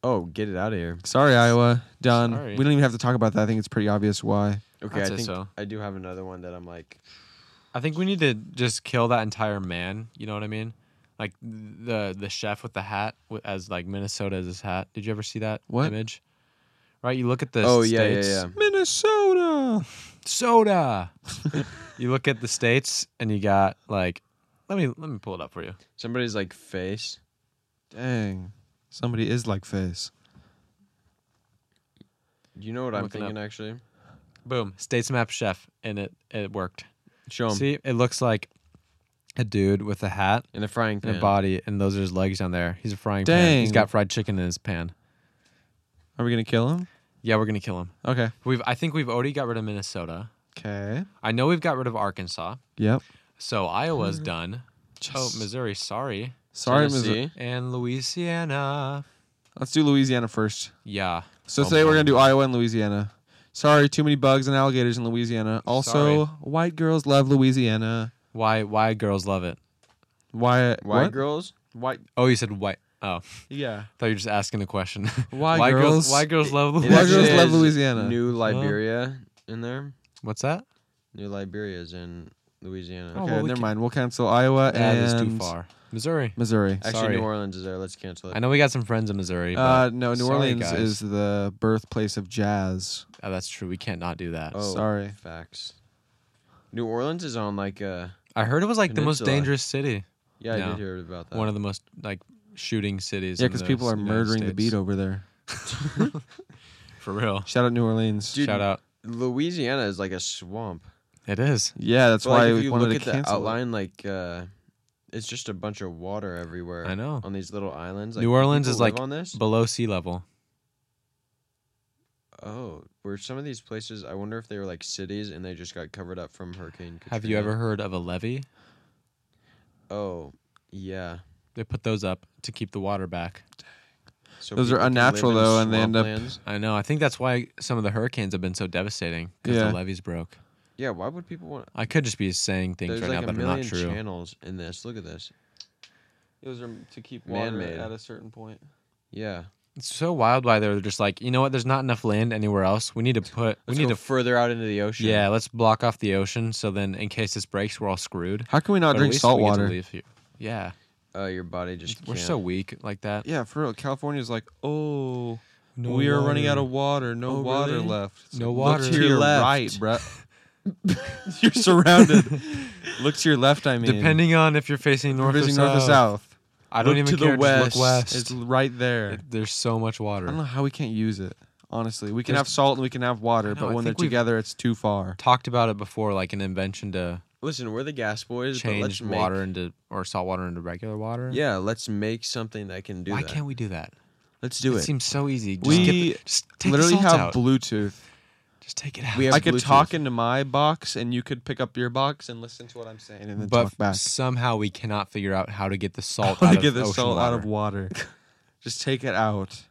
Speaker 1: Oh, get it out of here.
Speaker 3: Sorry, Iowa. Done.
Speaker 2: Sorry.
Speaker 3: We don't even have to talk about that. I think it's pretty obvious why.
Speaker 1: Okay,
Speaker 2: I'd
Speaker 1: I
Speaker 2: say
Speaker 1: think
Speaker 2: so.
Speaker 1: I do have another one that I'm like.
Speaker 2: I think we need to just kill that entire man. You know what I mean? Like the the chef with the hat wi- as like Minnesota as his hat. Did you ever see that
Speaker 3: What?
Speaker 2: image? Right. You look at the
Speaker 1: oh yeah, yeah,
Speaker 2: states,
Speaker 1: yeah.
Speaker 3: Minnesota.
Speaker 2: soda. you look at the states and you got like. Let me let me pull it up for you.
Speaker 1: Somebody's like face.
Speaker 3: Dang. Somebody is like face.
Speaker 1: You know what I'm
Speaker 2: Looking
Speaker 1: thinking actually.
Speaker 2: Boom. States map chef, and it it worked.
Speaker 1: Show him
Speaker 2: See, it looks like a dude with a hat
Speaker 1: in the frying
Speaker 2: and
Speaker 1: pan.
Speaker 2: a body, and those are his legs down there. He's a frying pan.
Speaker 3: Dang.
Speaker 2: He's got fried chicken in his pan.
Speaker 3: Are we gonna kill him?
Speaker 2: Yeah, we're gonna kill him.
Speaker 3: Okay.
Speaker 2: We've I think we've already got rid of Minnesota.
Speaker 3: Okay.
Speaker 2: I know we've got rid of Arkansas.
Speaker 3: Yep.
Speaker 2: So Iowa's done. Oh,
Speaker 3: Mm-hmm. Just-
Speaker 2: Missouri, sorry.
Speaker 3: Sorry,
Speaker 1: Tennessee.
Speaker 3: Missouri.
Speaker 2: And Louisiana.
Speaker 3: Let's do Louisiana first.
Speaker 2: Yeah.
Speaker 3: So
Speaker 1: Oh,
Speaker 3: today we're
Speaker 1: man.
Speaker 3: gonna do Iowa and Louisiana. Sorry, too many bugs and alligators in Louisiana. Also, white girls love Louisiana.
Speaker 2: Why why girls love it?
Speaker 3: Why?
Speaker 1: White
Speaker 3: what?
Speaker 1: girls. White.
Speaker 2: Oh, you said white. Oh,
Speaker 3: Yeah.
Speaker 2: thought you were just asking a question.
Speaker 3: Why girls-
Speaker 2: Why girls love
Speaker 1: It
Speaker 3: Why girls
Speaker 1: actually
Speaker 2: Louisiana?
Speaker 3: love
Speaker 1: has
Speaker 3: Louisiana?
Speaker 1: New Liberia in there.
Speaker 2: What's that?
Speaker 1: New Liberia's in Louisiana.
Speaker 2: Oh,
Speaker 3: Okay,
Speaker 2: well, we
Speaker 3: never
Speaker 2: can-
Speaker 3: mind. We'll cancel Iowa
Speaker 2: That
Speaker 3: and
Speaker 2: is too far. Missouri.
Speaker 3: Missouri.
Speaker 1: Actually,
Speaker 2: sorry.
Speaker 1: New Orleans is there. Let's cancel it.
Speaker 2: I know we got some friends in Missouri. But,
Speaker 3: Uh, no, New
Speaker 2: sorry,
Speaker 3: Orleans
Speaker 2: guys.
Speaker 3: is the birthplace of jazz.
Speaker 2: Oh, that's true. We can't not do that.
Speaker 1: Oh,
Speaker 3: Sorry.
Speaker 1: Facts. New Orleans is on like uh
Speaker 2: I heard it was like the most
Speaker 1: Peninsula.
Speaker 2: dangerous city.
Speaker 1: yeah, I
Speaker 2: No.
Speaker 1: did hear about that.
Speaker 2: One of the most like shooting cities.
Speaker 3: Uh. Yeah,
Speaker 2: in
Speaker 3: because
Speaker 2: the
Speaker 3: people are
Speaker 2: United
Speaker 3: murdering the
Speaker 2: States.
Speaker 3: beat over there.
Speaker 2: For real.
Speaker 3: Shout out New Orleans.
Speaker 1: Dude,
Speaker 2: Shout out.
Speaker 1: Louisiana is like a swamp.
Speaker 2: It is.
Speaker 3: yeah, that's
Speaker 1: But,
Speaker 3: why
Speaker 1: like, if
Speaker 3: we
Speaker 1: you
Speaker 3: wanted
Speaker 1: look at
Speaker 3: to
Speaker 1: the
Speaker 3: cancel. it.
Speaker 1: outline, like uh, it's just a bunch of water everywhere.
Speaker 2: I know.
Speaker 1: on these little islands.
Speaker 2: New
Speaker 1: do
Speaker 2: Orleans
Speaker 1: people
Speaker 2: is,
Speaker 1: live
Speaker 2: like,
Speaker 1: on this.
Speaker 2: Below sea level.
Speaker 1: oh, were some of these places? I wonder if they were like cities and they just got covered up from Hurricane. Katrina.
Speaker 2: Have you ever heard of a levee?
Speaker 1: Oh, yeah.
Speaker 2: They put those up to keep the water back.
Speaker 1: So
Speaker 3: Those are
Speaker 1: people can
Speaker 3: unnatural,
Speaker 1: live in
Speaker 3: though, and they end up-
Speaker 1: swamplands?
Speaker 2: I know. I think that's why some of the hurricanes have been so devastating because
Speaker 3: Yeah.
Speaker 2: the levees broke.
Speaker 1: Yeah, why would people want?
Speaker 2: I could just be saying things
Speaker 1: There's
Speaker 2: right
Speaker 1: like
Speaker 2: now
Speaker 1: a
Speaker 2: that are not
Speaker 1: million
Speaker 2: true.
Speaker 1: channels in this. Look at this.
Speaker 3: Those are to keep
Speaker 1: water Man-made. at
Speaker 3: at
Speaker 1: a
Speaker 3: a certain point.
Speaker 1: Yeah,
Speaker 2: It's so wild why they're just like, you know what? There's not enough land anywhere else. We need to put.
Speaker 1: let's
Speaker 2: we need
Speaker 1: go
Speaker 2: to.
Speaker 1: further out into the ocean.
Speaker 2: Yeah, let's block off the ocean. So then, in case this breaks, we're all screwed.
Speaker 3: How can we not
Speaker 2: But at
Speaker 3: drink
Speaker 2: least
Speaker 3: salt
Speaker 2: we get to
Speaker 3: water?
Speaker 2: leave here. Yeah,
Speaker 1: uh, your body just.
Speaker 2: we're
Speaker 1: can't.
Speaker 2: so weak like that.
Speaker 3: Yeah, for real. California's like, oh,
Speaker 2: No
Speaker 3: we are running out
Speaker 2: water.
Speaker 3: of water. No
Speaker 1: Oh,
Speaker 3: water
Speaker 1: really?
Speaker 3: left. It's
Speaker 2: No
Speaker 3: like,
Speaker 2: water.
Speaker 3: Look to your
Speaker 1: left.
Speaker 3: right, bro. You're surrounded. look to your left. I mean,
Speaker 2: Depending on if you're facing north,
Speaker 3: visiting
Speaker 2: or,
Speaker 3: north or
Speaker 2: south.
Speaker 3: south.
Speaker 2: I don't
Speaker 1: Look to
Speaker 2: even
Speaker 1: the
Speaker 2: care. Just
Speaker 1: west.
Speaker 2: look west.
Speaker 3: It's right there.
Speaker 2: It- there's so much
Speaker 3: I don't
Speaker 2: water.
Speaker 3: know how we can't use it. Honestly, we can
Speaker 2: There's-
Speaker 3: have salt and we can have water,
Speaker 2: know, I
Speaker 3: but when they're
Speaker 2: think we've-
Speaker 3: together, it's too far.
Speaker 2: Talked about it before, like an invention to
Speaker 1: Listen, we're the gas boys, but let's
Speaker 2: change
Speaker 1: make
Speaker 2: water into or salt water into regular water.
Speaker 1: Yeah, let's make something that can do
Speaker 2: Why
Speaker 1: that.
Speaker 2: can't we do that?
Speaker 1: let's do
Speaker 2: it,
Speaker 1: it.
Speaker 2: seems so easy. Just
Speaker 3: We
Speaker 2: get the- just take the
Speaker 3: Literally
Speaker 2: salt
Speaker 3: have
Speaker 2: out.
Speaker 3: Bluetooth.
Speaker 2: just take it out.
Speaker 1: We have
Speaker 3: I could
Speaker 1: Bluetooth.
Speaker 3: talk into my box, and you could pick up your box and listen to what I'm saying, and then
Speaker 2: but
Speaker 3: talk back.
Speaker 2: somehow we cannot figure out how to get the salt
Speaker 3: How
Speaker 2: out
Speaker 3: to
Speaker 2: of
Speaker 3: get the
Speaker 2: ocean
Speaker 3: salt
Speaker 2: water. Oh
Speaker 3: out of water? Just take it out.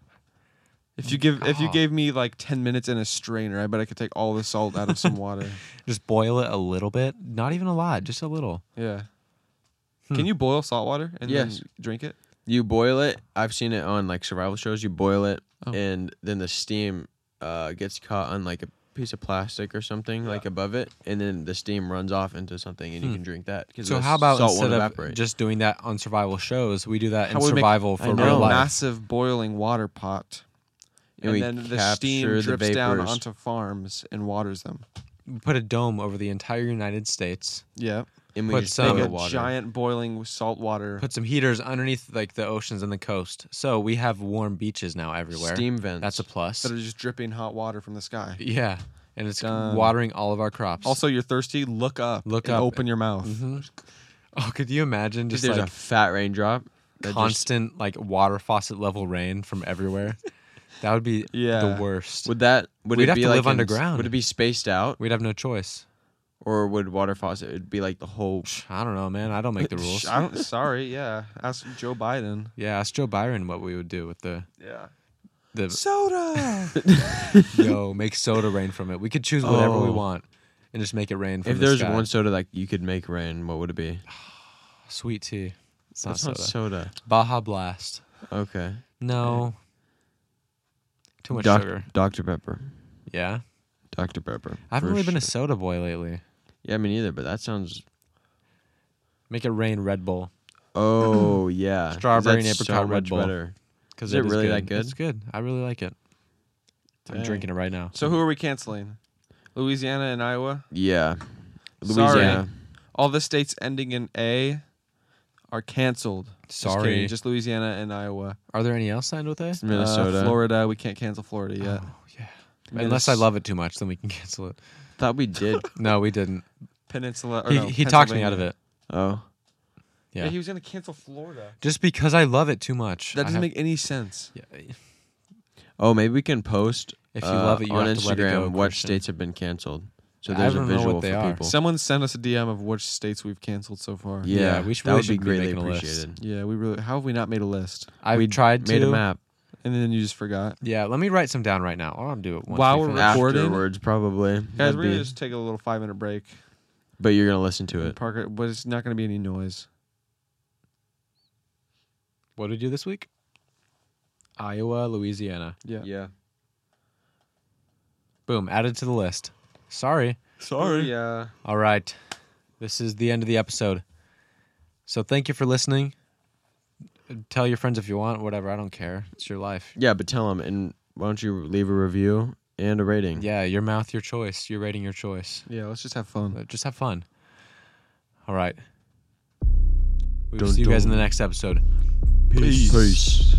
Speaker 3: If you give, if you
Speaker 2: God.
Speaker 3: gave me like ten minutes in a strainer, I bet I could take all the salt out of some water.
Speaker 2: Just boil it a little bit, not even a lot, just a little.
Speaker 3: Yeah.
Speaker 2: Hmm.
Speaker 3: Can you boil salt water and
Speaker 1: Yes.
Speaker 3: then drink it?
Speaker 1: you boil it. I've seen it on like survival shows. You boil it,
Speaker 3: Oh.
Speaker 1: and then the steam uh, gets caught on like a piece of plastic or something like above it, and then the steam runs off into something, and you can drink that. 'cause
Speaker 2: Hmm. So
Speaker 1: the
Speaker 2: how about
Speaker 1: salt
Speaker 2: instead
Speaker 1: won't
Speaker 2: of
Speaker 1: evaporate?
Speaker 2: just doing that on survival shows, we do that in
Speaker 3: How we make-
Speaker 2: survival
Speaker 1: I
Speaker 2: for
Speaker 1: know.
Speaker 2: real life?
Speaker 3: massive boiling water pot,
Speaker 1: And
Speaker 3: and,
Speaker 1: we
Speaker 3: then the steam
Speaker 1: capture the
Speaker 3: drips down
Speaker 1: vapors.
Speaker 3: onto farms and waters them.
Speaker 2: We Put a dome over the entire United States.
Speaker 3: Yeah,
Speaker 1: and we
Speaker 2: put
Speaker 1: just
Speaker 2: some-
Speaker 1: boil
Speaker 3: make
Speaker 2: Under
Speaker 3: a
Speaker 1: water.
Speaker 3: giant boiling salt water.
Speaker 2: Put some heaters underneath like the oceans and the coast. So we have warm beaches now everywhere.
Speaker 1: steam vents.
Speaker 2: That's a plus.
Speaker 3: that are just dripping hot water from the sky.
Speaker 2: Yeah, and it's
Speaker 3: Done.
Speaker 2: watering all of our crops.
Speaker 3: Also, you're thirsty. Look up.
Speaker 2: Look
Speaker 3: and
Speaker 2: up.
Speaker 3: Open your mouth.
Speaker 1: Mm-hmm.
Speaker 2: Mhm. oh, could you imagine
Speaker 1: Dude,
Speaker 2: just
Speaker 1: there's
Speaker 2: like
Speaker 1: a fat raindrop. that just-
Speaker 2: constant like water faucet level rain from everywhere? that would be
Speaker 3: Yeah.
Speaker 2: the worst.
Speaker 1: would that would
Speaker 2: We'd
Speaker 1: it
Speaker 2: have
Speaker 1: be
Speaker 2: to
Speaker 1: like
Speaker 2: live
Speaker 1: in-
Speaker 2: underground.
Speaker 1: Would it be spaced out,
Speaker 2: We'd have no choice.
Speaker 1: or would water faucet? It'd be like the whole.
Speaker 2: I don't know, man. I don't make the rules.
Speaker 3: I don't, sorry, yeah. Ask Joe Biden.
Speaker 2: Yeah, ask Joe Byron what we would do with the
Speaker 3: Yeah.
Speaker 2: the
Speaker 3: Soda.
Speaker 2: yo make soda rain from it. We could choose whatever we
Speaker 1: Oh.
Speaker 2: want and just make it rain. From
Speaker 1: If
Speaker 2: the
Speaker 1: there's
Speaker 2: sky.
Speaker 1: one soda that you could make rain, what would it be?
Speaker 2: sweet tea, it's not
Speaker 1: That's
Speaker 2: soda.
Speaker 1: not soda.
Speaker 2: Baja Blast.
Speaker 1: Okay.
Speaker 2: No, too much
Speaker 1: Doc-
Speaker 2: sugar.
Speaker 1: Dr. Pepper.
Speaker 2: Yeah,
Speaker 1: Dr. Pepper.
Speaker 2: I haven't
Speaker 1: for
Speaker 2: really been a
Speaker 1: sure.
Speaker 2: soda boy lately.
Speaker 1: Yeah, me neither, but that sounds.
Speaker 2: Make it rain Red Bull
Speaker 1: Oh, yeah.
Speaker 2: Strawberry and
Speaker 1: That's so
Speaker 2: apricot Red
Speaker 1: much
Speaker 2: Bull.
Speaker 1: better.
Speaker 2: because
Speaker 1: Is it really that good?
Speaker 2: It's good. I really like it. I'm
Speaker 3: Dang.
Speaker 2: drinking it right now.
Speaker 3: So who are we canceling? Louisiana and Iowa.
Speaker 1: Yeah.
Speaker 3: Sorry.
Speaker 1: Louisiana.
Speaker 3: All the states ending in A are canceled. Just
Speaker 2: Sorry.
Speaker 3: kidding, just Louisiana and Iowa.
Speaker 2: Are there any else signed with A?
Speaker 1: Minnesota.
Speaker 3: Uh, Florida. We can't cancel Florida yet.
Speaker 2: Oh, yeah. Unless I
Speaker 3: Minnes-
Speaker 2: love it too much, then we can cancel it.
Speaker 1: Thought we did.
Speaker 2: No, we didn't.
Speaker 3: Peninsula. Or
Speaker 2: He,
Speaker 3: no,
Speaker 2: he talked me out of
Speaker 3: Pennsylvania.
Speaker 2: it.
Speaker 1: oh.
Speaker 2: Yeah.
Speaker 3: Yeah. he was going to cancel Florida.
Speaker 2: Just because I love it too much.
Speaker 3: That
Speaker 2: I
Speaker 3: doesn't
Speaker 2: have-
Speaker 3: make any sense.
Speaker 2: Yeah,
Speaker 1: Oh, maybe we can post
Speaker 2: If you
Speaker 1: uh,
Speaker 2: love it, you
Speaker 1: on
Speaker 2: have
Speaker 1: Instagram
Speaker 2: to let it go,
Speaker 1: what
Speaker 2: Christian.
Speaker 1: states have been canceled. So
Speaker 2: I
Speaker 1: there's a
Speaker 2: don't know what
Speaker 1: visual
Speaker 2: they
Speaker 1: for
Speaker 2: are.
Speaker 1: people.
Speaker 3: Someone sent us a DM of which states we've canceled so far.
Speaker 1: yeah,
Speaker 2: Yeah, we should-
Speaker 1: that
Speaker 2: really
Speaker 1: would
Speaker 2: should
Speaker 1: be
Speaker 2: be
Speaker 1: greatly
Speaker 2: making a list.
Speaker 1: appreciated.
Speaker 3: Yeah, we really. How have we not made a list?
Speaker 2: I've tried to.
Speaker 1: Made a map
Speaker 3: And then you just forgot.
Speaker 2: Yeah, let me write some down right now. I'll do it once
Speaker 3: While
Speaker 2: we
Speaker 3: we're
Speaker 2: finish.
Speaker 3: recording- Recorded?
Speaker 1: afterwards, probably.
Speaker 3: Guys,
Speaker 1: That'd
Speaker 3: we're gonna
Speaker 1: be-
Speaker 3: just take a little five minute break.
Speaker 1: But you're gonna listen to it.
Speaker 3: Parker, but it's not gonna be any noise.
Speaker 2: What did we do this week? Iowa, Louisiana.
Speaker 3: Yeah.
Speaker 1: Yeah.
Speaker 2: Boom, added to the list. Sorry.
Speaker 3: Sorry. Yeah.
Speaker 2: All right. This is the end of the episode. So thank you for listening. Tell your friends if you want, whatever. I don't care. It's your life.
Speaker 1: Yeah, but tell them, and why don't you leave a review and a rating?
Speaker 2: Yeah, your mouth, your choice. You're rating your choice.
Speaker 3: Yeah, let's just have fun.
Speaker 2: But just have fun. All right. We will
Speaker 1: Dun
Speaker 2: see you guys in
Speaker 1: dun.
Speaker 2: the next episode.
Speaker 1: Peace.